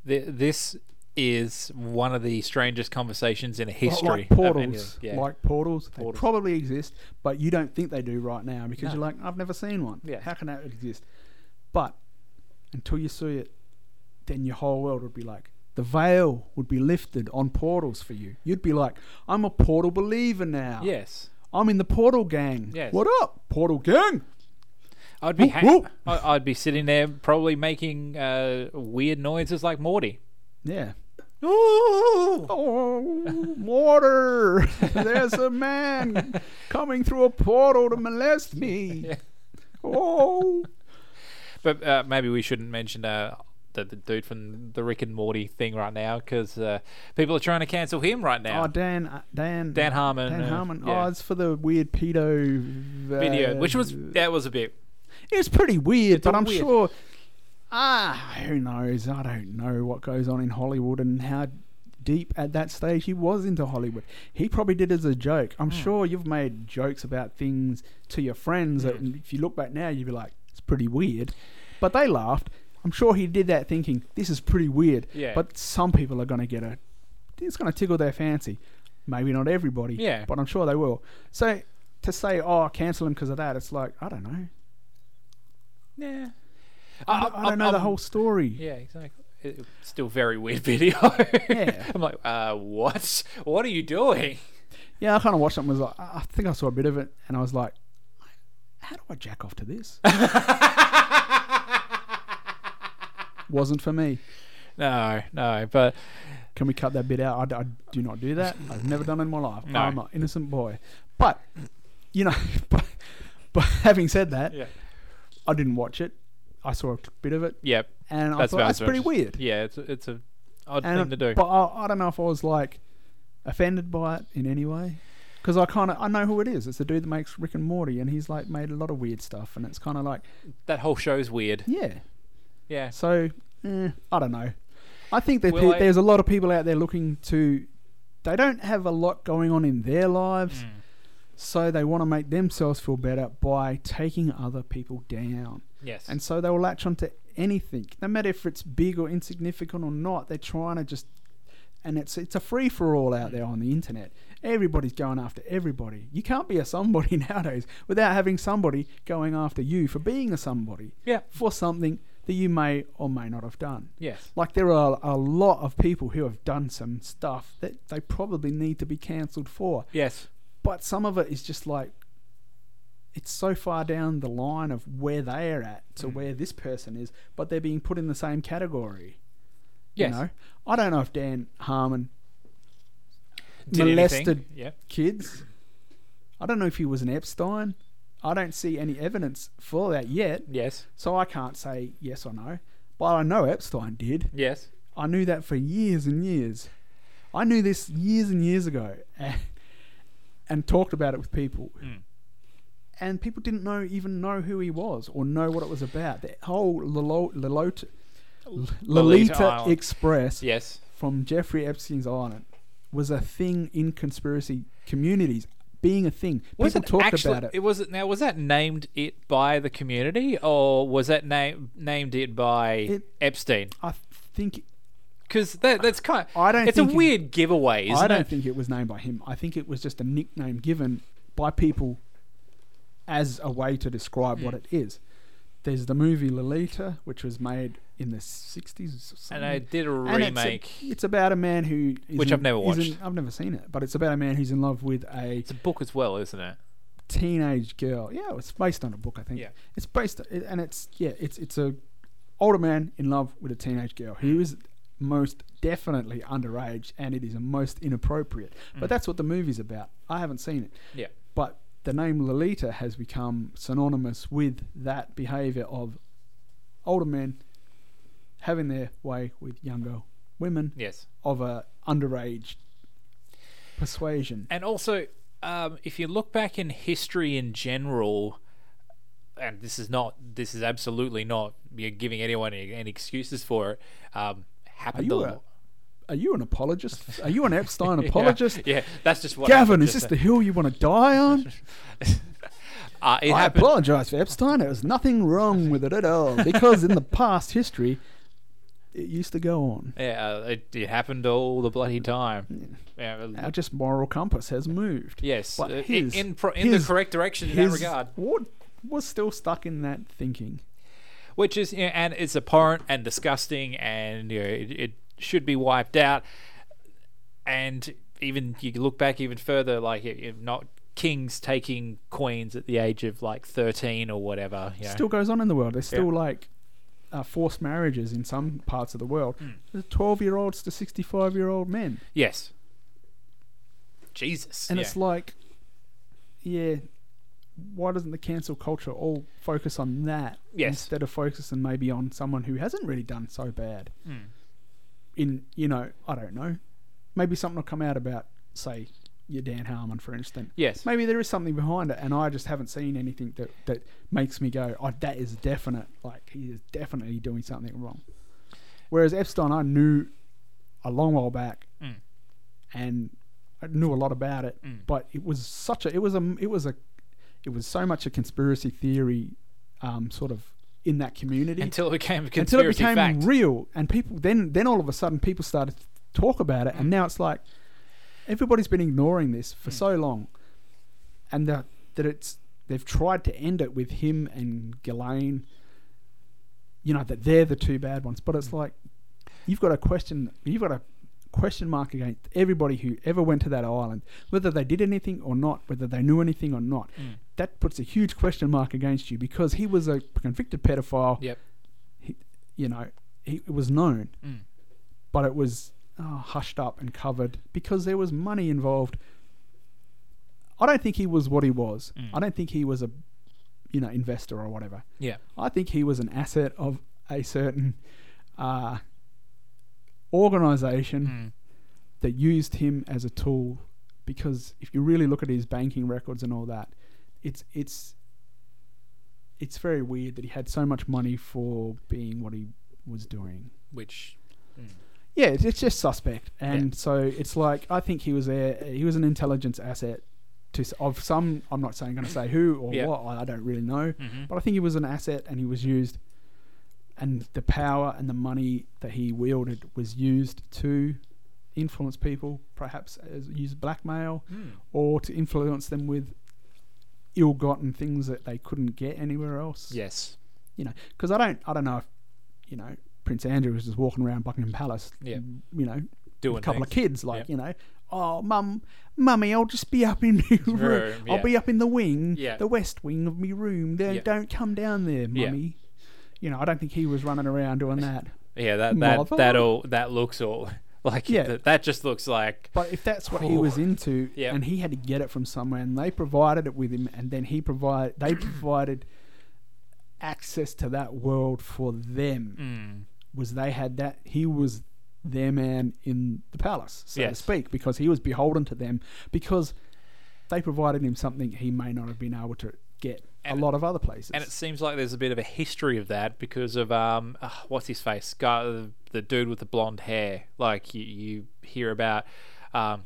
Speaker 5: Th this is one of the strangest conversations in
Speaker 6: But
Speaker 5: history.
Speaker 6: Like
Speaker 5: of any of-
Speaker 6: portals.
Speaker 5: yeah.
Speaker 6: Like portals. They
Speaker 5: Portals.
Speaker 6: probably exist, but you don't think they do right now because you're like, I've never seen one.
Speaker 5: Yeah.
Speaker 6: How can that exist? But until you see it, then your whole world would be like, the veil would be lifted on portals for you. You'd be like, I'm a portal believer now.
Speaker 5: yes.
Speaker 6: I'm in the portal gang.
Speaker 5: Yes.
Speaker 6: What up, portal gang?
Speaker 5: I'd be ha-
Speaker 6: whoop.
Speaker 5: I- I'd be sitting there probably making uh, weird noises like Morty.
Speaker 6: Yeah. Oh, water!
Speaker 5: [LAUGHS]
Speaker 6: There's a man coming through a portal to molest
Speaker 5: [LAUGHS]
Speaker 6: me. Oh,
Speaker 5: But uh, maybe we shouldn't mention uh, the, the dude from the Rick and Morty thing right now because uh, people are trying to cancel him right now.
Speaker 6: oh, Dan, uh, Dan,
Speaker 5: Dan Harmon,
Speaker 6: Dan
Speaker 5: uh,
Speaker 6: Harmon.
Speaker 5: yeah.
Speaker 6: Oh, it's for the weird pedo uh,
Speaker 5: Video, which was that was a bit.
Speaker 6: It's pretty weird, but
Speaker 5: all
Speaker 6: I'm
Speaker 5: weird.
Speaker 6: sure. Ah, who knows? I don't know what goes on in Hollywood and how deep at that stage he was into Hollywood. He probably did it as a joke. I'm sure you've made jokes about things to your friends that if you look back now, you'd be like, it's pretty weird. But they laughed. I'm sure he did that thinking, this is pretty weird.
Speaker 5: Yeah.
Speaker 6: But some people are going to get a. It's going to tickle their fancy. Maybe not everybody.
Speaker 5: Yeah.
Speaker 6: But I'm sure they will. So to say, oh, cancel him because of that, it's like, I don't know.
Speaker 5: Yeah.
Speaker 6: I don't, I don't know the whole story.
Speaker 5: Yeah, exactly. It, it's still very weird [LAUGHS] video.
Speaker 6: Yeah.
Speaker 5: I'm like, uh, what? What are you doing? [LAUGHS]
Speaker 6: Yeah, I kind of watched it and was like, I I think I saw a bit of it, and I was like, how do I jack off to
Speaker 5: [LAUGHS]
Speaker 6: this? Wasn't for me.
Speaker 5: No, no, but
Speaker 6: Can we cut that bit out? I d- I, do not do that. I've never done it in my life.
Speaker 5: No.
Speaker 6: I'm an innocent boy. But, you know, [LAUGHS] but, but having said that,
Speaker 5: Yeah.
Speaker 6: I didn't watch it. I saw a bit of it,
Speaker 5: yep.
Speaker 6: and I
Speaker 5: That's
Speaker 6: thought
Speaker 5: about
Speaker 6: that's
Speaker 5: as much
Speaker 6: pretty
Speaker 5: as-
Speaker 6: weird.
Speaker 5: Yeah, it's a, it's a odd
Speaker 6: And,
Speaker 5: thing to do.
Speaker 6: But I, I don't know if I was like offended by it in any way. because I kind of I know who it is. It's the dude that makes Rick and Morty, and he's like made a lot of weird stuff, and it's kind of like
Speaker 5: That whole show's weird.
Speaker 6: yeah.
Speaker 5: Yeah.
Speaker 6: So eh, I don't know. I think that
Speaker 5: Will
Speaker 6: pe-
Speaker 5: I-
Speaker 6: there's a lot of people out there looking to. They don't have a lot going on in their lives, so they want to make themselves feel better by taking other people down.
Speaker 5: Yes.
Speaker 6: And so they will latch onto anything, no matter if it's big or insignificant or not. They're trying to just, and it's it's a free for all out there on the internet. Everybody's going after everybody. You can't be a somebody [LAUGHS] nowadays without having somebody going after you for being a somebody.
Speaker 5: Yeah.
Speaker 6: For something that you may or may not have done.
Speaker 5: Yes.
Speaker 6: Like there are a lot of people who have done some stuff that they probably need to be cancelled for
Speaker 5: Yes.
Speaker 6: but some of it is just like it's so far down the line of where they are at
Speaker 5: Mm.
Speaker 6: to where this person is, but they're being put in the same category.
Speaker 5: Yes.
Speaker 6: You know, I don't know if Dan Harmon
Speaker 5: Did anything.
Speaker 6: molested
Speaker 5: Yeah.
Speaker 6: kids. I don't know if he was an Epstein. I don't see any evidence for that yet,
Speaker 5: Yes.
Speaker 6: so I can't say yes or no. But I know Epstein did.
Speaker 5: Yes.
Speaker 6: I knew that for years and years. I knew this years and years ago and, and talked about it with people.
Speaker 5: Hmm.
Speaker 6: And people didn't know even know who he was or know what it was about. The whole Lolo- Lolota,
Speaker 5: Lolita
Speaker 6: Lolita
Speaker 5: Island.
Speaker 6: Express
Speaker 5: Yes.
Speaker 6: from Jeffrey Epstein's island was a thing in conspiracy communities, being a thing. People
Speaker 5: Was it
Speaker 6: talked
Speaker 5: actually,
Speaker 6: about it.
Speaker 5: Was it now? Was that named it by the community, or was that name named it by
Speaker 6: It-
Speaker 5: Epstein?
Speaker 6: I think
Speaker 5: Because that, that's kind. Of,
Speaker 6: I don't
Speaker 5: It's a
Speaker 6: think it-
Speaker 5: weird giveaway, isn't
Speaker 6: I don't
Speaker 5: it?
Speaker 6: think it was named by him. I think it was just a nickname given by people as a way to describe
Speaker 5: Hmm.
Speaker 6: what it is. There's the movie Lolita, which was made in the 60s or something.
Speaker 5: and I did a
Speaker 6: And it's a-
Speaker 5: remake.
Speaker 6: It's, about a man who. is
Speaker 5: Which
Speaker 6: in-
Speaker 5: I've never
Speaker 6: is in-
Speaker 5: watched.
Speaker 6: I've never seen it, but it's about a man who's in love with a
Speaker 5: It's a book as well, isn't it?
Speaker 6: teenage girl. Yeah, it's based on a book, I think.
Speaker 5: Yeah.
Speaker 6: It's based, it- and it's yeah, it's it's a older man in love with a teenage girl. He is most definitely underage, and it is most inappropriate. But that's what the movie's about. I haven't seen it,
Speaker 5: Mm. Yeah.
Speaker 6: but the name Lolita has become synonymous with that behaviour of older men having their way with younger women
Speaker 5: Yes.
Speaker 6: of a underage persuasion.
Speaker 5: And also, um, if you look back in history in general, and this is not, this is absolutely not you're giving anyone any, any excuses for it. Um, happened
Speaker 6: you
Speaker 5: a lot.
Speaker 6: Are you an apologist? Are you an Epstein
Speaker 5: [LAUGHS] Yeah,
Speaker 6: apologist?
Speaker 5: Yeah, that's just what.
Speaker 6: Gavin,
Speaker 5: happened,
Speaker 6: is this
Speaker 5: just
Speaker 6: the hill you want to die on?
Speaker 5: a- uh, [LAUGHS] it
Speaker 6: I
Speaker 5: happened.
Speaker 6: apologize for Epstein. There was nothing wrong with it at all
Speaker 5: [LAUGHS]
Speaker 6: because in the past history, it used to go on.
Speaker 5: Yeah, uh, it, it happened all the bloody time. Yeah, uh,
Speaker 6: Our just moral compass has moved.
Speaker 5: yes,
Speaker 6: But
Speaker 5: uh, i-
Speaker 6: his-
Speaker 5: in pro- in
Speaker 6: his-
Speaker 5: the correct direction in that
Speaker 6: his
Speaker 5: regard,
Speaker 6: Ward was still stuck in that thinking.
Speaker 5: which is you know, and it's abhorrent and disgusting, and you know, it, it should be wiped out. And even you can look back even further, like if- if not kings taking queens at the age of like thirteen or whatever. You know.
Speaker 6: Still goes on in the world. There's still like uh, forced marriages in some parts of the world.
Speaker 5: Hmm.
Speaker 6: There's 12 year olds to 65 year old men.
Speaker 5: yes. Jesus,
Speaker 6: And
Speaker 5: yeah.
Speaker 6: it's like, yeah, why doesn't the cancel culture all focus on that
Speaker 5: Yes.
Speaker 6: instead of focusing maybe on someone who hasn't really done so bad?
Speaker 5: Hmm.
Speaker 6: In you know, I don't know, maybe something will come out about say your Dan Harmon, for instance.
Speaker 5: Yes.
Speaker 6: maybe there is something behind it, and I just haven't seen anything that that makes me go, oh, that is definite. Like he is definitely doing something wrong. Whereas Epstein, I knew a long while back, and I knew a lot about it. But it was such a it was a it was a it was so much a conspiracy theory, um, sort of in that community
Speaker 5: until it became a
Speaker 6: until
Speaker 5: conspiracy
Speaker 6: it became
Speaker 5: fact.
Speaker 6: real, and people then then all of a sudden people started to talk about it,
Speaker 5: Mm.
Speaker 6: and now it's like everybody's been ignoring this for so long, and that that it's they've tried to end it with him and Ghislaine. You know that they're the two bad ones, but
Speaker 5: Mm.
Speaker 6: it's like you've got a question. You've got a question mark against everybody who ever went to that island, whether they did anything or not, whether they knew anything or not.
Speaker 5: Mm.
Speaker 6: That puts a huge question mark against you because he was a convicted pedophile
Speaker 5: yep.
Speaker 6: you know, he, it was known, but it was uh hushed up and covered because there was money involved. I don't think he was what he was. I don't think he was a, you know, investor or whatever.
Speaker 5: Yeah.
Speaker 6: I think he was an asset of a certain uh, organization that used him as a tool because if you really look at his banking records and all that, it's it's it's very weird that he had so much money for being what he was doing.
Speaker 5: Which
Speaker 6: Yeah, it's, it's just suspect, and so it's like I think he was there. He was an intelligence asset to s- of some. I'm not saying going to say who or
Speaker 5: Yeah.
Speaker 6: what. I I don't really know, but I think he was an asset, and he was used, and the power and the money that he wielded was used to influence people, perhaps as use blackmail, or to influence them with ill-gotten things that they couldn't get anywhere else
Speaker 5: yes,
Speaker 6: you know, because I don't, I don't know if, you know, Prince Andrew was just walking around Buckingham Palace,
Speaker 5: Yeah.
Speaker 6: you know,
Speaker 5: Doing
Speaker 6: with a couple of
Speaker 5: things.
Speaker 6: kids, like
Speaker 5: Yeah.
Speaker 6: you know, oh mum, mummy, I'll just be up in my room,
Speaker 5: Room,
Speaker 6: I'll be
Speaker 5: yeah.
Speaker 6: up in the wing,
Speaker 5: Yeah.
Speaker 6: the west wing of me room. Don't,
Speaker 5: Yeah.
Speaker 6: don't come down there,
Speaker 5: Yeah.
Speaker 6: mummy. You know, I don't think he was running around doing that.
Speaker 5: yeah. That that
Speaker 6: Mother?
Speaker 5: that all that looks all [LAUGHS] like
Speaker 6: Yeah.
Speaker 5: that, that just looks like
Speaker 6: But if that's what he was into,
Speaker 5: Yeah.
Speaker 6: and he had to get it from somewhere, and they provided it with him, and then he provide
Speaker 5: [CLEARS THROAT]
Speaker 6: they provided access to that world for them,
Speaker 5: Mm.
Speaker 6: was they had that he was their man in the palace, so
Speaker 5: Yes.
Speaker 6: to speak, because he was beholden to them because they provided him something he may not have been able to get
Speaker 5: And-
Speaker 6: a lot of other places.
Speaker 5: And it seems like there's a bit of a history of that because of um, uh, what's his face, guy, the, the dude with the blonde hair. Like you, you hear about um,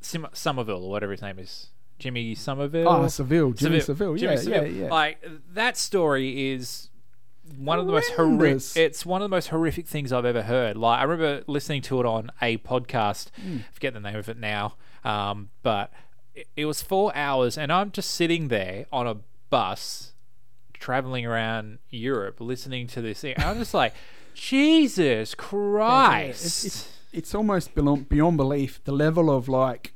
Speaker 5: Sim- Somerville or whatever his name is, Jimmy Somerville.
Speaker 6: Ah, Seville, Jimmy Seville, yeah, yeah, yeah.
Speaker 5: Like that story is one of the most horrific.
Speaker 6: Horrendous.
Speaker 5: It's one of the most horrific things I've ever heard. Like I remember listening to it on a podcast.
Speaker 6: Hmm.
Speaker 5: I forget the name of it now, um, but it, it was four hours, and I'm just sitting there on a bus traveling around Europe, listening to this thing. And I'm just like, [LAUGHS] Jesus
Speaker 6: Yeah,
Speaker 5: Christ!
Speaker 6: it's, it's, it's almost beyond, beyond belief the level of like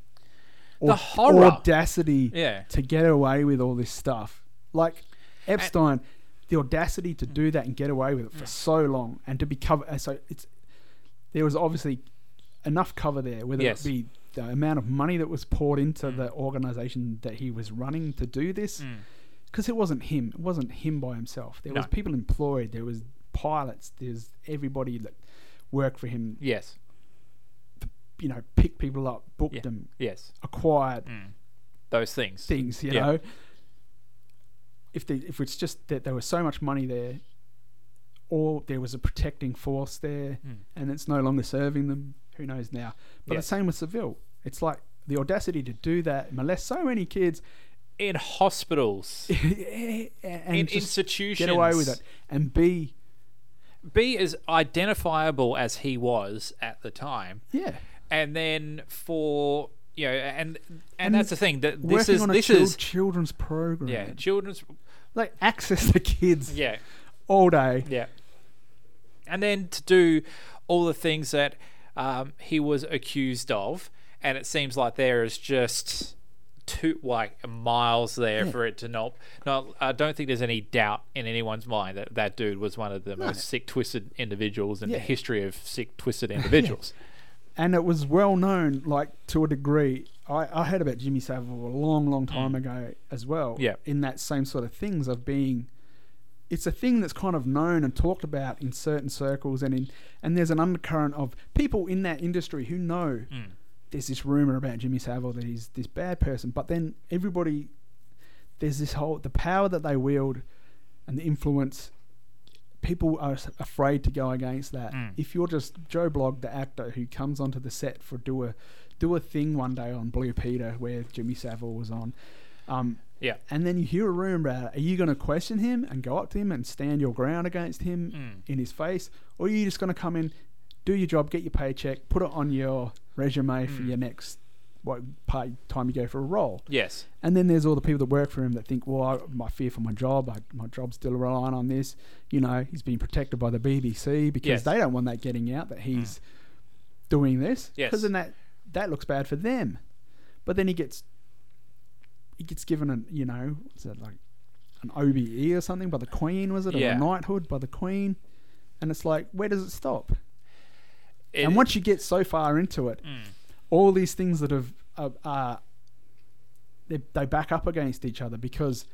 Speaker 5: The
Speaker 6: au-
Speaker 5: horror.
Speaker 6: audacity
Speaker 5: Yeah.
Speaker 6: to get away with all this stuff like epstein the audacity to do that and get away with it
Speaker 5: Mm.
Speaker 6: for so long and to be covered and so it's there was obviously enough cover there whether
Speaker 5: Yes. Mm.
Speaker 6: it be the amount of money that was poured into the organization that he was running to do this because it wasn't him. It wasn't him by himself. There was
Speaker 5: No.
Speaker 6: people employed. There was pilots. There's everybody that worked for him.
Speaker 5: yes,
Speaker 6: You know, picked people up, booked
Speaker 5: yeah,
Speaker 6: them,
Speaker 5: yes,
Speaker 6: acquired
Speaker 5: those things.
Speaker 6: things. You
Speaker 5: Yeah.
Speaker 6: know, if they, if it's just that there was so much money there, or there was a protecting force there, and it's no longer serving them. Who knows now? But
Speaker 5: Mm. Yeah.
Speaker 6: the same with Seville. It's like the audacity to do that, molest so many kids, [LAUGHS]
Speaker 5: in hospitals,
Speaker 6: and
Speaker 5: in
Speaker 6: just
Speaker 5: institutions.
Speaker 6: get away with it, and be
Speaker 5: be as identifiable as he was at the time,
Speaker 6: yeah.
Speaker 5: and then for you know, and and,
Speaker 6: And
Speaker 5: that's the thing that this
Speaker 6: working
Speaker 5: is
Speaker 6: on a
Speaker 5: this
Speaker 6: chil-
Speaker 5: is
Speaker 6: children's program.
Speaker 5: yeah, children's
Speaker 6: like access to kids
Speaker 5: yeah,
Speaker 6: all day.
Speaker 5: yeah, and then to do all the things that um, he was accused of, and it seems like there is just two like miles there for it to not. Not, I don't think there's any doubt in anyone's mind that that dude was one of the most sick, twisted individuals in the
Speaker 6: Yeah.
Speaker 5: history of
Speaker 6: [LAUGHS]
Speaker 5: sick, twisted individuals.
Speaker 6: And it was well known, like to a degree. I, I heard about Jimmy Savile a long, long time ago as well.
Speaker 5: Yeah.
Speaker 6: In that same sort of things of being it's a thing that's kind of known and talked about in certain circles and in and there's an undercurrent of people in that industry who know there's this rumor about Jimmy Savile that he's this bad person, but then everybody there's this whole the power that they wield and the influence people are s- afraid to go against that if you're just joe blog the actor who comes onto the set for do a do a thing one day on blue peter where jimmy savile was on um,
Speaker 5: Yeah.
Speaker 6: and then you hear a rumor about it. Are you going to question him and go up to him and stand your ground against him in his face? Or are you just going to come in, do your job, get your paycheck, put it on your resume for your next what, part, time you go for a role?
Speaker 5: Yes.
Speaker 6: And then there's all the people that work for him that think, well, I, my fear for my job, I, my job's still relying on this. You know, he's being protected by the BBC because
Speaker 5: Yes. Mm.
Speaker 6: they don't want that getting out that he's doing this.
Speaker 5: Yes.
Speaker 6: Because then that that looks bad for them. But then he gets he gets given an you know what's that like an OBE or something by the Queen was it
Speaker 5: Yeah.
Speaker 6: or a knighthood by the Queen, and it's like where does it stop?
Speaker 5: It-
Speaker 6: and once you get so far into it, all these things that have are, are they, they back up against each other because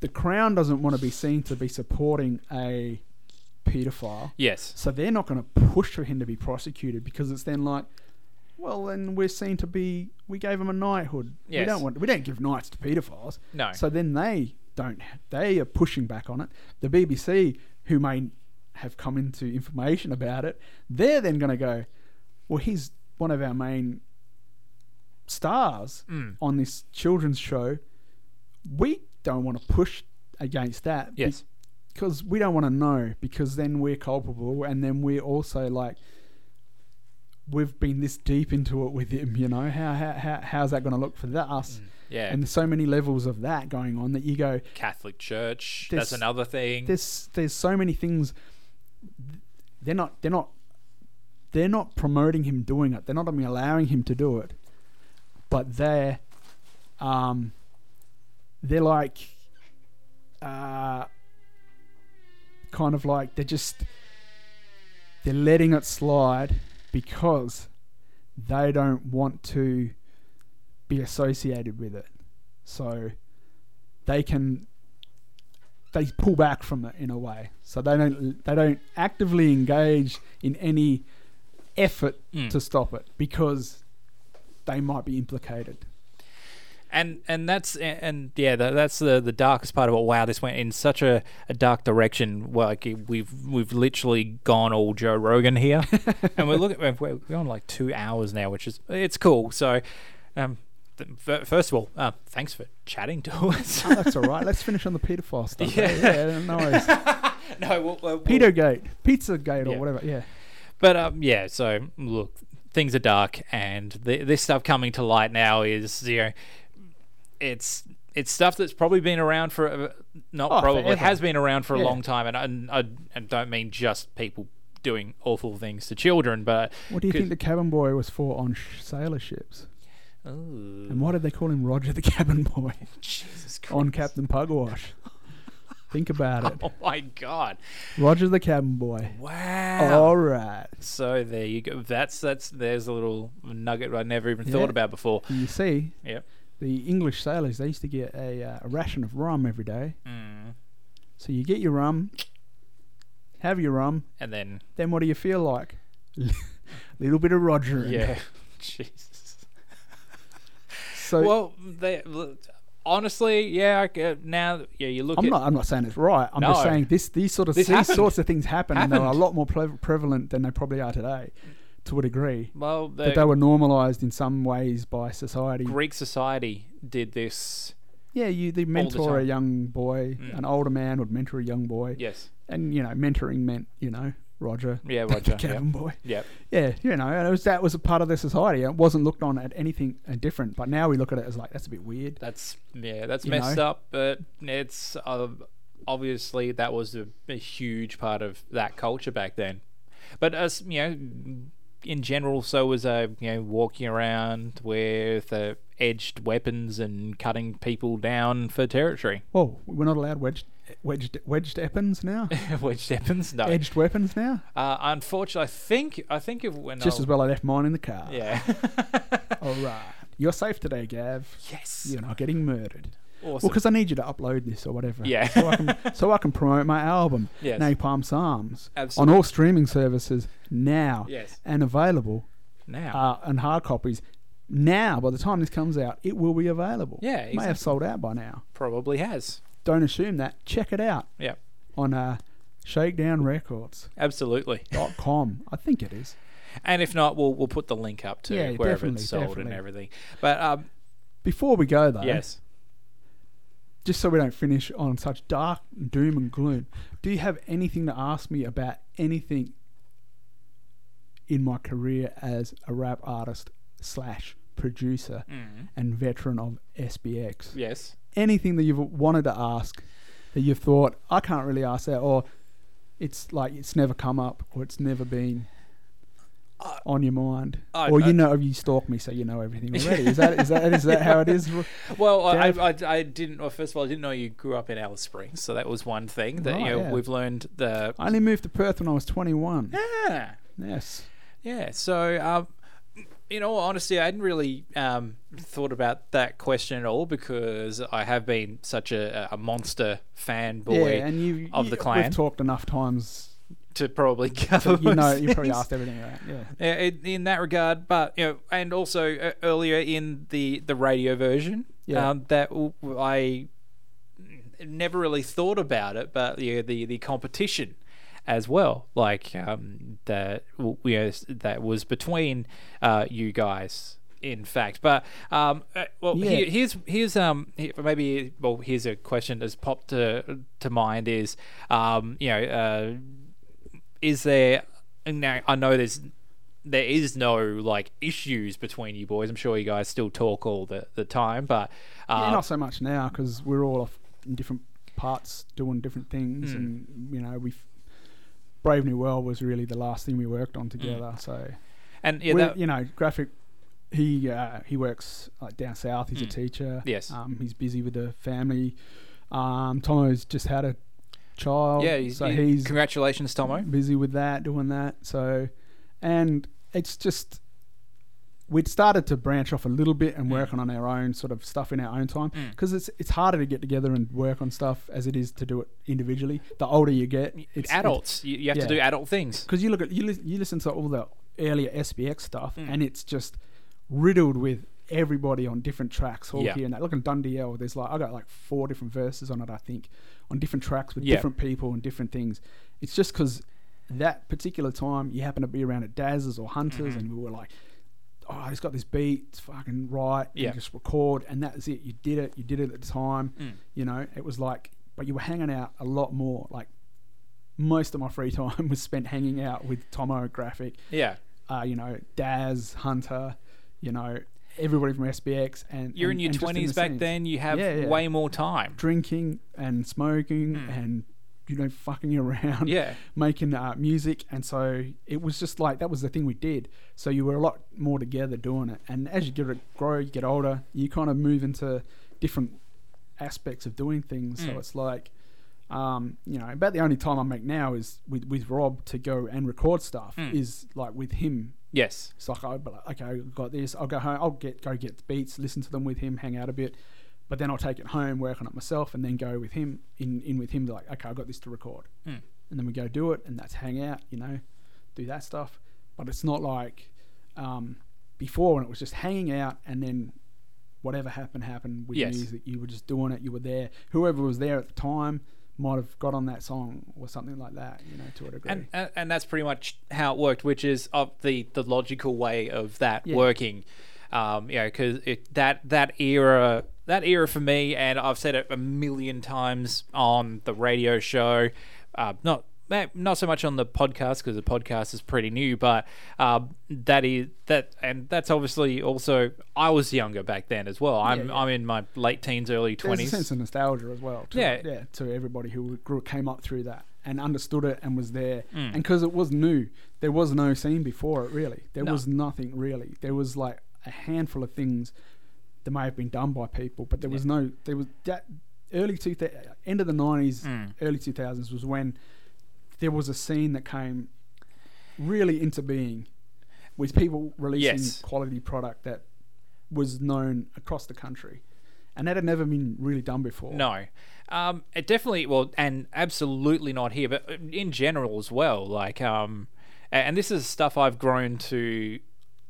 Speaker 6: the crown doesn't want to be seen to be supporting a paedophile,
Speaker 5: yes,
Speaker 6: so they're not going to push for him to be prosecuted because it's then like, Well, then we're seen to be we gave them a knighthood. We
Speaker 5: Yes.
Speaker 6: don't want we don't give knights to paedophiles.
Speaker 5: No.
Speaker 6: So then they don't. They are pushing back on it. The BBC, who may have come into information about it, they're then going to go, well, he's one of our main stars
Speaker 5: Mm.
Speaker 6: on this children's show. We don't want to push against that.
Speaker 5: Yes.
Speaker 6: Because we don't want to know, because then we're culpable, and then we're also like, we've been this deep into it with him, you know? How, how, how how's that going to look for that, us?
Speaker 5: Mm. Yeah.
Speaker 6: And there's so many levels of that going on that you go,
Speaker 5: Catholic Church.
Speaker 6: There's-
Speaker 5: that's another thing.
Speaker 6: there's there's so many things. th- They're not they're not they're not promoting him doing it. They're not only allowing him to do it, but they're um they're like uh kind of like they're just they're letting it slide because they don't want to be associated with it. So they can they pull back from it in a way. So they don't they don't actively engage in any effort
Speaker 5: Mm.
Speaker 6: to stop it because they might be implicated.
Speaker 5: and and that's and yeah tha- that's the the darkest part of it wow this went in such a, a dark direction like it- we've we've literally gone all joe rogan here and we're looking we're we're on like two hours now which is it's cool so um th- fir- First of all, uh, thanks for chatting to [LAUGHS] us.
Speaker 6: That's all right. Let's finish on the paedophile stuff.
Speaker 5: [LAUGHS] Yeah.
Speaker 6: Yeah, yeah no worries.
Speaker 5: no, we'll, we'll, we'll-
Speaker 6: Pedogate, Pizzagate, or
Speaker 5: Yeah.
Speaker 6: whatever. Yeah,
Speaker 5: But um, yeah, so look, things are dark, and th- this stuff coming to light now is you know, it's it's stuff that's probably been around for uh, not
Speaker 6: Oh,
Speaker 5: probably it
Speaker 6: forever.
Speaker 5: has been around for a
Speaker 6: Yeah.
Speaker 5: long time, and I, and I and don't mean just people doing awful things to children, but
Speaker 6: What do you think
Speaker 5: could-
Speaker 6: the cabin boy was for on sh- sailor ships?
Speaker 5: Ooh,
Speaker 6: And why did they call him Roger the cabin [LAUGHS] boy
Speaker 5: Jesus Christ!
Speaker 6: Mm. on Captain Pugwash? Think about it.
Speaker 5: [LAUGHS] Oh my God!
Speaker 6: Roger the cabin boy.
Speaker 5: Wow.
Speaker 6: All right.
Speaker 5: So there you go. That's that's there's a little nugget I never even
Speaker 6: Yeah.
Speaker 5: thought about before.
Speaker 6: You see,
Speaker 5: Yep.
Speaker 6: the English sailors they used to get a, uh, a ration of rum every day.
Speaker 5: Mm.
Speaker 6: So you get your rum, have your rum,
Speaker 5: And then
Speaker 6: then what do you feel like? [LAUGHS] Little bit of Roger.
Speaker 5: yeah, [LAUGHS] Jesus.
Speaker 6: So
Speaker 5: Well, they l- honestly, yeah. I g- Now, yeah, you look
Speaker 6: I'm
Speaker 5: at
Speaker 6: not. I'm not saying it's right. I'm just
Speaker 5: No.
Speaker 6: saying this. These sort of
Speaker 5: This
Speaker 6: these
Speaker 5: happened.
Speaker 6: sorts of things happen, and they're a
Speaker 5: Happened.
Speaker 6: lot more pre- prevalent than they probably are today, to a degree.
Speaker 5: well, the
Speaker 6: But they were normalised in some ways by society.
Speaker 5: Greek society did this.
Speaker 6: Yeah, you the mentor a
Speaker 5: time. Mm.
Speaker 6: young boy, an older man would mentor a young boy,
Speaker 5: Yes,
Speaker 6: and you know, mentoring meant you know Roger,
Speaker 5: yeah,
Speaker 6: [LAUGHS]
Speaker 5: Roger. yeah,
Speaker 6: cabin boy.
Speaker 5: yeah,
Speaker 6: Yeah, you know, and it was that was a part of their society. It wasn't looked on at anything uh, different. But now we look at it as like that's a bit weird.
Speaker 5: that's yeah, that's
Speaker 6: You
Speaker 5: messed
Speaker 6: know.
Speaker 5: up. But it's uh, obviously that was a, a huge part of that culture back then. But as you know, in general, so was uh, you know walking around with uh, edged weapons and cutting people down for territory. [LAUGHS]
Speaker 6: Whoa, we're not allowed wedged wedged wedged weapons
Speaker 5: [LAUGHS]
Speaker 6: now.
Speaker 5: Wedged weapons, no.
Speaker 6: Edged weapons now.
Speaker 5: Uh, unfortunately, I think I think if when
Speaker 6: Just
Speaker 5: I,
Speaker 6: as well, I left mine in the car.
Speaker 5: Oh. Yeah. [LAUGHS]
Speaker 6: All right, you're safe today, Gav.
Speaker 5: yes.
Speaker 6: You're not getting murdered. Well,
Speaker 5: Awesome.
Speaker 6: because I need you to upload this or whatever.
Speaker 5: Yeah.
Speaker 6: So I
Speaker 5: [LAUGHS]
Speaker 6: can, so I can promote my album,
Speaker 5: Yes.
Speaker 6: Napalm Psalms,
Speaker 5: Absolutely.
Speaker 6: on all streaming services now.
Speaker 5: Yes.
Speaker 6: And available
Speaker 5: now.
Speaker 6: uh, and hard copies. Now, by the time this comes out, it will be available.
Speaker 5: Yeah,
Speaker 6: May
Speaker 5: exactly.
Speaker 6: have sold out by now.
Speaker 5: probably has.
Speaker 6: Don't assume that. Check it out
Speaker 5: Yeah.
Speaker 6: on uh, shakedownrecords.com.
Speaker 5: Absolutely.
Speaker 6: I think it is.
Speaker 5: And if not, we'll we'll put the link up to
Speaker 6: Yeah,
Speaker 5: wherever
Speaker 6: definitely,
Speaker 5: it's sold and
Speaker 6: definitely. Uh-huh.
Speaker 5: everything. But um,
Speaker 6: Before we go, though,
Speaker 5: yes.
Speaker 6: just so we don't finish on such dark doom and gloom, do you have anything to ask me about anything in my career as a rap artist slash producer
Speaker 5: Mm.
Speaker 6: and veteran of SBX?
Speaker 5: Yes.
Speaker 6: anything that you've wanted to ask that you've thought I can't really ask that, or it's like it's never come up, or it's never been on your mind,
Speaker 5: I-
Speaker 6: or you
Speaker 5: I-
Speaker 6: know you stalk me, so you know
Speaker 5: [LAUGHS]
Speaker 6: everything already. is that is that is that how it is?
Speaker 5: Well, I,
Speaker 6: Dave-
Speaker 5: I, I I didn't. Well, first of all, I didn't know you grew up in Alice Springs, so that was one thing that you
Speaker 6: Right,
Speaker 5: know
Speaker 6: yeah.
Speaker 5: we've learned. The
Speaker 6: I only moved to Perth when I was 21.
Speaker 5: yeah,
Speaker 6: Yes,
Speaker 5: yeah. So um, in all honesty, I hadn't really um, thought about that question at all because I have been such a, a monster fanboy
Speaker 6: yeah, and you
Speaker 5: of
Speaker 6: you-
Speaker 5: the clan. [LAUGHS]
Speaker 6: We've talked enough times
Speaker 5: to probably cover.
Speaker 6: you know,
Speaker 5: most
Speaker 6: you probably
Speaker 5: things.
Speaker 6: asked everything about. Yeah.
Speaker 5: Uh, in, in that regard. But you know, and also uh, earlier in the the radio version,
Speaker 6: Yeah.
Speaker 5: um, that w- I never really thought about it, but yeah, the the competition as well, like um, that, w- you know, s- that was between uh, you guys. In fact, but um, uh, well,
Speaker 6: Yeah.
Speaker 5: here, here's here's um he- maybe well here's a question that's popped to to mind is um you know uh, is there and now I know there's there is no like issues between you boys. I'm sure you guys still talk all the, the time, but
Speaker 6: Yeah,
Speaker 5: uh,
Speaker 6: not so much now because we're all off in different parts doing different things,
Speaker 5: Hmm.
Speaker 6: and you know we've Brave New World was really the last thing we worked on together. So
Speaker 5: and Hmm. yeah,
Speaker 6: we're-
Speaker 5: that,
Speaker 6: you know, graphic. He uh, he works like down south. He's a teacher.
Speaker 5: Hmm. Yes.
Speaker 6: um, he's busy with the family. Um, Tomo's just had a child.
Speaker 5: yeah, he's,
Speaker 6: so
Speaker 5: he-
Speaker 6: he's
Speaker 5: congratulations, Tomo.
Speaker 6: busy with that, doing that. So, and it's just we'd started to branch off a little bit and working on our own sort of stuff in our own time because it's it's harder to get together and work on stuff as it is to do it individually. The older you get, it's
Speaker 5: Adults, you, you have
Speaker 6: yeah.
Speaker 5: to do adult things.
Speaker 6: because you look at you, lis- you listen to all the earlier SBX stuff
Speaker 5: Mm.
Speaker 6: and it's just riddled with everybody on different tracks all
Speaker 5: Yeah.
Speaker 6: here and that. Look at Dundee L. There's like I got like four different verses on it, I think, on different tracks with
Speaker 5: Yeah.
Speaker 6: different people and different things. It's just because that particular time you happen to be around at Dazzers or Hunters
Speaker 5: Mm-hmm.
Speaker 6: and we were like. Oh, he's got this beat. It's fucking right.
Speaker 5: Yeah. Mm.
Speaker 6: You just record, and that is it. You did it. You did it at the time. You know, it was like, but you were hanging out a lot more. Like most of my free time [LAUGHS] was spent hanging out with Tomo Graphic,
Speaker 5: Yeah,
Speaker 6: uh, you know, Daz, Hunter, you know, everybody from SBX. And
Speaker 5: you're
Speaker 6: and-
Speaker 5: in your
Speaker 6: and just the
Speaker 5: twenties back
Speaker 6: scenes.
Speaker 5: then. You have
Speaker 6: Yeah, yeah.
Speaker 5: way more time.
Speaker 6: Drinking and smoking and, you know, fucking [LAUGHS] around,
Speaker 5: Yeah.
Speaker 6: making uh, music. And so it was just like, that was the thing we did. So you were a lot more together doing it. And as you get grow, you get older, you kind of move into different aspects of doing things. So it's like, um, you know, about the only time I make now is with, with Rob to go and record stuff is like with him.
Speaker 5: Yes,
Speaker 6: It's like, oh, but okay, I've got this. I'll go home. I'll get go get beats, listen to them with him, hang out a bit, but then I'll take it home, work on it myself, and then go with him in in with him. Like, okay, I've got this to record,
Speaker 5: Hmm.
Speaker 6: and then we go do it, and that's hang out, you know, do that stuff. But it's not like um, before when it was just hanging out and then whatever happened happened with
Speaker 5: Yes.
Speaker 6: music. You were just doing it. You were there. Whoever was there at the time might have got on that song or something like that, you know, to a degree.
Speaker 5: and, and and that's pretty much how it worked, which is of the the logical way of that
Speaker 6: Yeah.
Speaker 5: working. Um, you know, because that that era that era for me, and I've said it a million times on the radio show, uh, not. ma- Not so much on the podcast because the podcast is pretty new, but um, that is that, and that's obviously also I was younger back then as well. I'm
Speaker 6: yeah.
Speaker 5: I'm in my late teens, early
Speaker 6: There's
Speaker 5: twenties.
Speaker 6: a sense of nostalgia as well. To,
Speaker 5: Yeah.
Speaker 6: yeah, to everybody who grew, came up through that and understood it and was there,
Speaker 5: Mm.
Speaker 6: and because it was new, there was no scene before it. Really, there was nothing really. There was like a handful of things that may have been done by people, but there was no. There was that early two thou- end of the nineties,
Speaker 5: Mm.
Speaker 6: early two thousands was when there was a scene that came really into being with people releasing
Speaker 5: Yes.
Speaker 6: quality product that was known across the country. And that had never been really done before.
Speaker 5: No, um, it definitely well, and absolutely not here, but in general as well. Like, um, a- and this is stuff I've grown to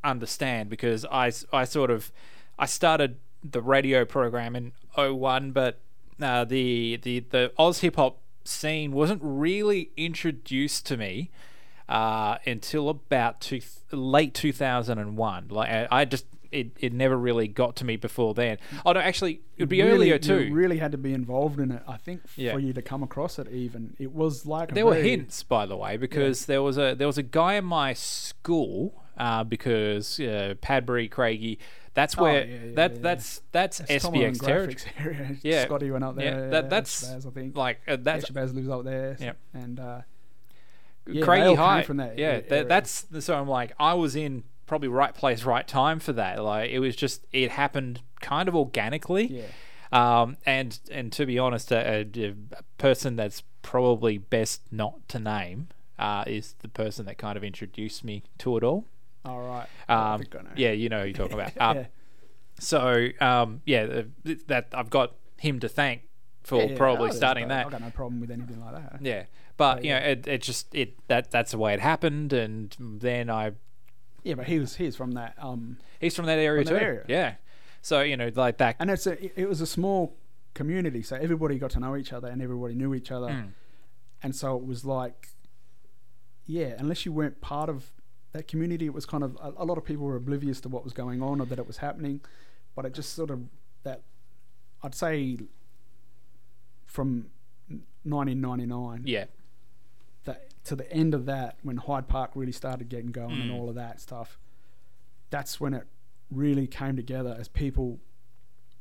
Speaker 5: understand because I, s- I sort of I started the radio program in 01, but uh, the the the Oz hip hop scene wasn't really introduced to me uh, until about two, late 2001. Like I, I just it, it never really got to me before then. Oh no, actually it'd be
Speaker 6: Really,
Speaker 5: earlier
Speaker 6: you
Speaker 5: too.
Speaker 6: really had to be involved in it, I think,
Speaker 5: Yeah.
Speaker 6: for you to come across it. Even it was like a
Speaker 5: there were
Speaker 6: very-
Speaker 5: hints, by the way, because there was a there was a guy in my school uh, because uh, Padbury, Craigie. That's where
Speaker 6: Oh, yeah, yeah,
Speaker 5: that
Speaker 6: yeah.
Speaker 5: that's that's,
Speaker 6: It's Tom
Speaker 5: SBX
Speaker 6: on
Speaker 5: territory.
Speaker 6: graphics [LAUGHS]
Speaker 5: [LAUGHS]
Speaker 6: area.
Speaker 5: Yeah.
Speaker 6: Scotty went up
Speaker 5: Yeah,
Speaker 6: there.
Speaker 5: that- that's
Speaker 6: Shabazz, I think.
Speaker 5: Like uh,
Speaker 6: yeah,
Speaker 5: that's
Speaker 6: Shabazz lives up there.
Speaker 5: Yep.
Speaker 6: And uh,
Speaker 5: Craigie
Speaker 6: they all came
Speaker 5: High.
Speaker 6: from that e-,
Speaker 5: yeah,
Speaker 6: a-
Speaker 5: tha-
Speaker 6: area.
Speaker 5: that's so I'm like I was in probably right place, right time for that. Like it was just it happened kind of
Speaker 6: yeah,
Speaker 5: organically. Um, and and to be honest, a, a, a person that's probably best not to name uh, is the person that kind of introduced me to it all.
Speaker 6: all right. I
Speaker 5: Um,
Speaker 6: think I know.
Speaker 5: yeah, you know who you're
Speaker 6: [LAUGHS]
Speaker 5: talking about. Um,
Speaker 6: Yeah.
Speaker 5: So, um, yeah, th- th- that I've got him to thank for
Speaker 6: Yeah, oh,
Speaker 5: probably
Speaker 6: no,
Speaker 5: starting
Speaker 6: I
Speaker 5: that.
Speaker 6: got, I got no problem with anything like that.
Speaker 5: Yeah, but you know, it, it just it that that's the way it happened, and then I
Speaker 6: Yeah, but he was he's from that. Um,
Speaker 5: he's from that area
Speaker 6: From
Speaker 5: too.
Speaker 6: that area.
Speaker 5: Yeah, so you know, like that.
Speaker 6: and it's a, it was a small community, so everybody got to know each other and everybody knew each other, and so it was like, yeah, unless you weren't part of that community, it was kind of a, a lot of people were oblivious to what was going on or that it was happening, but it just sort of that I'd say from 1999
Speaker 5: yeah,
Speaker 6: that to the end of that when Hyde Park really started getting going and all of that stuff, that's when it really came together as people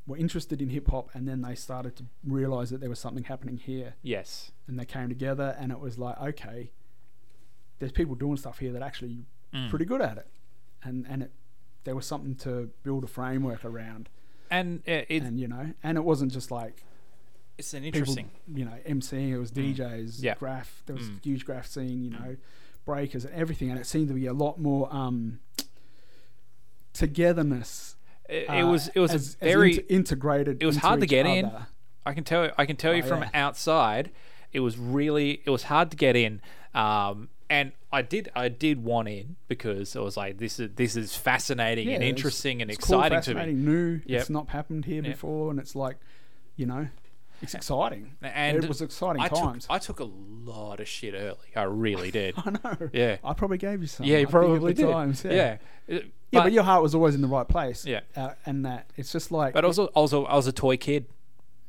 Speaker 6: were interested in hip hop and then they started to realize that there was something happening here
Speaker 5: yes,
Speaker 6: and they came together and it was like okay there's people doing stuff here that actually pretty good at it and and it there was something to build a framework around
Speaker 5: and uh, it,
Speaker 6: and you know and it wasn't just like
Speaker 5: it's an
Speaker 6: people,
Speaker 5: interesting. Mm.
Speaker 6: you know, MCing. It was DJs,
Speaker 5: Yeah. Mm.
Speaker 6: graph. There was a huge graph scene, you know, breakers and everything. And it seemed to be a lot more um, togetherness.
Speaker 5: It,
Speaker 6: uh,
Speaker 5: it was it was
Speaker 6: as-
Speaker 5: a
Speaker 6: as
Speaker 5: very.
Speaker 6: int- integrated.
Speaker 5: it was
Speaker 6: into
Speaker 5: hard to
Speaker 6: each
Speaker 5: get in.
Speaker 6: other.
Speaker 5: I can tell. I can tell you
Speaker 6: Oh,
Speaker 5: from
Speaker 6: yeah.
Speaker 5: outside, it was really. It was hard to get in, um, and I did. I did want in because I was like, this is this is fascinating and
Speaker 6: Yeah, it's-
Speaker 5: interesting and
Speaker 6: it's cool,
Speaker 5: exciting to me.
Speaker 6: fascinating, New.
Speaker 5: Yep.
Speaker 6: It's not happened here
Speaker 5: Yep.
Speaker 6: before, and it's like, you know, it's exciting.
Speaker 5: And
Speaker 6: it was exciting
Speaker 5: I
Speaker 6: times.
Speaker 5: Took, I took a lot of shit early. I really did.
Speaker 6: [LAUGHS] I know.
Speaker 5: Yeah.
Speaker 6: I probably gave you some.
Speaker 5: Yeah,
Speaker 6: I
Speaker 5: you
Speaker 6: think at the
Speaker 5: probably did.
Speaker 6: Times, yeah.
Speaker 5: yeah. Uh,
Speaker 6: Yeah, but, your heart was always in the right place.
Speaker 5: Yeah.
Speaker 6: uh, and that it's just like
Speaker 5: But also, also, I was a toy kid,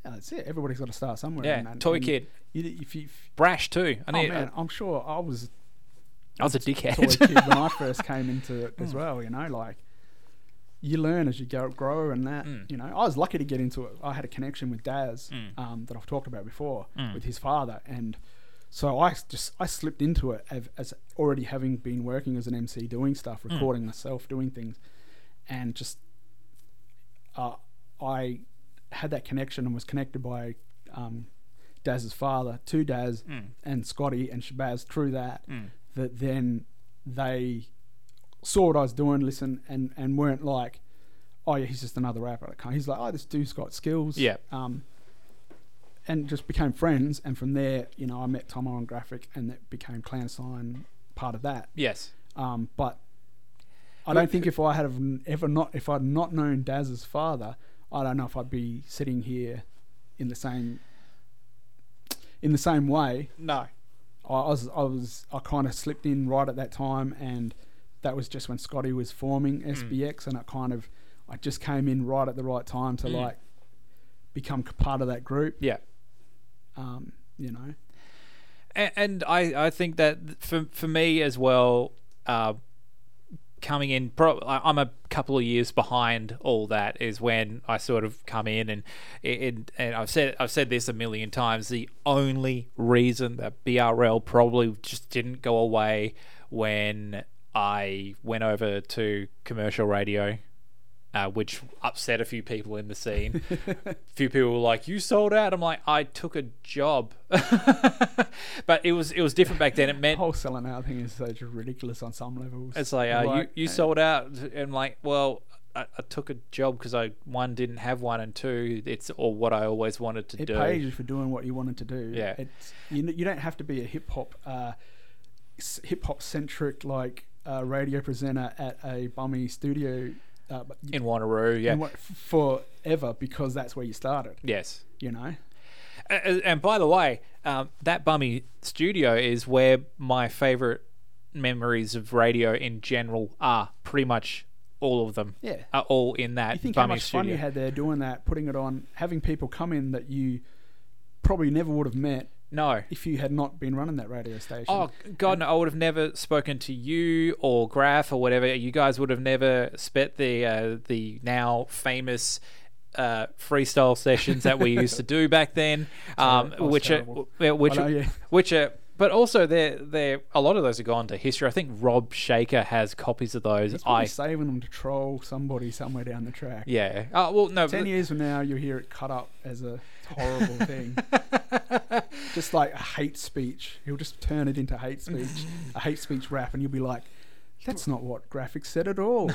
Speaker 6: That's it. Everybody's got to start somewhere.
Speaker 5: Yeah,
Speaker 6: and-
Speaker 5: toy
Speaker 6: and
Speaker 5: kid.
Speaker 6: You, if you, if,
Speaker 5: brash too. I
Speaker 6: oh
Speaker 5: mean,
Speaker 6: man, I'm sure I was
Speaker 5: I was a
Speaker 6: a toy
Speaker 5: [LAUGHS] dickhead. [LAUGHS] Mm.
Speaker 6: kid when I first came into it as well. You know, like you learn as you go grow and that.
Speaker 5: Mm.
Speaker 6: You know, I was lucky to get into it. I had a connection with Daz um, that I've talked about before
Speaker 5: Mm.
Speaker 6: with his father, and so I s- just I slipped into it as, as already having been working as an MC, doing stuff,
Speaker 5: Mm.
Speaker 6: recording myself, doing things, and just uh, I had that connection and was connected by um, Daz's father to Daz and Scotty and Shabazz through that. That then they saw what I was doing, listen, and and weren't like, oh yeah, he's just another rapper. I can't-" He's like, oh, this dude's got skills.
Speaker 5: Yeah.
Speaker 6: Um, and just became friends, and from there, you know, I met Tomo on Graphic, and it became Clandestine part of that.
Speaker 5: yes.
Speaker 6: Um, but I don't think if I had have n- ever not if I'd not known Daz's father, I don't know if I'd be sitting here in the same in the same way.
Speaker 5: No.
Speaker 6: I was I was I kind of slipped in right at that time, and that was just when Scotty was forming
Speaker 5: Hmm.
Speaker 6: SBX, and it kind of I just came in right at the right time to like become c- part of that group.
Speaker 5: Hmm. Yeah.
Speaker 6: Um, you know,
Speaker 5: and, and I, I think that for for me as well, uh, coming in, pro- I- I'm a couple of years behind all that. Is when I sort of come in, and and, and I've said I've said this a million times. The only reason that BRL probably just didn't go away when I went over to commercial radio. Uh, which upset a few people in the scene. a few people were like, "You sold out." I'm like, "I took a job," [LAUGHS] but it was it was different back then. It meant
Speaker 6: wholesaling out thing is so just ridiculous on some levels.
Speaker 5: it's like, uh,
Speaker 6: Like,
Speaker 5: you, you sold out, and like, well, I, I took a job because I one didn't have one, and two, it's all what I always wanted to
Speaker 6: it
Speaker 5: do.
Speaker 6: pays you for doing what you wanted to do.
Speaker 5: Yeah.
Speaker 6: it's you. n- You don't have to be a hip hop, uh, hip hop centric like uh, radio presenter at a bummy studio uh, but you
Speaker 5: in Wanneroo, yeah,
Speaker 6: can work f- forever because that's where you started.
Speaker 5: yes.
Speaker 6: You know,
Speaker 5: A- a- And by the way, um, that bummy studio is where my favorite memories of radio in general are. Pretty much all of them.
Speaker 6: Yeah.
Speaker 5: are all in that
Speaker 6: you think how
Speaker 5: bummy
Speaker 6: much fun
Speaker 5: studio.
Speaker 6: you had there doing that, putting it on, having people come in that you probably never would have met
Speaker 5: no.
Speaker 6: if you had not been running that radio station.
Speaker 5: Oh God, no! I would have never spoken to you or Graf or whatever. You guys would have never spent the uh, the now famous uh, freestyle sessions that we used
Speaker 6: [LAUGHS]
Speaker 5: to do back then, um,
Speaker 6: That was
Speaker 5: which are,
Speaker 6: terrible.
Speaker 5: uh, which
Speaker 6: I know,
Speaker 5: are-
Speaker 6: yeah.
Speaker 5: which are. But also, they're, they're, a lot of those are gone to history. I think Rob Shaker has copies of those.
Speaker 6: He's probably
Speaker 5: I
Speaker 6: saving them to troll somebody somewhere down the track.
Speaker 5: yeah. Oh well, no.
Speaker 6: Ten
Speaker 5: but-
Speaker 6: years from now, you'll hear it cut up as a horrible
Speaker 5: [LAUGHS]
Speaker 6: thing. just like a hate speech. He'll just turn it into hate
Speaker 5: [LAUGHS]
Speaker 6: speech, a hate speech rap, and you'll be like, that's not what graphics said at all.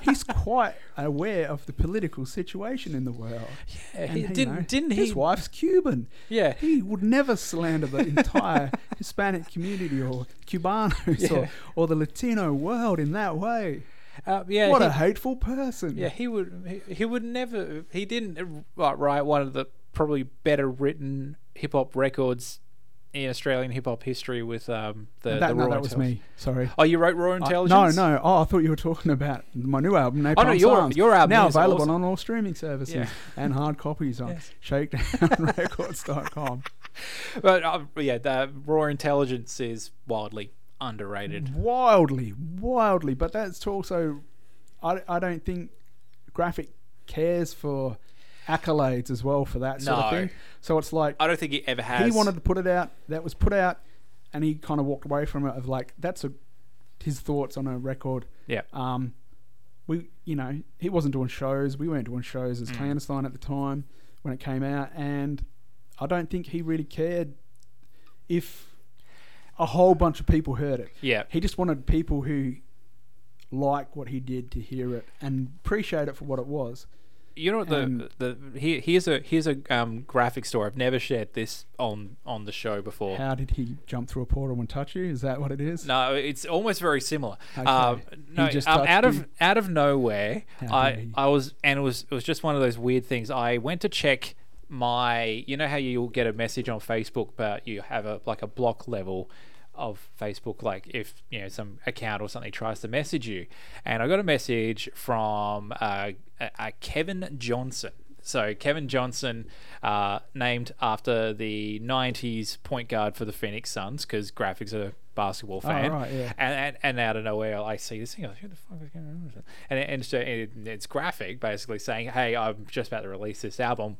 Speaker 6: he's quite aware of the political situation in the world.
Speaker 5: Yeah,
Speaker 6: And,
Speaker 5: he-
Speaker 6: you
Speaker 5: didn't-
Speaker 6: know,
Speaker 5: didn't
Speaker 6: his
Speaker 5: he-
Speaker 6: wife's Cuban.
Speaker 5: Yeah.
Speaker 6: he would never slander the entire [LAUGHS] Hispanic community or Cubanos
Speaker 5: Yeah.
Speaker 6: or, or the Latino world in that way.
Speaker 5: Uh, yeah,
Speaker 6: what
Speaker 5: he-
Speaker 6: a hateful person!
Speaker 5: Yeah, he would. He, he would never. He didn't uh, write one of the probably better written hip hop records in Australian hip hop history with um the
Speaker 6: that,
Speaker 5: the
Speaker 6: no,
Speaker 5: Raw
Speaker 6: that was
Speaker 5: Intelligence.
Speaker 6: me. Sorry.
Speaker 5: Oh, you wrote Raw
Speaker 6: Uh,
Speaker 5: Intelligence?
Speaker 6: no, no. Oh, I thought you were talking about my new album. Napalm
Speaker 5: Oh, no, your-
Speaker 6: Psalms,
Speaker 5: your album
Speaker 6: now
Speaker 5: is
Speaker 6: available
Speaker 5: awesome.
Speaker 6: on all streaming services
Speaker 5: Yeah.
Speaker 6: [LAUGHS] and hard copies on
Speaker 5: Yes.
Speaker 6: ShakedownRecords.com.
Speaker 5: But uh, yeah, the Raw Intelligence is wildly
Speaker 6: Mm-hmm.
Speaker 5: underrated.
Speaker 6: wildly, wildly. But that's also, I, I don't think graphic cares for accolades as well for that sort of
Speaker 5: No.
Speaker 6: thing. So it's like
Speaker 5: I don't think he ever has.
Speaker 6: he wanted to put it out. That was put out, and he kind of walked away from it of like that's a his thoughts on a record.
Speaker 5: Yeah.
Speaker 6: Um, we you know he wasn't doing shows. We weren't doing shows
Speaker 5: Mm.
Speaker 6: as clandestine at the time when it came out, and I don't think he really cared if a whole bunch of people heard it.
Speaker 5: Yeah.
Speaker 6: He just wanted people who like what he did to hear it and appreciate it for what it was.
Speaker 5: You know what the
Speaker 6: Um,
Speaker 5: the here, here's a here's a um, graphic story. I've never shared this on on the show before.
Speaker 6: How did he jump through a portal and touch you? Is that what it is?
Speaker 5: No, it's almost very similar. Um,
Speaker 6: He
Speaker 5: no,
Speaker 6: just
Speaker 5: um,
Speaker 6: touched
Speaker 5: out
Speaker 6: you.
Speaker 5: of out of nowhere,
Speaker 6: How dare
Speaker 5: I
Speaker 6: he.
Speaker 5: I was and it was it was just one of those weird things. I went to check my, you know how you'll get a message on Facebook, but you have a like a block level of Facebook, like if you know some account or something tries to message you, and I got a message from uh, a, a Kevin Johnson. So Kevin Johnson, uh, named after the '90s point guard for the Phoenix Suns, because graphics are basketball fan.
Speaker 6: right, yeah.
Speaker 5: and, and and out of nowhere, I see this thing. I'm like, who the fuck is Kevin Johnson? And and, so it, it's graphic, basically saying, "Hey, I'm just about to release this album.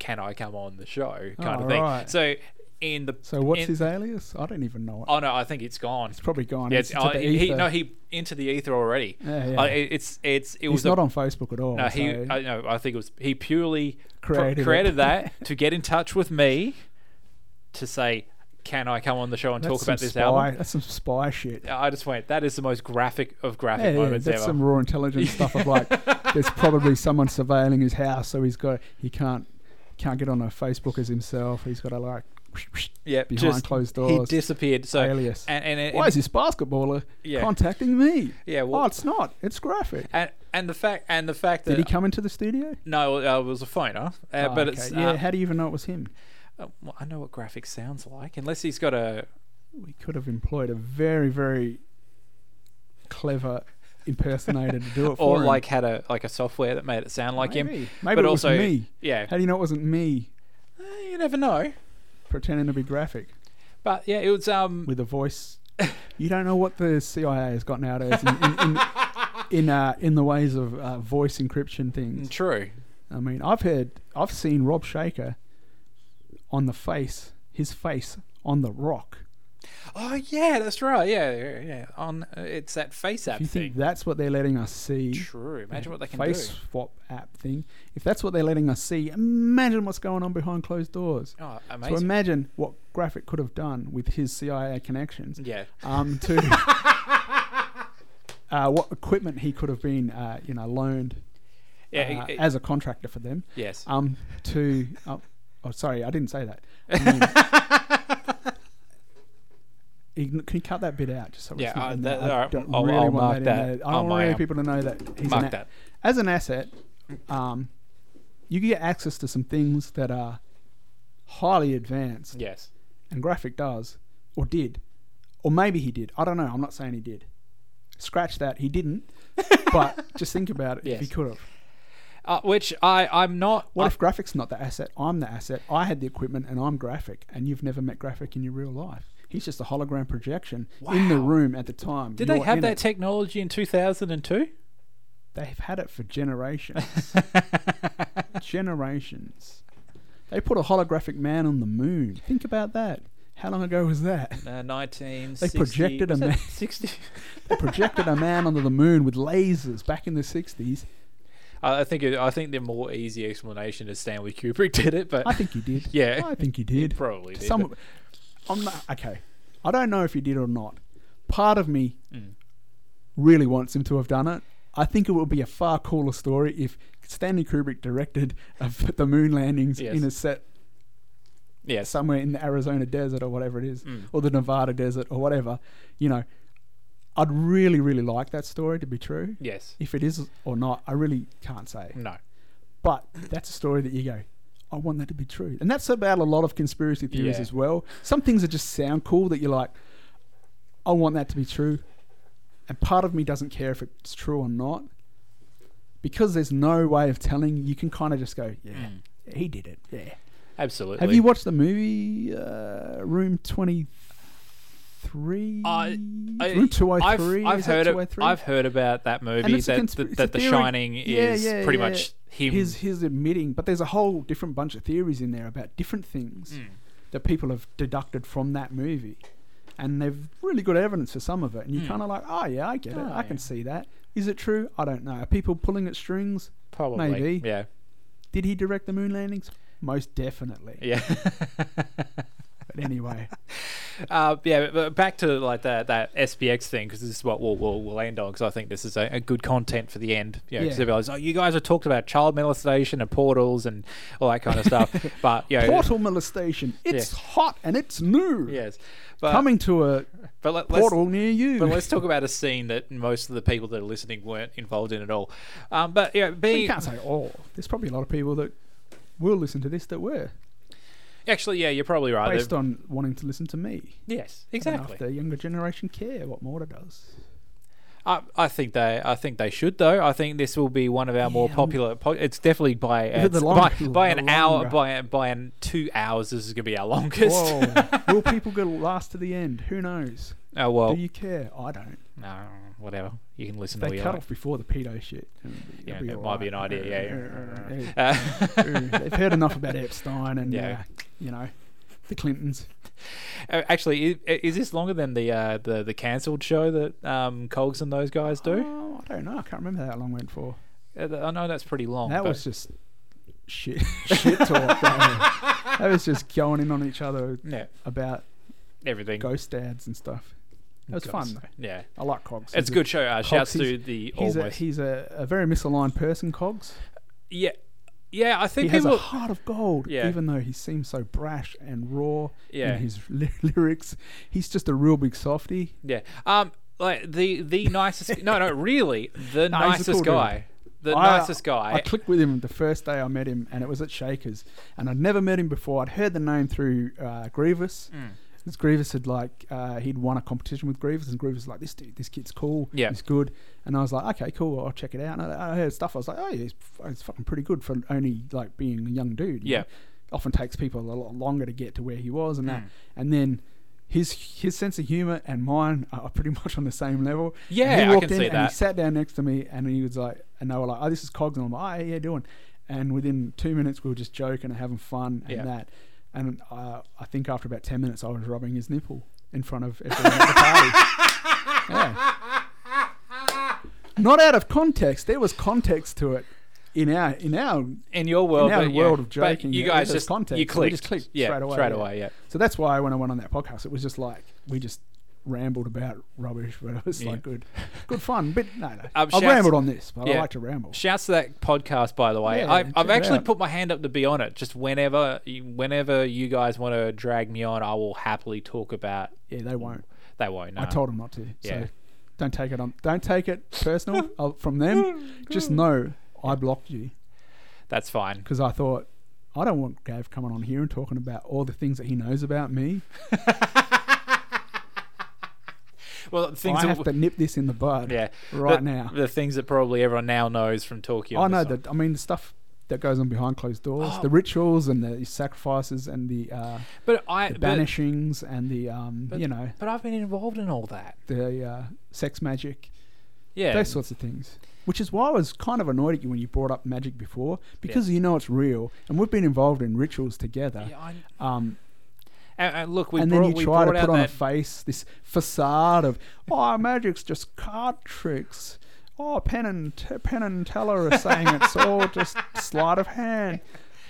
Speaker 5: Can I come on the show?" Kind
Speaker 6: Oh,
Speaker 5: of thing.
Speaker 6: right.
Speaker 5: So in the
Speaker 6: So what's
Speaker 5: in-
Speaker 6: his alias? I don't even know it.
Speaker 5: Oh no, I think it's gone. It's
Speaker 6: probably gone.
Speaker 5: Yeah,
Speaker 6: It's
Speaker 5: it's,
Speaker 6: into
Speaker 5: oh,
Speaker 6: the
Speaker 5: he, he-
Speaker 6: ether.
Speaker 5: no, he into the ether already.
Speaker 6: Yeah, yeah.
Speaker 5: Uh, it- it's it's it was
Speaker 6: He's
Speaker 5: a-
Speaker 6: not on Facebook at all.
Speaker 5: no, he.
Speaker 6: so-
Speaker 5: I, no, I think it was he purely pro-
Speaker 6: Created it. [LAUGHS]
Speaker 5: created that to get in touch with me to say, "Can I come on the show and
Speaker 6: That's
Speaker 5: talk about
Speaker 6: some
Speaker 5: this
Speaker 6: spy,
Speaker 5: album?"
Speaker 6: That's some spy shit. Yeah,
Speaker 5: I just went. That is the most graphic of graphic
Speaker 6: yeah,
Speaker 5: moments
Speaker 6: that's
Speaker 5: ever.
Speaker 6: some raw
Speaker 5: [LAUGHS]
Speaker 6: intelligence stuff of like, there's probably someone surveilling his house, so he's got he can't can't get on a Facebook as himself. He's got to like,
Speaker 5: yeah,
Speaker 6: behind
Speaker 5: just-
Speaker 6: closed
Speaker 5: He
Speaker 6: doors.
Speaker 5: disappeared. So
Speaker 6: Alias.
Speaker 5: And, and, and
Speaker 6: why is this basketballer
Speaker 5: Yeah.
Speaker 6: contacting me?
Speaker 5: Yeah, well-
Speaker 6: oh, it's not. It's graphic.
Speaker 5: And, and the fact and the fact that
Speaker 6: Did he come into the studio?
Speaker 5: no, uh, it was a phoner. Uh,
Speaker 6: Oh,
Speaker 5: but
Speaker 6: okay.
Speaker 5: it's
Speaker 6: yeah.
Speaker 5: uh,
Speaker 6: how do you even know it was him?
Speaker 5: uh, well, I know what graphic sounds like, unless he's got a
Speaker 6: We could have employed a very very clever impersonator to
Speaker 5: [LAUGHS]
Speaker 6: do it for
Speaker 5: or
Speaker 6: him.
Speaker 5: like had a like a software that made it sound like
Speaker 6: maybe.
Speaker 5: him.
Speaker 6: Maybe
Speaker 5: but
Speaker 6: it
Speaker 5: also,
Speaker 6: was me.
Speaker 5: yeah,
Speaker 6: How do you know it wasn't me
Speaker 5: Eh, you never know.
Speaker 6: pretending to be graphic
Speaker 5: But yeah, it was um.
Speaker 6: with a
Speaker 5: [LAUGHS]
Speaker 6: voice? you don't know what the CIA has got nowadays in in, in, in, uh, in the ways of uh, voice encryption things.
Speaker 5: True.
Speaker 6: I mean, I've heard, I've seen Rob Shaker on the face, his face on the rock.
Speaker 5: Oh yeah, that's right. Yeah, yeah. yeah. On uh, it's that face app
Speaker 6: If you
Speaker 5: thing.
Speaker 6: think that's what they're letting us see,
Speaker 5: True. Imagine what they can
Speaker 6: face
Speaker 5: do.
Speaker 6: swap app thing. If that's what they're letting us see, imagine what's going on behind closed doors.
Speaker 5: Oh,
Speaker 6: So
Speaker 5: amazing.
Speaker 6: imagine what graphic could have done with his CIA connections.
Speaker 5: yeah.
Speaker 6: um,
Speaker 5: [LAUGHS]
Speaker 6: to uh, what equipment he could have been, uh, you know, loaned uh,
Speaker 5: Yeah. it- it-
Speaker 6: as a contractor for them.
Speaker 5: yes.
Speaker 6: Um, to uh, oh, sorry, I didn't say that.
Speaker 5: [LAUGHS]
Speaker 6: I mean- Ign- can you cut that bit out? Just so it's
Speaker 5: Yeah,
Speaker 6: not
Speaker 5: uh,
Speaker 6: in
Speaker 5: that-
Speaker 6: there? I
Speaker 5: alright,
Speaker 6: don't
Speaker 5: I'll-
Speaker 6: really
Speaker 5: I'll
Speaker 6: want
Speaker 5: mark
Speaker 6: in
Speaker 5: that
Speaker 6: there. I
Speaker 5: on
Speaker 6: don't
Speaker 5: my
Speaker 6: want
Speaker 5: end.
Speaker 6: people to know that he's
Speaker 5: Mark
Speaker 6: an a-
Speaker 5: that.
Speaker 6: as an asset. Um, you can get access to some things that are highly advanced
Speaker 5: [LAUGHS] Yes.
Speaker 6: and graphic does or did or maybe he did i don't know i'm not saying he did scratch that he didn't
Speaker 5: [LAUGHS]
Speaker 6: but just think about it if he
Speaker 5: Yes.
Speaker 6: could have
Speaker 5: Uh, which I I'm not.
Speaker 6: what if graphics not the asset i'm the asset i had the equipment and i'm graphic and you've never met graphic in your real life he's just a hologram projection in the
Speaker 5: Wow.
Speaker 6: room at the time
Speaker 5: Did they
Speaker 6: You're
Speaker 5: have
Speaker 6: in
Speaker 5: that
Speaker 6: it.
Speaker 5: technology in 2002?
Speaker 6: [LAUGHS] they've had it for generations [LAUGHS] generations they put a holographic man on the moon think about that how long ago was that
Speaker 5: Uh, 19.
Speaker 6: They projected a [LAUGHS] man-
Speaker 5: 60.
Speaker 6: they projected a man [LAUGHS] onto the moon with lasers back in the 60s
Speaker 5: I I think it, I think the more easy explanation is Stanley Kubrick [LAUGHS] did it, but
Speaker 6: I think he did.
Speaker 5: [LAUGHS] Yeah.
Speaker 6: I think he did.
Speaker 5: probably did,
Speaker 6: Some,
Speaker 5: but-
Speaker 6: I'm not, okay.
Speaker 5: Mm.
Speaker 6: I don't know if he did or not. Part of me really wants him to have done it, I think it would be a far cooler story if Stanley Kubrick directed of the moon landings
Speaker 5: Yes.
Speaker 6: in a set
Speaker 5: Yes. Mm.
Speaker 6: somewhere in the Arizona desert or whatever it is, or the Nevada desert or whatever. You know, I'd really, really like that story to be true.
Speaker 5: Yes.
Speaker 6: If it is or not, I really can't say.
Speaker 5: No.
Speaker 6: But that's a story that you go, I want that to be true. And that's about a lot of conspiracy theories
Speaker 5: Yeah.
Speaker 6: as well. Some things that just sound cool that you're like, I want that to be true. And part of me doesn't care if it's true or not. Because there's no way of telling, you can kind of just go, yeah,
Speaker 5: Mm.
Speaker 6: he did it. Yeah.
Speaker 5: Absolutely.
Speaker 6: Have you watched the movie uh, Room 23?
Speaker 5: I- I-
Speaker 6: Room 203?
Speaker 5: I've, I've
Speaker 6: Is that
Speaker 5: heard. ab-
Speaker 6: 203?
Speaker 5: I've heard about that
Speaker 6: And
Speaker 5: movie.
Speaker 6: it's a
Speaker 5: That
Speaker 6: consp-
Speaker 5: that,
Speaker 6: it's
Speaker 5: that
Speaker 6: a
Speaker 5: The
Speaker 6: theory-
Speaker 5: Shining
Speaker 6: Yeah,
Speaker 5: is
Speaker 6: yeah,
Speaker 5: pretty
Speaker 6: yeah.
Speaker 5: much him.
Speaker 6: His his admitting, but there's a whole different bunch of theories in there about different things
Speaker 5: Mm.
Speaker 6: that people have deducted from that movie, and they've really good evidence for some of it. And you're kind of like, oh yeah, I get it,
Speaker 5: Mm. Oh,
Speaker 6: I can
Speaker 5: yeah.
Speaker 6: see that. Is it true? I don't know. Are people pulling at strings?
Speaker 5: probably.
Speaker 6: maybe.
Speaker 5: Yeah.
Speaker 6: Did he direct the moon landings? Most definitely.
Speaker 5: Yeah.
Speaker 6: [LAUGHS] But
Speaker 5: [LAUGHS]
Speaker 6: anyway,
Speaker 5: Uh, yeah, but- but back to like that that SPX thing because this is what we'll we'll, we'll end on because I think this is a, a good content for the end. You know, 'cause
Speaker 6: Yeah.
Speaker 5: everybody's, oh, you guys have talked about child molestation and portals and all that kind
Speaker 6: [LAUGHS]
Speaker 5: of stuff, but you know,
Speaker 6: portal molestation. It's hot and it's new.
Speaker 5: yes, but
Speaker 6: Coming to a
Speaker 5: but let, [LAUGHS] let's-
Speaker 6: portal near you.
Speaker 5: But let's talk about a scene that most of the people that are listening weren't involved in at all. Um, but yeah,
Speaker 6: you
Speaker 5: being
Speaker 6: can't say all. There's probably a lot of people that will listen to this that were.
Speaker 5: actually, yeah, you're probably right.
Speaker 6: based
Speaker 5: They're-
Speaker 6: on wanting to listen to me.
Speaker 5: yes,
Speaker 6: And
Speaker 5: exactly.
Speaker 6: If the younger generation care what Morta does.
Speaker 5: I, I think they I think they should though. I think this will be one of our more
Speaker 6: Yeah, I'm-
Speaker 5: popular. Po- it's definitely by
Speaker 6: The
Speaker 5: uh, by,
Speaker 6: longer-
Speaker 5: by
Speaker 6: the
Speaker 5: an hour
Speaker 6: longer.
Speaker 5: by by an two hours. This is gonna be our longest.
Speaker 6: Whoa. Will people go last to the end? Who knows?
Speaker 5: [LAUGHS] oh well,
Speaker 6: Do you care? I don't.
Speaker 5: no, whatever. You can listen to
Speaker 6: They
Speaker 5: all you
Speaker 6: cut
Speaker 5: like.
Speaker 6: off before the pedo shit.
Speaker 5: Yeah, it might be an idea. Yeah. [LAUGHS]
Speaker 6: idea.
Speaker 5: Uh,
Speaker 6: They've heard enough about Epstein and,
Speaker 5: Yeah.
Speaker 6: uh, you know, the Clintons.
Speaker 5: Uh, Actually, i- is this longer than the uh, the the cancelled show that um, Cogs and those guys do?
Speaker 6: Oh, I don't know. I can't remember how long it went for.
Speaker 5: Uh, th- I know that's pretty long.
Speaker 6: That
Speaker 5: Oh, but-
Speaker 6: was just shit, [LAUGHS] shit talk. That was. that was just going in on each other
Speaker 5: yeah,
Speaker 6: about
Speaker 5: everything.
Speaker 6: ghost dads and stuff. It was fun,
Speaker 5: Cogs.
Speaker 6: though.
Speaker 5: Yeah,
Speaker 6: I like Cogs.
Speaker 5: it's a
Speaker 6: He's
Speaker 5: good show. Uh, shouts
Speaker 6: he's-
Speaker 5: to the
Speaker 6: He's, a,
Speaker 5: almost.
Speaker 6: he's a, a very misaligned person, Cogs.
Speaker 5: yeah, yeah.
Speaker 6: He
Speaker 5: I think
Speaker 6: has
Speaker 5: people.
Speaker 6: a heart of gold,
Speaker 5: Yeah.
Speaker 6: even though he seems so brash and raw
Speaker 5: Yeah.
Speaker 6: in his [LAUGHS] ly- lyrics. He's just a real big softy.
Speaker 5: Yeah. Um, like the
Speaker 6: [LAUGHS]
Speaker 5: the nicest. No, no, really, the
Speaker 6: No, he's a
Speaker 5: nicest
Speaker 6: cool dude.
Speaker 5: guy. The
Speaker 6: I- uh,
Speaker 5: nicest guy.
Speaker 6: I clicked with him the first day I met him, and it was at Shakers. And I'd never met him before. I'd heard the name through uh, Grievous.
Speaker 5: Mm.
Speaker 6: This Grievous had like uh, he'd won a competition with Grievous, and Grievous was like this dude, this kid's cool,
Speaker 5: Yeah.
Speaker 6: he's good. And I was like, okay, cool, I'll check it out. And I, I heard stuff. I was like, oh, yeah, he's, he's fucking pretty good for only like being a young dude. you
Speaker 5: Yeah.
Speaker 6: know? often takes people a lot longer to get to where he was, and that.
Speaker 5: Mm.
Speaker 6: And then his his sense of humor and mine are pretty [LAUGHS] much on the same level. And
Speaker 5: Yeah, I
Speaker 6: he walked
Speaker 5: can
Speaker 6: in
Speaker 5: see
Speaker 6: and
Speaker 5: that.
Speaker 6: He sat down next to me and he was like, and they were like, "Oh, this is Cogs," and I'm like, "Oh, yeah, how you doing?" And within two minutes, we were just joking and having fun and
Speaker 5: Yeah.
Speaker 6: that. And uh, I think after about ten minutes, I was rubbing his nipple in front of everyone at the party. Yeah. Not out of context. There was context to it in our in our
Speaker 5: in your world,
Speaker 6: in our
Speaker 5: but, yeah.
Speaker 6: world of
Speaker 5: But
Speaker 6: joking,
Speaker 5: you
Speaker 6: yeah,
Speaker 5: guys
Speaker 6: there's
Speaker 5: just
Speaker 6: context.
Speaker 5: you
Speaker 6: We
Speaker 5: clicked,
Speaker 6: just clicked
Speaker 5: yeah,
Speaker 6: straight away,
Speaker 5: straight
Speaker 6: yeah.
Speaker 5: away, yeah.
Speaker 6: So that's why when I went on that podcast, it was just like we just rambled about rubbish, but it was like good, good fun. But no, no,
Speaker 5: Um,
Speaker 6: I've
Speaker 5: shouts-
Speaker 6: rambled on this, but
Speaker 5: yeah.
Speaker 6: I like to ramble.
Speaker 5: Shouts to that podcast, by the way.
Speaker 6: Yeah,
Speaker 5: I,
Speaker 6: check
Speaker 5: I've
Speaker 6: it
Speaker 5: actually
Speaker 6: out.
Speaker 5: put my hand up to be on it. Just whenever, whenever you guys want to drag me on, I will happily talk about.
Speaker 6: Yeah, they won't.
Speaker 5: They won't. No.
Speaker 6: I told them not to.
Speaker 5: Yeah.
Speaker 6: So don't take it on. Don't take it
Speaker 5: [LAUGHS]
Speaker 6: personal uh, from them. Just know I blocked you
Speaker 5: That's fine.
Speaker 6: because I thought. I don't want Gav coming on here and talking about all the things that he knows about me.
Speaker 5: Well, things
Speaker 6: I
Speaker 5: that
Speaker 6: have to
Speaker 5: w-
Speaker 6: nip this in the bud
Speaker 5: [LAUGHS] yeah,
Speaker 6: right
Speaker 5: The-
Speaker 6: now.
Speaker 5: The things that probably everyone now knows from Tokyo.
Speaker 6: I know that. I mean, the stuff that goes on behind closed doors, the rituals and the sacrifices and the, uh,
Speaker 5: Oh. But I
Speaker 6: the
Speaker 5: but,
Speaker 6: banishings and the, um, you know,
Speaker 5: but I've been involved in all that.
Speaker 6: the uh, sex magic,
Speaker 5: Yeah.
Speaker 6: those sorts of things. Which is why I was kind of annoyed at you when you brought up magic before, because you know it's real, and we've been involved in rituals together.
Speaker 5: Yeah, I-
Speaker 6: um,
Speaker 5: and, and look, we
Speaker 6: and
Speaker 5: brought,
Speaker 6: then you
Speaker 5: we
Speaker 6: try to
Speaker 5: brought out
Speaker 6: put on
Speaker 5: that
Speaker 6: a face, this facade of, oh, magic's just card tricks. Oh, Penn and, T- Penn and Teller are saying
Speaker 5: [LAUGHS]
Speaker 6: it's all just sleight of hand.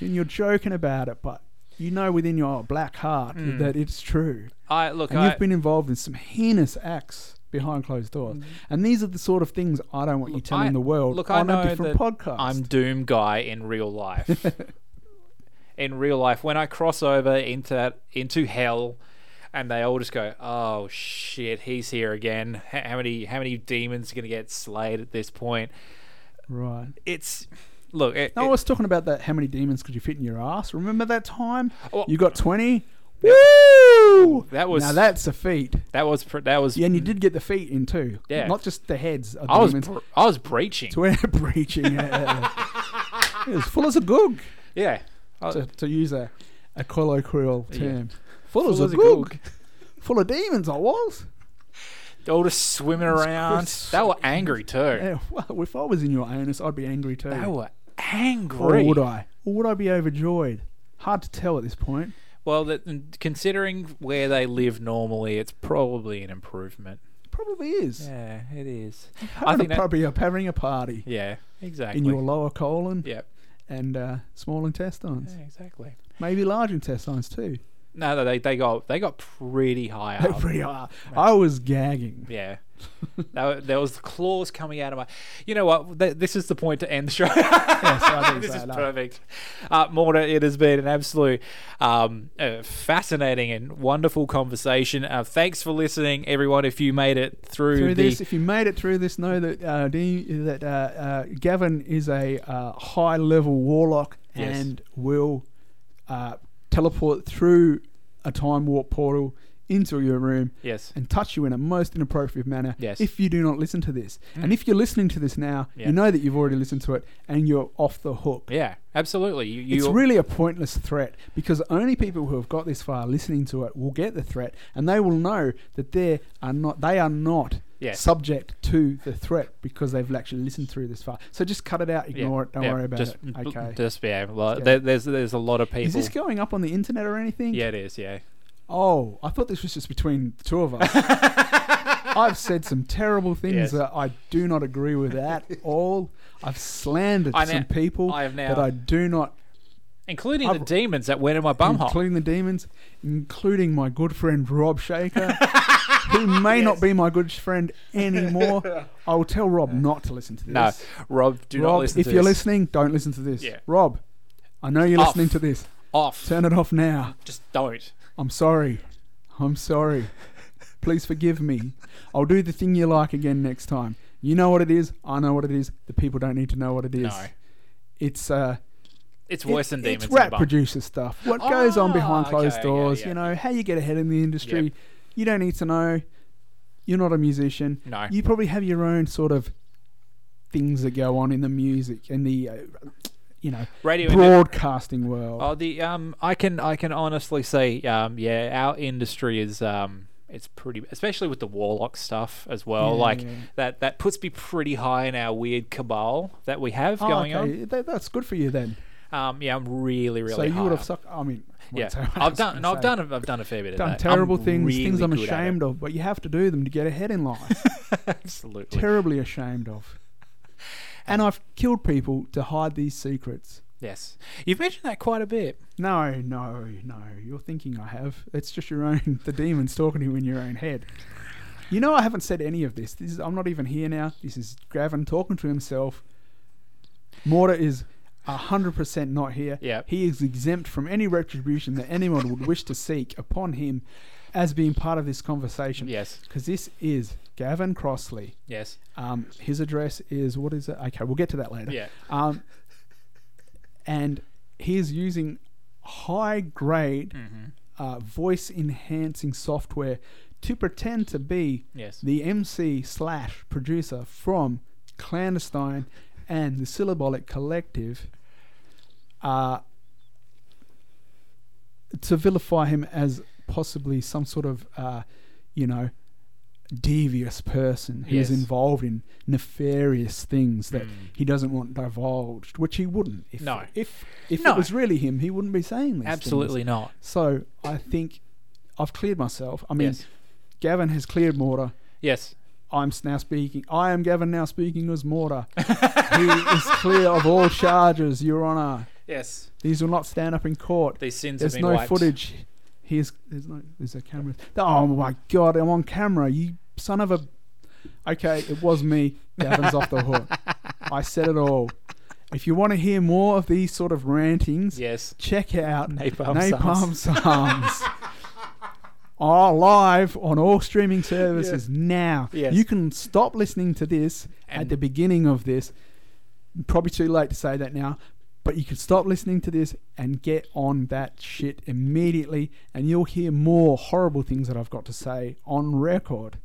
Speaker 6: And you're joking about it, but you know within your black heart that it's true.
Speaker 5: I Hmm. look,
Speaker 6: And
Speaker 5: I,
Speaker 6: you've been involved in some heinous acts. behind closed doors. And these are the sort of things I don't want you telling
Speaker 5: I-
Speaker 6: the world
Speaker 5: Mm-hmm. Look, I
Speaker 6: on
Speaker 5: know
Speaker 6: a different
Speaker 5: that
Speaker 6: podcast.
Speaker 5: I'm Doom Guy in
Speaker 6: [LAUGHS]
Speaker 5: real life. in real life, when I cross over into into hell, and they all just go, "Oh shit, he's here again." H- How many how many demons are gonna get slayed at this point?
Speaker 6: right.
Speaker 5: It's look. It,
Speaker 6: No, I
Speaker 5: it-
Speaker 6: was talking about that. How many demons could you fit in your ass? Remember that time
Speaker 5: Oh.
Speaker 6: you got twenty? Woo!
Speaker 5: That was-
Speaker 6: now that's a feat.
Speaker 5: that was pr- that was.
Speaker 6: Yeah, and you did get the feet in too.
Speaker 5: Yeah.
Speaker 6: not just the heads. Of
Speaker 5: I was
Speaker 6: demons. [LAUGHS]
Speaker 5: br- I was breaching.
Speaker 6: to air breaching. yeah. it was full as a goog,
Speaker 5: Yeah. I-
Speaker 6: to, to use a, a Colo Creole term. Full,
Speaker 5: Full
Speaker 6: as,
Speaker 5: as
Speaker 6: a
Speaker 5: a
Speaker 6: goog. full of demons, I was.
Speaker 5: all just swimming around.
Speaker 6: Chris-
Speaker 5: They were angry too.
Speaker 6: Yeah, well, if I was in your anus, I'd be angry too.
Speaker 5: They were
Speaker 6: or
Speaker 5: angry.
Speaker 6: would I? Or would I be overjoyed? Hard to tell at this point.
Speaker 5: Well, that, considering where they live normally, it's probably an improvement.
Speaker 6: Probably is.
Speaker 5: Yeah, it is. I
Speaker 6: Having
Speaker 5: think
Speaker 6: a
Speaker 5: that,
Speaker 6: probably up having a party
Speaker 5: yeah, exactly.
Speaker 6: in your lower colon
Speaker 5: yep.
Speaker 6: and uh, small intestines,
Speaker 5: Yeah, exactines.
Speaker 6: maybe large intestines too.
Speaker 5: [LAUGHS] No, no, they they got they got pretty high
Speaker 6: They're [LAUGHS]
Speaker 5: up.
Speaker 6: pretty hard. I was
Speaker 5: [LAUGHS]
Speaker 6: gagging.
Speaker 5: yeah. that, there was claws coming out of my. You know what? Th- this is the point to end the show. [LAUGHS]
Speaker 6: Yes, I did
Speaker 5: this
Speaker 6: say
Speaker 5: is
Speaker 6: that.
Speaker 5: perfect. Uh, Morta, it has been an absolute um, uh, fascinating and wonderful conversation. Uh, thanks for listening, everyone. If you made it through,
Speaker 6: through
Speaker 5: the,
Speaker 6: this. If you made it through this, know that uh, do you- that uh, uh, Gavin is a uh, high level warlock
Speaker 5: Yes.
Speaker 6: and will uh, teleport through a time warp portal into your room
Speaker 5: yes,
Speaker 6: and touch you in a most inappropriate manner
Speaker 5: Yes. Mm.
Speaker 6: if you do not listen to this. And if you're listening to this now,
Speaker 5: Yeah.
Speaker 6: you know that you've already listened to it and you're off the hook.
Speaker 5: yeah, absolutely. You, you
Speaker 6: It's really a pointless threat because only people who have got this far listening to it will get the threat, and they will know that they are not they are not
Speaker 5: Yes.
Speaker 6: subject to the threat because they've actually listened through this far. So just cut it out, ignore it, don't worry about
Speaker 5: just,
Speaker 6: it. Okay.
Speaker 5: Just yeah, well,
Speaker 6: Yeah.
Speaker 5: There, there's there's a lot of people.
Speaker 6: is this going up on the internet or anything?
Speaker 5: yeah, it is. Yeah.
Speaker 6: Oh, I thought this was just between the two of
Speaker 5: [LAUGHS]
Speaker 6: us. I've said some terrible things
Speaker 5: Yes.
Speaker 6: that I do not agree with at all. I've slandered
Speaker 5: I now-
Speaker 6: some people
Speaker 5: I have now-
Speaker 6: that I do not
Speaker 5: Including the
Speaker 6: I've-
Speaker 5: demons that went in my bum hole.
Speaker 6: including the demons, including my good friend Rob Shaker, who may
Speaker 5: [LAUGHS]
Speaker 6: not be my good friend anymore. I will tell Rob not to listen to this.
Speaker 5: No, Rob, do
Speaker 6: Rob,
Speaker 5: not listen
Speaker 6: if
Speaker 5: to
Speaker 6: you're
Speaker 5: this.
Speaker 6: listening, don't listen to this.
Speaker 5: Yeah.
Speaker 6: Rob, I know you're
Speaker 5: Off.
Speaker 6: listening to this.
Speaker 5: Off.
Speaker 6: Turn it off now.
Speaker 5: Just don't.
Speaker 6: I'm sorry. I'm sorry. Please forgive me. I'll do the thing you like again next time. You know what it is. I know what it is. The people don't need to know what it is.
Speaker 5: No.
Speaker 6: It's uh
Speaker 5: It's worse than
Speaker 6: it-
Speaker 5: demons.
Speaker 6: It's
Speaker 5: in a
Speaker 6: rap
Speaker 5: bum.
Speaker 6: producer stuff. What goes on behind
Speaker 5: Ah,
Speaker 6: closed
Speaker 5: okay, yeah,
Speaker 6: doors,
Speaker 5: yeah.
Speaker 6: you know, how you get ahead in the industry.
Speaker 5: Yep.
Speaker 6: You don't need to know. You're not a musician.
Speaker 5: No.
Speaker 6: You probably have your own sort of things that go on in the music and the uh, you know,
Speaker 5: Radio industry.
Speaker 6: broadcasting world.
Speaker 5: Oh, the um, I can I can honestly say, um, yeah, our industry is um, it's pretty, especially with the warlock stuff as well.
Speaker 6: Yeah,
Speaker 5: like
Speaker 6: yeah.
Speaker 5: that that puts me pretty high in our weird cabal that we have
Speaker 6: Oh,
Speaker 5: going
Speaker 6: okay. That, that's good for you then.
Speaker 5: on. Um, yeah, I'm really really.
Speaker 6: so you
Speaker 5: high
Speaker 6: would have
Speaker 5: up.
Speaker 6: sucked. I mean, I won't
Speaker 5: Yeah,
Speaker 6: say what [LAUGHS] I
Speaker 5: I've
Speaker 6: was
Speaker 5: done.
Speaker 6: gonna
Speaker 5: No,
Speaker 6: say.
Speaker 5: I've done. A, I've done a fair bit of
Speaker 6: done
Speaker 5: that.
Speaker 6: terrible
Speaker 5: I'm
Speaker 6: things, things
Speaker 5: really
Speaker 6: I'm
Speaker 5: good at
Speaker 6: ashamed
Speaker 5: it.
Speaker 6: of, but you have to do them to get ahead in life.
Speaker 5: Absolutely.
Speaker 6: Terribly ashamed
Speaker 5: [LAUGHS]
Speaker 6: of. And I've killed people to hide these secrets.
Speaker 5: yes, you've mentioned that quite a bit.
Speaker 6: No, no, no. You're thinking I have. It's just your own. [LAUGHS] The demon's talking to you in your own head. You know, I haven't said any of this. This is. I'm not even here now. This is Gavin talking to himself. Morta is hundred percent not here.
Speaker 5: Yep.
Speaker 6: He is exempt from any retribution that anyone would wish to seek upon him, as being part of this conversation.
Speaker 5: Yes.
Speaker 6: Because this is Gavin Crossley. [LAUGHS]
Speaker 5: Yes.
Speaker 6: Um, his address is what is it? Okay, we'll get to that later.
Speaker 5: Yeah.
Speaker 6: Um, and he is using high grade uh, voice enhancing software to pretend to be
Speaker 5: Yes.
Speaker 6: the MC slash producer from Clandestine and the Syllabolic Collective. Uh, to vilify him as possibly some sort of, uh, you know, devious person who is
Speaker 5: Yes. Hmm.
Speaker 6: involved in nefarious things that he doesn't want divulged, which he wouldn't. If,
Speaker 5: No.
Speaker 6: If if
Speaker 5: No.
Speaker 6: it was really him, he wouldn't be saying these
Speaker 5: Absolutely
Speaker 6: things.
Speaker 5: not.
Speaker 6: So I think I've cleared myself. I mean,
Speaker 5: Yes.
Speaker 6: Gavin has cleared Morta.
Speaker 5: Yes.
Speaker 6: I'm s- now speaking. I am Gavin now speaking as Morta. he is clear of all charges, Your Honour.
Speaker 5: Yes.
Speaker 6: These will not stand up in court.
Speaker 5: These sins
Speaker 6: There's
Speaker 5: have been
Speaker 6: no
Speaker 5: wiped.
Speaker 6: footage. Here's there's no there's a camera. Oh my god, I'm on camera. You son of a Okay, it was me. Gavin's off the hook. I said it all. If you want to hear more of these sort of rantings,
Speaker 5: Yes.
Speaker 6: check out
Speaker 5: Napalm
Speaker 6: Napalm Psalms. Are live on all streaming services now.
Speaker 5: Yes.
Speaker 6: You can stop listening to this at
Speaker 5: And-
Speaker 6: the beginning of this. Probably too late to say that now, but you can stop listening to this and get on that shit immediately, and you'll hear more horrible things that I've got to say on record.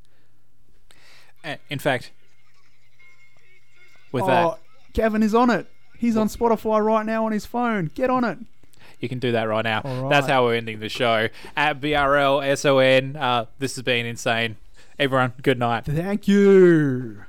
Speaker 5: Uh, In fact, with
Speaker 6: Oh, Gavin is on it. He's on Spotify right now on his phone. Get on it.
Speaker 5: that, you can do that right now.
Speaker 6: All
Speaker 5: That's
Speaker 6: right.
Speaker 5: how we're ending the show. At BRL SON, uh, this has been insane. Everyone, good night.
Speaker 6: Thank you.